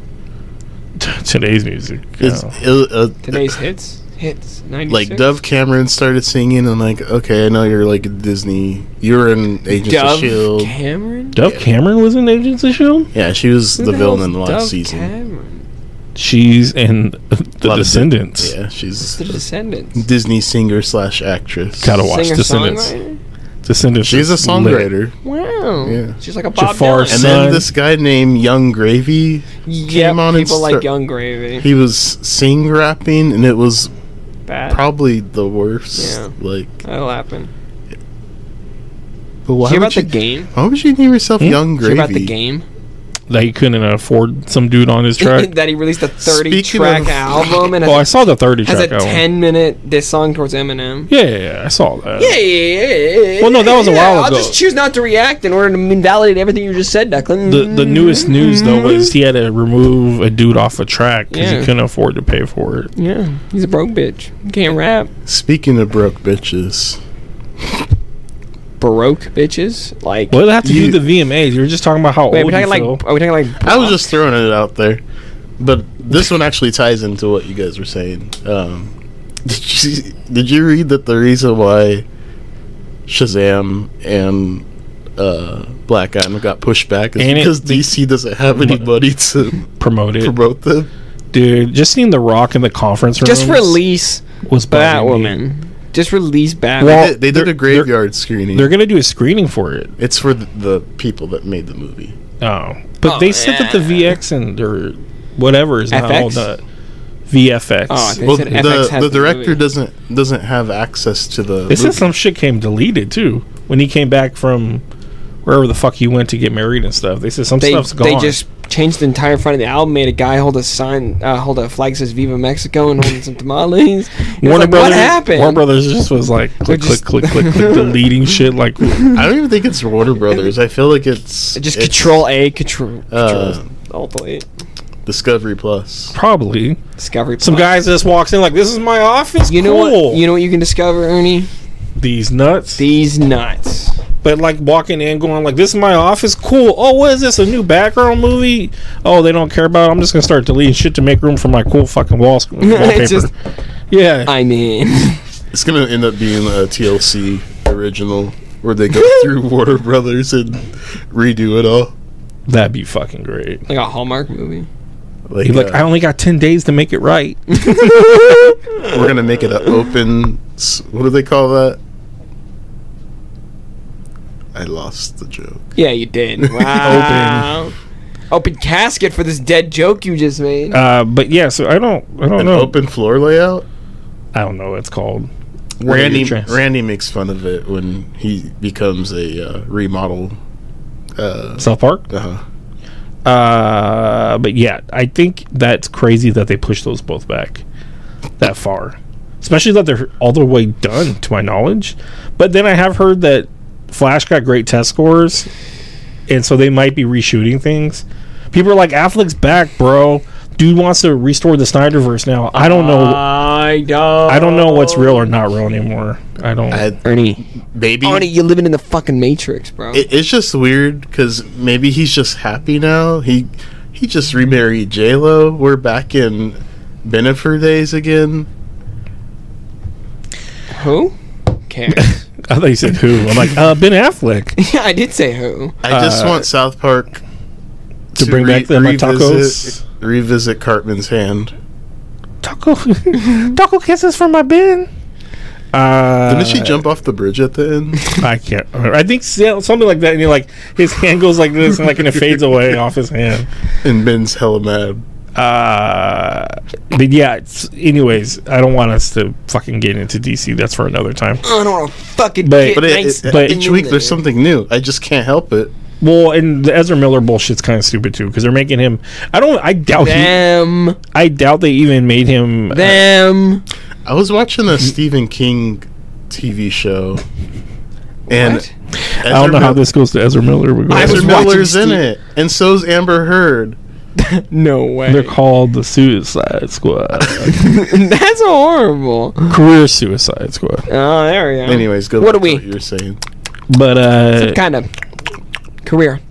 Speaker 1: today's music,
Speaker 3: It's,
Speaker 1: yeah.
Speaker 3: it- uh,
Speaker 2: Today's hits? Hits. 96?
Speaker 3: like Dove Cameron started singing, and like, okay, I know you're like a Disney. You were in Agents of
Speaker 2: Dove
Speaker 3: Shield.
Speaker 2: Cameron?
Speaker 1: Dove
Speaker 3: yeah.
Speaker 1: Cameron was in Agents of Shield.
Speaker 3: yeah, she was
Speaker 2: Who
Speaker 3: the villain
Speaker 2: hell's
Speaker 3: in the last
Speaker 2: Dove
Speaker 3: season.
Speaker 2: Cameron?
Speaker 1: She's in the
Speaker 3: Lot of
Speaker 1: Descendants.
Speaker 3: Yeah, she's
Speaker 2: The Descendants.
Speaker 3: Disney singer slash actress.
Speaker 1: Gotta watch Descendants.
Speaker 2: songwriter?
Speaker 1: Descendants.
Speaker 3: She's a
Speaker 1: is lit.
Speaker 3: songwriter.
Speaker 2: Wow.
Speaker 3: Yeah.
Speaker 2: She's like a Bob
Speaker 1: Jafar
Speaker 2: Dylan.
Speaker 3: And
Speaker 1: Son.
Speaker 3: then this guy named Young Gravy,
Speaker 2: yeah,
Speaker 3: came on and
Speaker 2: people
Speaker 3: start-
Speaker 2: like Young Gravy.
Speaker 3: he was sing rapping, and it was
Speaker 2: Bad.
Speaker 3: probably the worst.
Speaker 2: Uh, Yeah.
Speaker 3: Like,
Speaker 2: That'll happen.
Speaker 3: but why
Speaker 2: Hear
Speaker 3: would
Speaker 2: about
Speaker 3: you,
Speaker 2: the game?
Speaker 3: Why would you name yourself
Speaker 1: Hmm?
Speaker 3: Young
Speaker 2: Hear
Speaker 3: Gravy?
Speaker 2: about the game?
Speaker 1: They couldn't afford some dude on his track.
Speaker 2: that he released a 30
Speaker 3: Speaking
Speaker 2: track
Speaker 3: of-
Speaker 2: album and
Speaker 1: oh, I
Speaker 2: has,
Speaker 1: saw the thirty
Speaker 2: a, has a
Speaker 1: track. album.
Speaker 2: 10 minute diss song towards Eminem.
Speaker 1: Yeah, yeah, yeah, I saw that.
Speaker 2: Yeah, yeah, yeah, yeah.
Speaker 1: Well, no, that was a
Speaker 2: yeah,
Speaker 1: while ago.
Speaker 2: I'll just choose not to react in order to invalidate everything you just said, Declan. Mm.
Speaker 1: The the newest news though was he had to remove a dude off a track because he
Speaker 2: Yeah.
Speaker 1: couldn't afford to pay for it.
Speaker 2: Yeah, he's a broke bitch. Can't rap.
Speaker 3: Speaking of broke bitches,
Speaker 2: Baroque bitches. Like,
Speaker 1: Well, it have to
Speaker 3: You-
Speaker 1: do the VMAs. You were just talking about how
Speaker 2: wait, are
Speaker 1: old
Speaker 2: we
Speaker 1: you
Speaker 2: talking like,
Speaker 1: feel.
Speaker 2: are we talking like,
Speaker 3: I was just throwing it out there, but this one actually ties into what you guys were saying. Um, did you did you read that the reason why Shazam and uh, Black Adam got pushed back is
Speaker 1: And it-
Speaker 3: because DC doesn't have anybody to
Speaker 1: promote it,
Speaker 3: promote them?
Speaker 1: dude. Just seeing The Rock in the conference room
Speaker 2: just release
Speaker 1: was bugging me.
Speaker 2: Batwoman. Just release Batwoman.
Speaker 1: Well,
Speaker 3: They, they did
Speaker 1: they're-
Speaker 3: a graveyard screening.
Speaker 1: They're gonna do a screening for it.
Speaker 3: it's for the, the people that made the movie.
Speaker 1: Oh, but
Speaker 2: Oh,
Speaker 1: they said that the VX and or whatever is now
Speaker 2: FX?
Speaker 1: the VFX.
Speaker 2: Oh, I think- They
Speaker 3: well,
Speaker 2: said
Speaker 3: the,
Speaker 2: FX has
Speaker 3: the
Speaker 2: the
Speaker 3: director
Speaker 2: movie.
Speaker 3: doesn't doesn't have access to the.
Speaker 1: They said
Speaker 3: movie.
Speaker 1: some shit came deleted too when he came back from wherever the fuck he went to get married and stuff. They said some
Speaker 2: they,
Speaker 1: stuff's gone.
Speaker 2: they just changed the entire front of the album, made a guy hold a sign, uh, hold a flag that says Viva Mexico and holding some tamales. It was
Speaker 1: Warner
Speaker 2: like,
Speaker 1: Brothers.
Speaker 2: What happened?
Speaker 1: Warner Brothers just was like click
Speaker 2: just-
Speaker 1: click click click click deleting shit. Like
Speaker 3: I don't even think it's Warner Brothers. I feel like it's
Speaker 2: Just
Speaker 3: it's,
Speaker 2: control A, control,
Speaker 3: Uh,
Speaker 2: control alt delete.
Speaker 3: Discovery Plus.
Speaker 1: probably
Speaker 2: Discovery.
Speaker 1: some
Speaker 2: Plus.
Speaker 1: guys just walks in like this is my office.
Speaker 2: You know
Speaker 1: cool."
Speaker 2: what? You know what you can discover, Ernie?
Speaker 1: these nuts.
Speaker 2: These nuts.
Speaker 1: but like walking in, going like this is my office. Cool. Oh, what is this? A new background movie? Oh, they don't care about. it. I'm just gonna start deleting shit to make room for my cool fucking walls wallpaper.
Speaker 2: Just-
Speaker 1: yeah.
Speaker 2: I mean,
Speaker 3: It's gonna end up being a TLC original where they go through Warner Brothers and redo it all.
Speaker 1: That'd be fucking great.
Speaker 2: like a Hallmark movie.
Speaker 3: Like,
Speaker 1: You're like,
Speaker 3: uh,
Speaker 1: I only got ten days to make it right.
Speaker 3: we're gonna make it an open. s- What do they call that? I lost the joke.
Speaker 2: Yeah, you did. Wow. Open. casket for this dead joke you just made.
Speaker 1: Uh, but yeah, so I don't, I don't
Speaker 3: An
Speaker 1: know.
Speaker 3: open floor layout.
Speaker 1: I don't know what it's called. Where are
Speaker 3: Randy
Speaker 1: your trans-
Speaker 3: Randy makes fun of it when he becomes a uh, remodel. Uh,
Speaker 1: South Park.
Speaker 3: uh,
Speaker 1: Uh, but yeah, I think that's crazy that they pushed those both back that far, especially that they're all the way done to my knowledge. But then I have heard that Flash got great test scores, and so they might be reshooting things. People are like, Affleck's back, bro. Dude wants to restore the Snyderverse now. I don't know.
Speaker 2: I don't.
Speaker 1: oh, I don't know what's real or not real anymore. I don't.
Speaker 3: I,
Speaker 2: Ernie.
Speaker 3: maybe
Speaker 2: Ernie, you're living in the fucking Matrix, bro.
Speaker 3: it, it's just weird because maybe he's just happy now. He he just remarried J Lo. We're back in Benefer days again.
Speaker 2: Who? Cares.
Speaker 1: I thought you said who. I'm like, uh, Ben Affleck
Speaker 2: yeah, I did say who.
Speaker 3: I just
Speaker 1: Uh,
Speaker 3: want South Park
Speaker 1: to
Speaker 3: to,
Speaker 1: bring back the my tacos.
Speaker 3: revisit, revisit Cartman's hand.
Speaker 1: Taco, taco kisses for my Ben. Uh,
Speaker 3: Didn't she jump off the bridge at the end?
Speaker 1: I can't. Remember. I think so- something like that. And you're like, his hand goes like this, and like, and it fades away off his hand.
Speaker 3: and Ben's hella mad.
Speaker 1: Uh, but yeah. It's, anyways, I don't want us to fucking get into DC. That's for another time.
Speaker 2: I don't want to fucking
Speaker 1: But-
Speaker 2: get
Speaker 1: but
Speaker 3: But, it,
Speaker 2: nice
Speaker 3: it-
Speaker 1: but-
Speaker 3: each week there's something new. I just can't help it.
Speaker 1: Well, and the Ezra Miller bullshit's kind of stupid too because they're making him. I don't. I doubt. He,
Speaker 2: them
Speaker 1: I doubt they even made him. uh,
Speaker 2: them.
Speaker 3: I was watching
Speaker 1: Mm-hmm.
Speaker 3: a Stephen King TV show, and
Speaker 2: What?
Speaker 1: I don't know how
Speaker 3: Mil-
Speaker 1: this goes to Ezra Miller. We're
Speaker 2: I
Speaker 1: going-
Speaker 2: was
Speaker 3: Ezra
Speaker 2: watching
Speaker 3: Miller's in
Speaker 2: Steve-
Speaker 3: it, and so's Amber Heard.
Speaker 2: No way.
Speaker 1: They're called the Suicide Squad.
Speaker 2: That's horrible.
Speaker 1: Career Suicide Squad.
Speaker 2: Oh, there we go.
Speaker 3: Anyways, go.
Speaker 2: What
Speaker 3: back
Speaker 2: are
Speaker 3: to
Speaker 2: we?
Speaker 3: What you're saying?
Speaker 1: But uh,
Speaker 2: Some kind of career.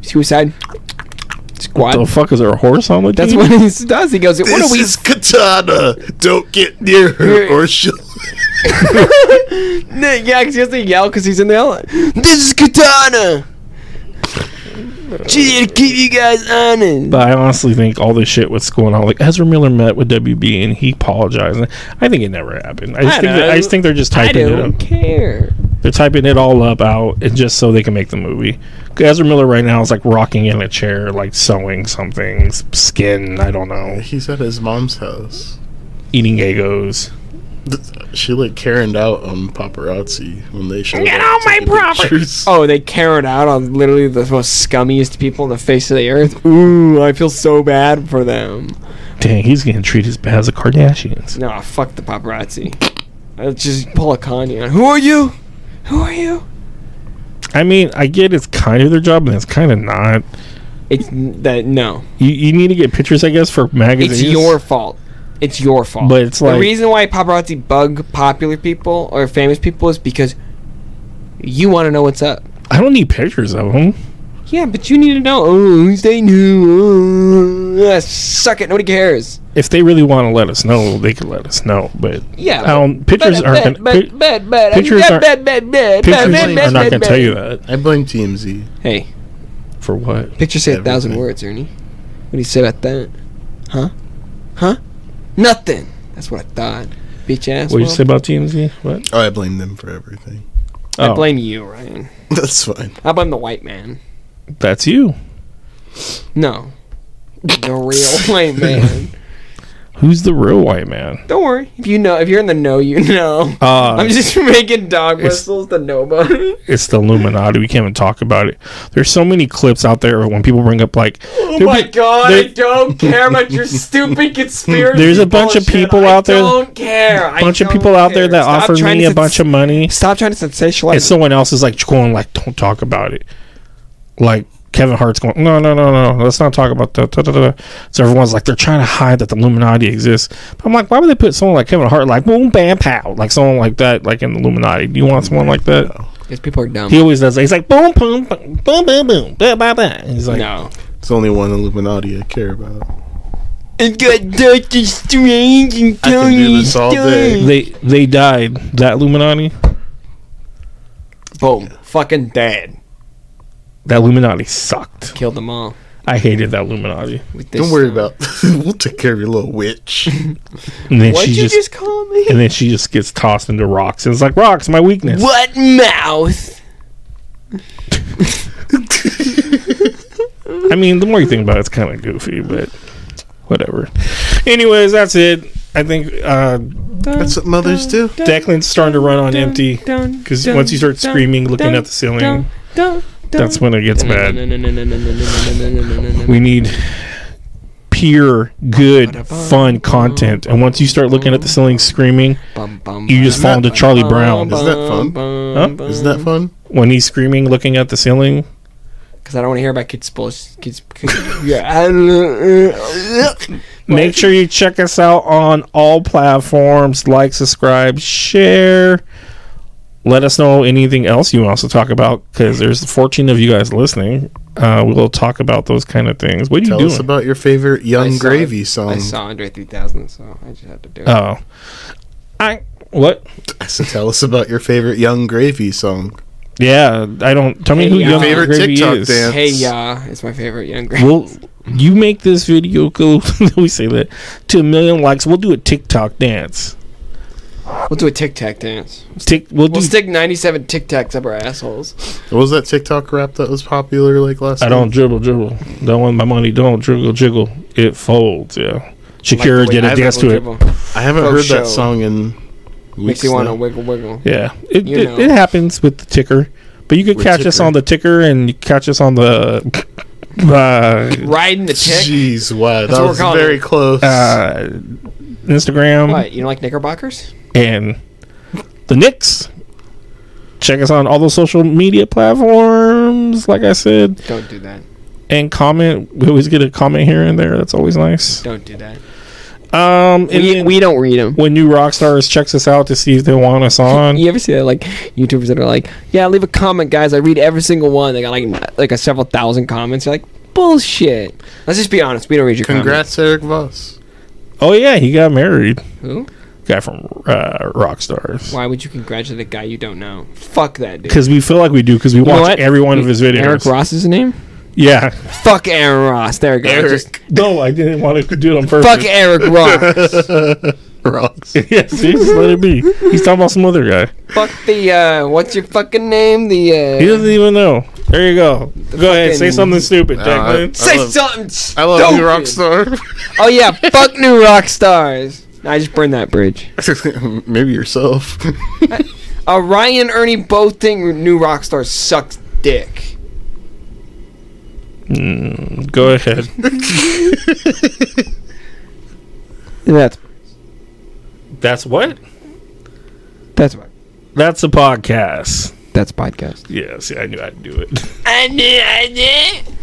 Speaker 2: Suicide. Squad.
Speaker 1: the fuck is there a horse on the
Speaker 2: That's
Speaker 1: team?
Speaker 2: what he does. He goes, What
Speaker 3: This
Speaker 2: are we?
Speaker 3: is katana. Don't get near her or she'll.
Speaker 2: yeah, 'cause he has to yell because he's in the ele-
Speaker 4: This is Katana. She's here to keep you guys honest.
Speaker 1: But I honestly think all this shit what's going on, like Ezra Miller met with WB and he apologized. I think it never happened. I just,
Speaker 2: I
Speaker 1: think, that,
Speaker 2: know.
Speaker 1: I just think they're just
Speaker 2: I
Speaker 1: typing it up.
Speaker 2: don't care.
Speaker 1: They're typing it all up out and just so they can make the movie. Ezra Miller right now is like rocking in a chair, like sewing something, s- skin. I don't know,
Speaker 3: He's at his mom's house.
Speaker 1: eating egos.
Speaker 3: She like Karened out on paparazzi when they showed
Speaker 2: Get
Speaker 3: up
Speaker 2: on
Speaker 3: to
Speaker 2: my
Speaker 3: get
Speaker 2: property.
Speaker 3: pictures.
Speaker 2: Oh, they carried out on literally the most scummiest people on the face of the earth. Ooh, I feel so bad for them.
Speaker 1: Dang, he's getting treated as bad as the Kardashians.
Speaker 2: No, fuck the paparazzi. I'll just pull a Kanye on. Who are you? Who are you?
Speaker 1: I mean, I get it's kind of their job, and it's kind of not.
Speaker 2: It's n- that no.
Speaker 1: You, you need to get pictures, I guess, for magazines.
Speaker 2: It's your fault. It's your fault.
Speaker 1: But it's
Speaker 2: the
Speaker 1: like-
Speaker 2: reason why paparazzi bug popular people or famous people is because you want to know what's up.
Speaker 1: I don't need pictures of them.
Speaker 2: Yeah, but you need to know. Oh, who's they knew. Oh, suck it. Nobody cares.
Speaker 1: If they really want to let us know, they could let us know. But
Speaker 2: Yeah.
Speaker 1: I don't. Pictures aren't.
Speaker 2: But, but,
Speaker 1: Gonna, pi-
Speaker 2: but, but,
Speaker 1: pictures
Speaker 2: but,
Speaker 1: aren't-
Speaker 2: but, but, but,
Speaker 1: pictures
Speaker 2: but, but,
Speaker 1: are not
Speaker 2: but,
Speaker 1: going to
Speaker 2: but.
Speaker 1: tell you that.
Speaker 3: I blame TMZ.
Speaker 2: Hey,
Speaker 1: For what?
Speaker 2: pictures say a thousand
Speaker 3: Everything.
Speaker 2: words, Ernie. What do you say about that? Huh? Huh? Nothing. That's what I thought. Bitch ass.
Speaker 1: What did you
Speaker 2: well,
Speaker 1: say about TMZ? What?
Speaker 3: Oh, I blame them for everything.
Speaker 2: I
Speaker 1: Oh,
Speaker 2: blame you, Ryan.
Speaker 3: That's fine.
Speaker 2: I blame the white man.
Speaker 1: that's you.
Speaker 2: No. The real white man.
Speaker 1: Who's the real white man?
Speaker 2: Don't worry. If you know, if you're in the know, you know.
Speaker 1: Uh,
Speaker 2: I'm just making dog
Speaker 1: it's-
Speaker 2: whistles to nobody. Oh
Speaker 1: it's the Illuminati. We can't even talk about it. There's so many clips out there when people bring up like,
Speaker 2: Oh my god, I
Speaker 1: there-
Speaker 2: don't care about your stupid conspiracy.
Speaker 1: There's a bunch of
Speaker 2: bullshit.
Speaker 1: people
Speaker 2: I
Speaker 1: out there-
Speaker 2: Don't care. A
Speaker 1: bunch of people out there that offer me a bunch of money,
Speaker 2: Stop trying to sensationalize.
Speaker 1: and someone else is like going like, "Don't talk about it." Like Kevin Hart's going, "No, no, no, no. Let's not talk about that." da, da, da." So everyone's like, they're trying to hide that the Illuminati exists. But I'm like, why would they put someone like Kevin Hart like boom, bam, pow, like someone like that, like in the Illuminati? Do you want someone like that?
Speaker 2: These people are dumb.
Speaker 1: He always does. that. He's like boom, boom, boom, boom, boom, boom, blah, blah, blah. And He's like,
Speaker 2: no.
Speaker 3: It's only one Illuminati I care about.
Speaker 2: It got Doctor Strange and
Speaker 3: I can do this all day.
Speaker 1: they they died. That Illuminati,
Speaker 2: Boom. Fucking dead.
Speaker 1: that Illuminati sucked.
Speaker 2: Killed them all.
Speaker 1: I hated that Illuminati.
Speaker 2: With
Speaker 3: Don't worry about. we'll take care of your little witch.
Speaker 1: And then
Speaker 2: What'd
Speaker 1: she
Speaker 2: you
Speaker 1: just,
Speaker 2: just, call me?
Speaker 1: and then she just gets tossed into rocks. And it's like rocks, my weakness.
Speaker 4: What mouth?
Speaker 1: I mean, the more you think about it, it's kind of goofy, but whatever. Anyways, that's it. I think uh,
Speaker 3: That's what mothers do.
Speaker 1: Declan's starting to run on empty because once you start screaming, looking at the ceiling, that's when it gets bad. We need pure, good, fun content. And once you start looking at the ceiling, screaming, you just fall into Charlie Brown
Speaker 3: Isn't that fun?
Speaker 1: Huh?
Speaker 3: Isn't that fun?
Speaker 1: when he's screaming, looking at the ceiling.
Speaker 2: Because I don't want to hear about kids' sports. Kids, kids- yeah. I don't-
Speaker 1: Make sure you check us out on all platforms. Like, subscribe, share. Let us know anything else you want us to talk about because there's 14 of you guys listening. Uh, we'll talk about those kind of things. What are you
Speaker 3: Tell
Speaker 1: doing?
Speaker 3: us about your favorite
Speaker 2: I
Speaker 3: Young
Speaker 2: saw
Speaker 3: Gravy
Speaker 2: it.
Speaker 3: song.
Speaker 2: I saw Andre 3000, so I just had to do it.
Speaker 1: oh, I what?
Speaker 3: I said, tell us about your favorite Young Gravy song.
Speaker 1: Yeah, I don't. Tell me who
Speaker 2: Hey,
Speaker 1: Young
Speaker 2: uh,
Speaker 1: favorite
Speaker 3: Favorite
Speaker 1: Gravy
Speaker 3: TikTok
Speaker 1: is.
Speaker 3: dance.
Speaker 2: hey, ya is my favorite young girl.
Speaker 1: Well, you make this video go. we say that to a million likes. We'll do a TikTok dance.
Speaker 2: We'll do a tic tac dance.
Speaker 1: Tick. We'll, do.
Speaker 2: We'll stick 97 tic tacs up our assholes.
Speaker 3: What was that TikTok rap that was popular like last?
Speaker 1: I don't
Speaker 3: week?
Speaker 1: dribble, dribble. Don't want my money. Don't jiggle, jiggle. It folds. Yeah. Shakira
Speaker 2: Like the
Speaker 1: did
Speaker 2: way
Speaker 1: a
Speaker 2: I
Speaker 1: dance to it.
Speaker 2: dribble.
Speaker 3: I haven't
Speaker 2: Oh,
Speaker 3: heard
Speaker 2: show.
Speaker 3: that song in.
Speaker 2: Makes
Speaker 3: Weeks
Speaker 2: you want to
Speaker 3: now.
Speaker 2: wiggle, wiggle.
Speaker 1: Yeah, it
Speaker 2: You
Speaker 1: it,
Speaker 2: know.
Speaker 1: it happens with the ticker, but you could
Speaker 3: With
Speaker 1: catch us
Speaker 3: ticker.
Speaker 1: on the ticker and you catch us on the uh,
Speaker 2: Riding the tick.
Speaker 3: Jeez, wow,
Speaker 2: That's
Speaker 3: that
Speaker 2: what
Speaker 3: was
Speaker 2: we're calling
Speaker 3: very
Speaker 2: it.
Speaker 3: close.
Speaker 1: uh, Instagram
Speaker 2: What? You don't like Knickerbockers?
Speaker 1: and the Knicks. Check us on all the social media platforms. Like I said,
Speaker 2: Don't do that.
Speaker 1: and comment. We always get a comment here and there. That's always nice.
Speaker 2: Don't do that.
Speaker 1: Um, and
Speaker 4: we,
Speaker 1: then
Speaker 4: we don't read them.
Speaker 1: when new rock stars checks us out to see if they want us on,
Speaker 4: You ever see that like YouTubers that are like, yeah, leave a comment, guys. I read every single one. They got like like a several thousand comments. You're like, bullshit.
Speaker 2: Let's just be honest. We don't read your
Speaker 3: Congrats, Eric Voss.
Speaker 1: oh yeah, he got married.
Speaker 2: comments. Who?
Speaker 1: Guy from uh, rock stars.
Speaker 2: Why would you congratulate a guy you don't know? Fuck that dude.
Speaker 1: Because we feel like we do. Because we
Speaker 4: You know
Speaker 1: watch
Speaker 4: what?
Speaker 1: every one of his videos.
Speaker 4: Eric Ross is his name.
Speaker 1: Yeah.
Speaker 4: Fuck Aaron Ross. There it goes. Just-
Speaker 1: No, I didn't want to do it on purpose.
Speaker 4: fuck Eric Ross.
Speaker 3: Ross.
Speaker 1: yeah, see, just let it be. He's talking about some other guy.
Speaker 2: Fuck the uh, what's your fucking name? The
Speaker 1: He
Speaker 2: uh,
Speaker 1: doesn't even know. There you go. Go ahead, say
Speaker 2: fucking-
Speaker 1: something stupid,
Speaker 3: Uh,
Speaker 1: Declan.
Speaker 2: say
Speaker 3: I love-
Speaker 2: something.
Speaker 3: I love
Speaker 2: stupid.
Speaker 3: you, Rockstar.
Speaker 2: Oh yeah, fuck new rock stars.
Speaker 4: I just burned that bridge.
Speaker 3: Maybe yourself.
Speaker 2: Uh, Ryan and Ernie both think new rock stars sucks dick.
Speaker 1: Mm, go ahead.
Speaker 4: That's
Speaker 1: That's what?
Speaker 4: that's
Speaker 1: That's a podcast.
Speaker 4: that's podcast.
Speaker 1: Yeah, see, I knew I'd do it.
Speaker 2: I did, I did.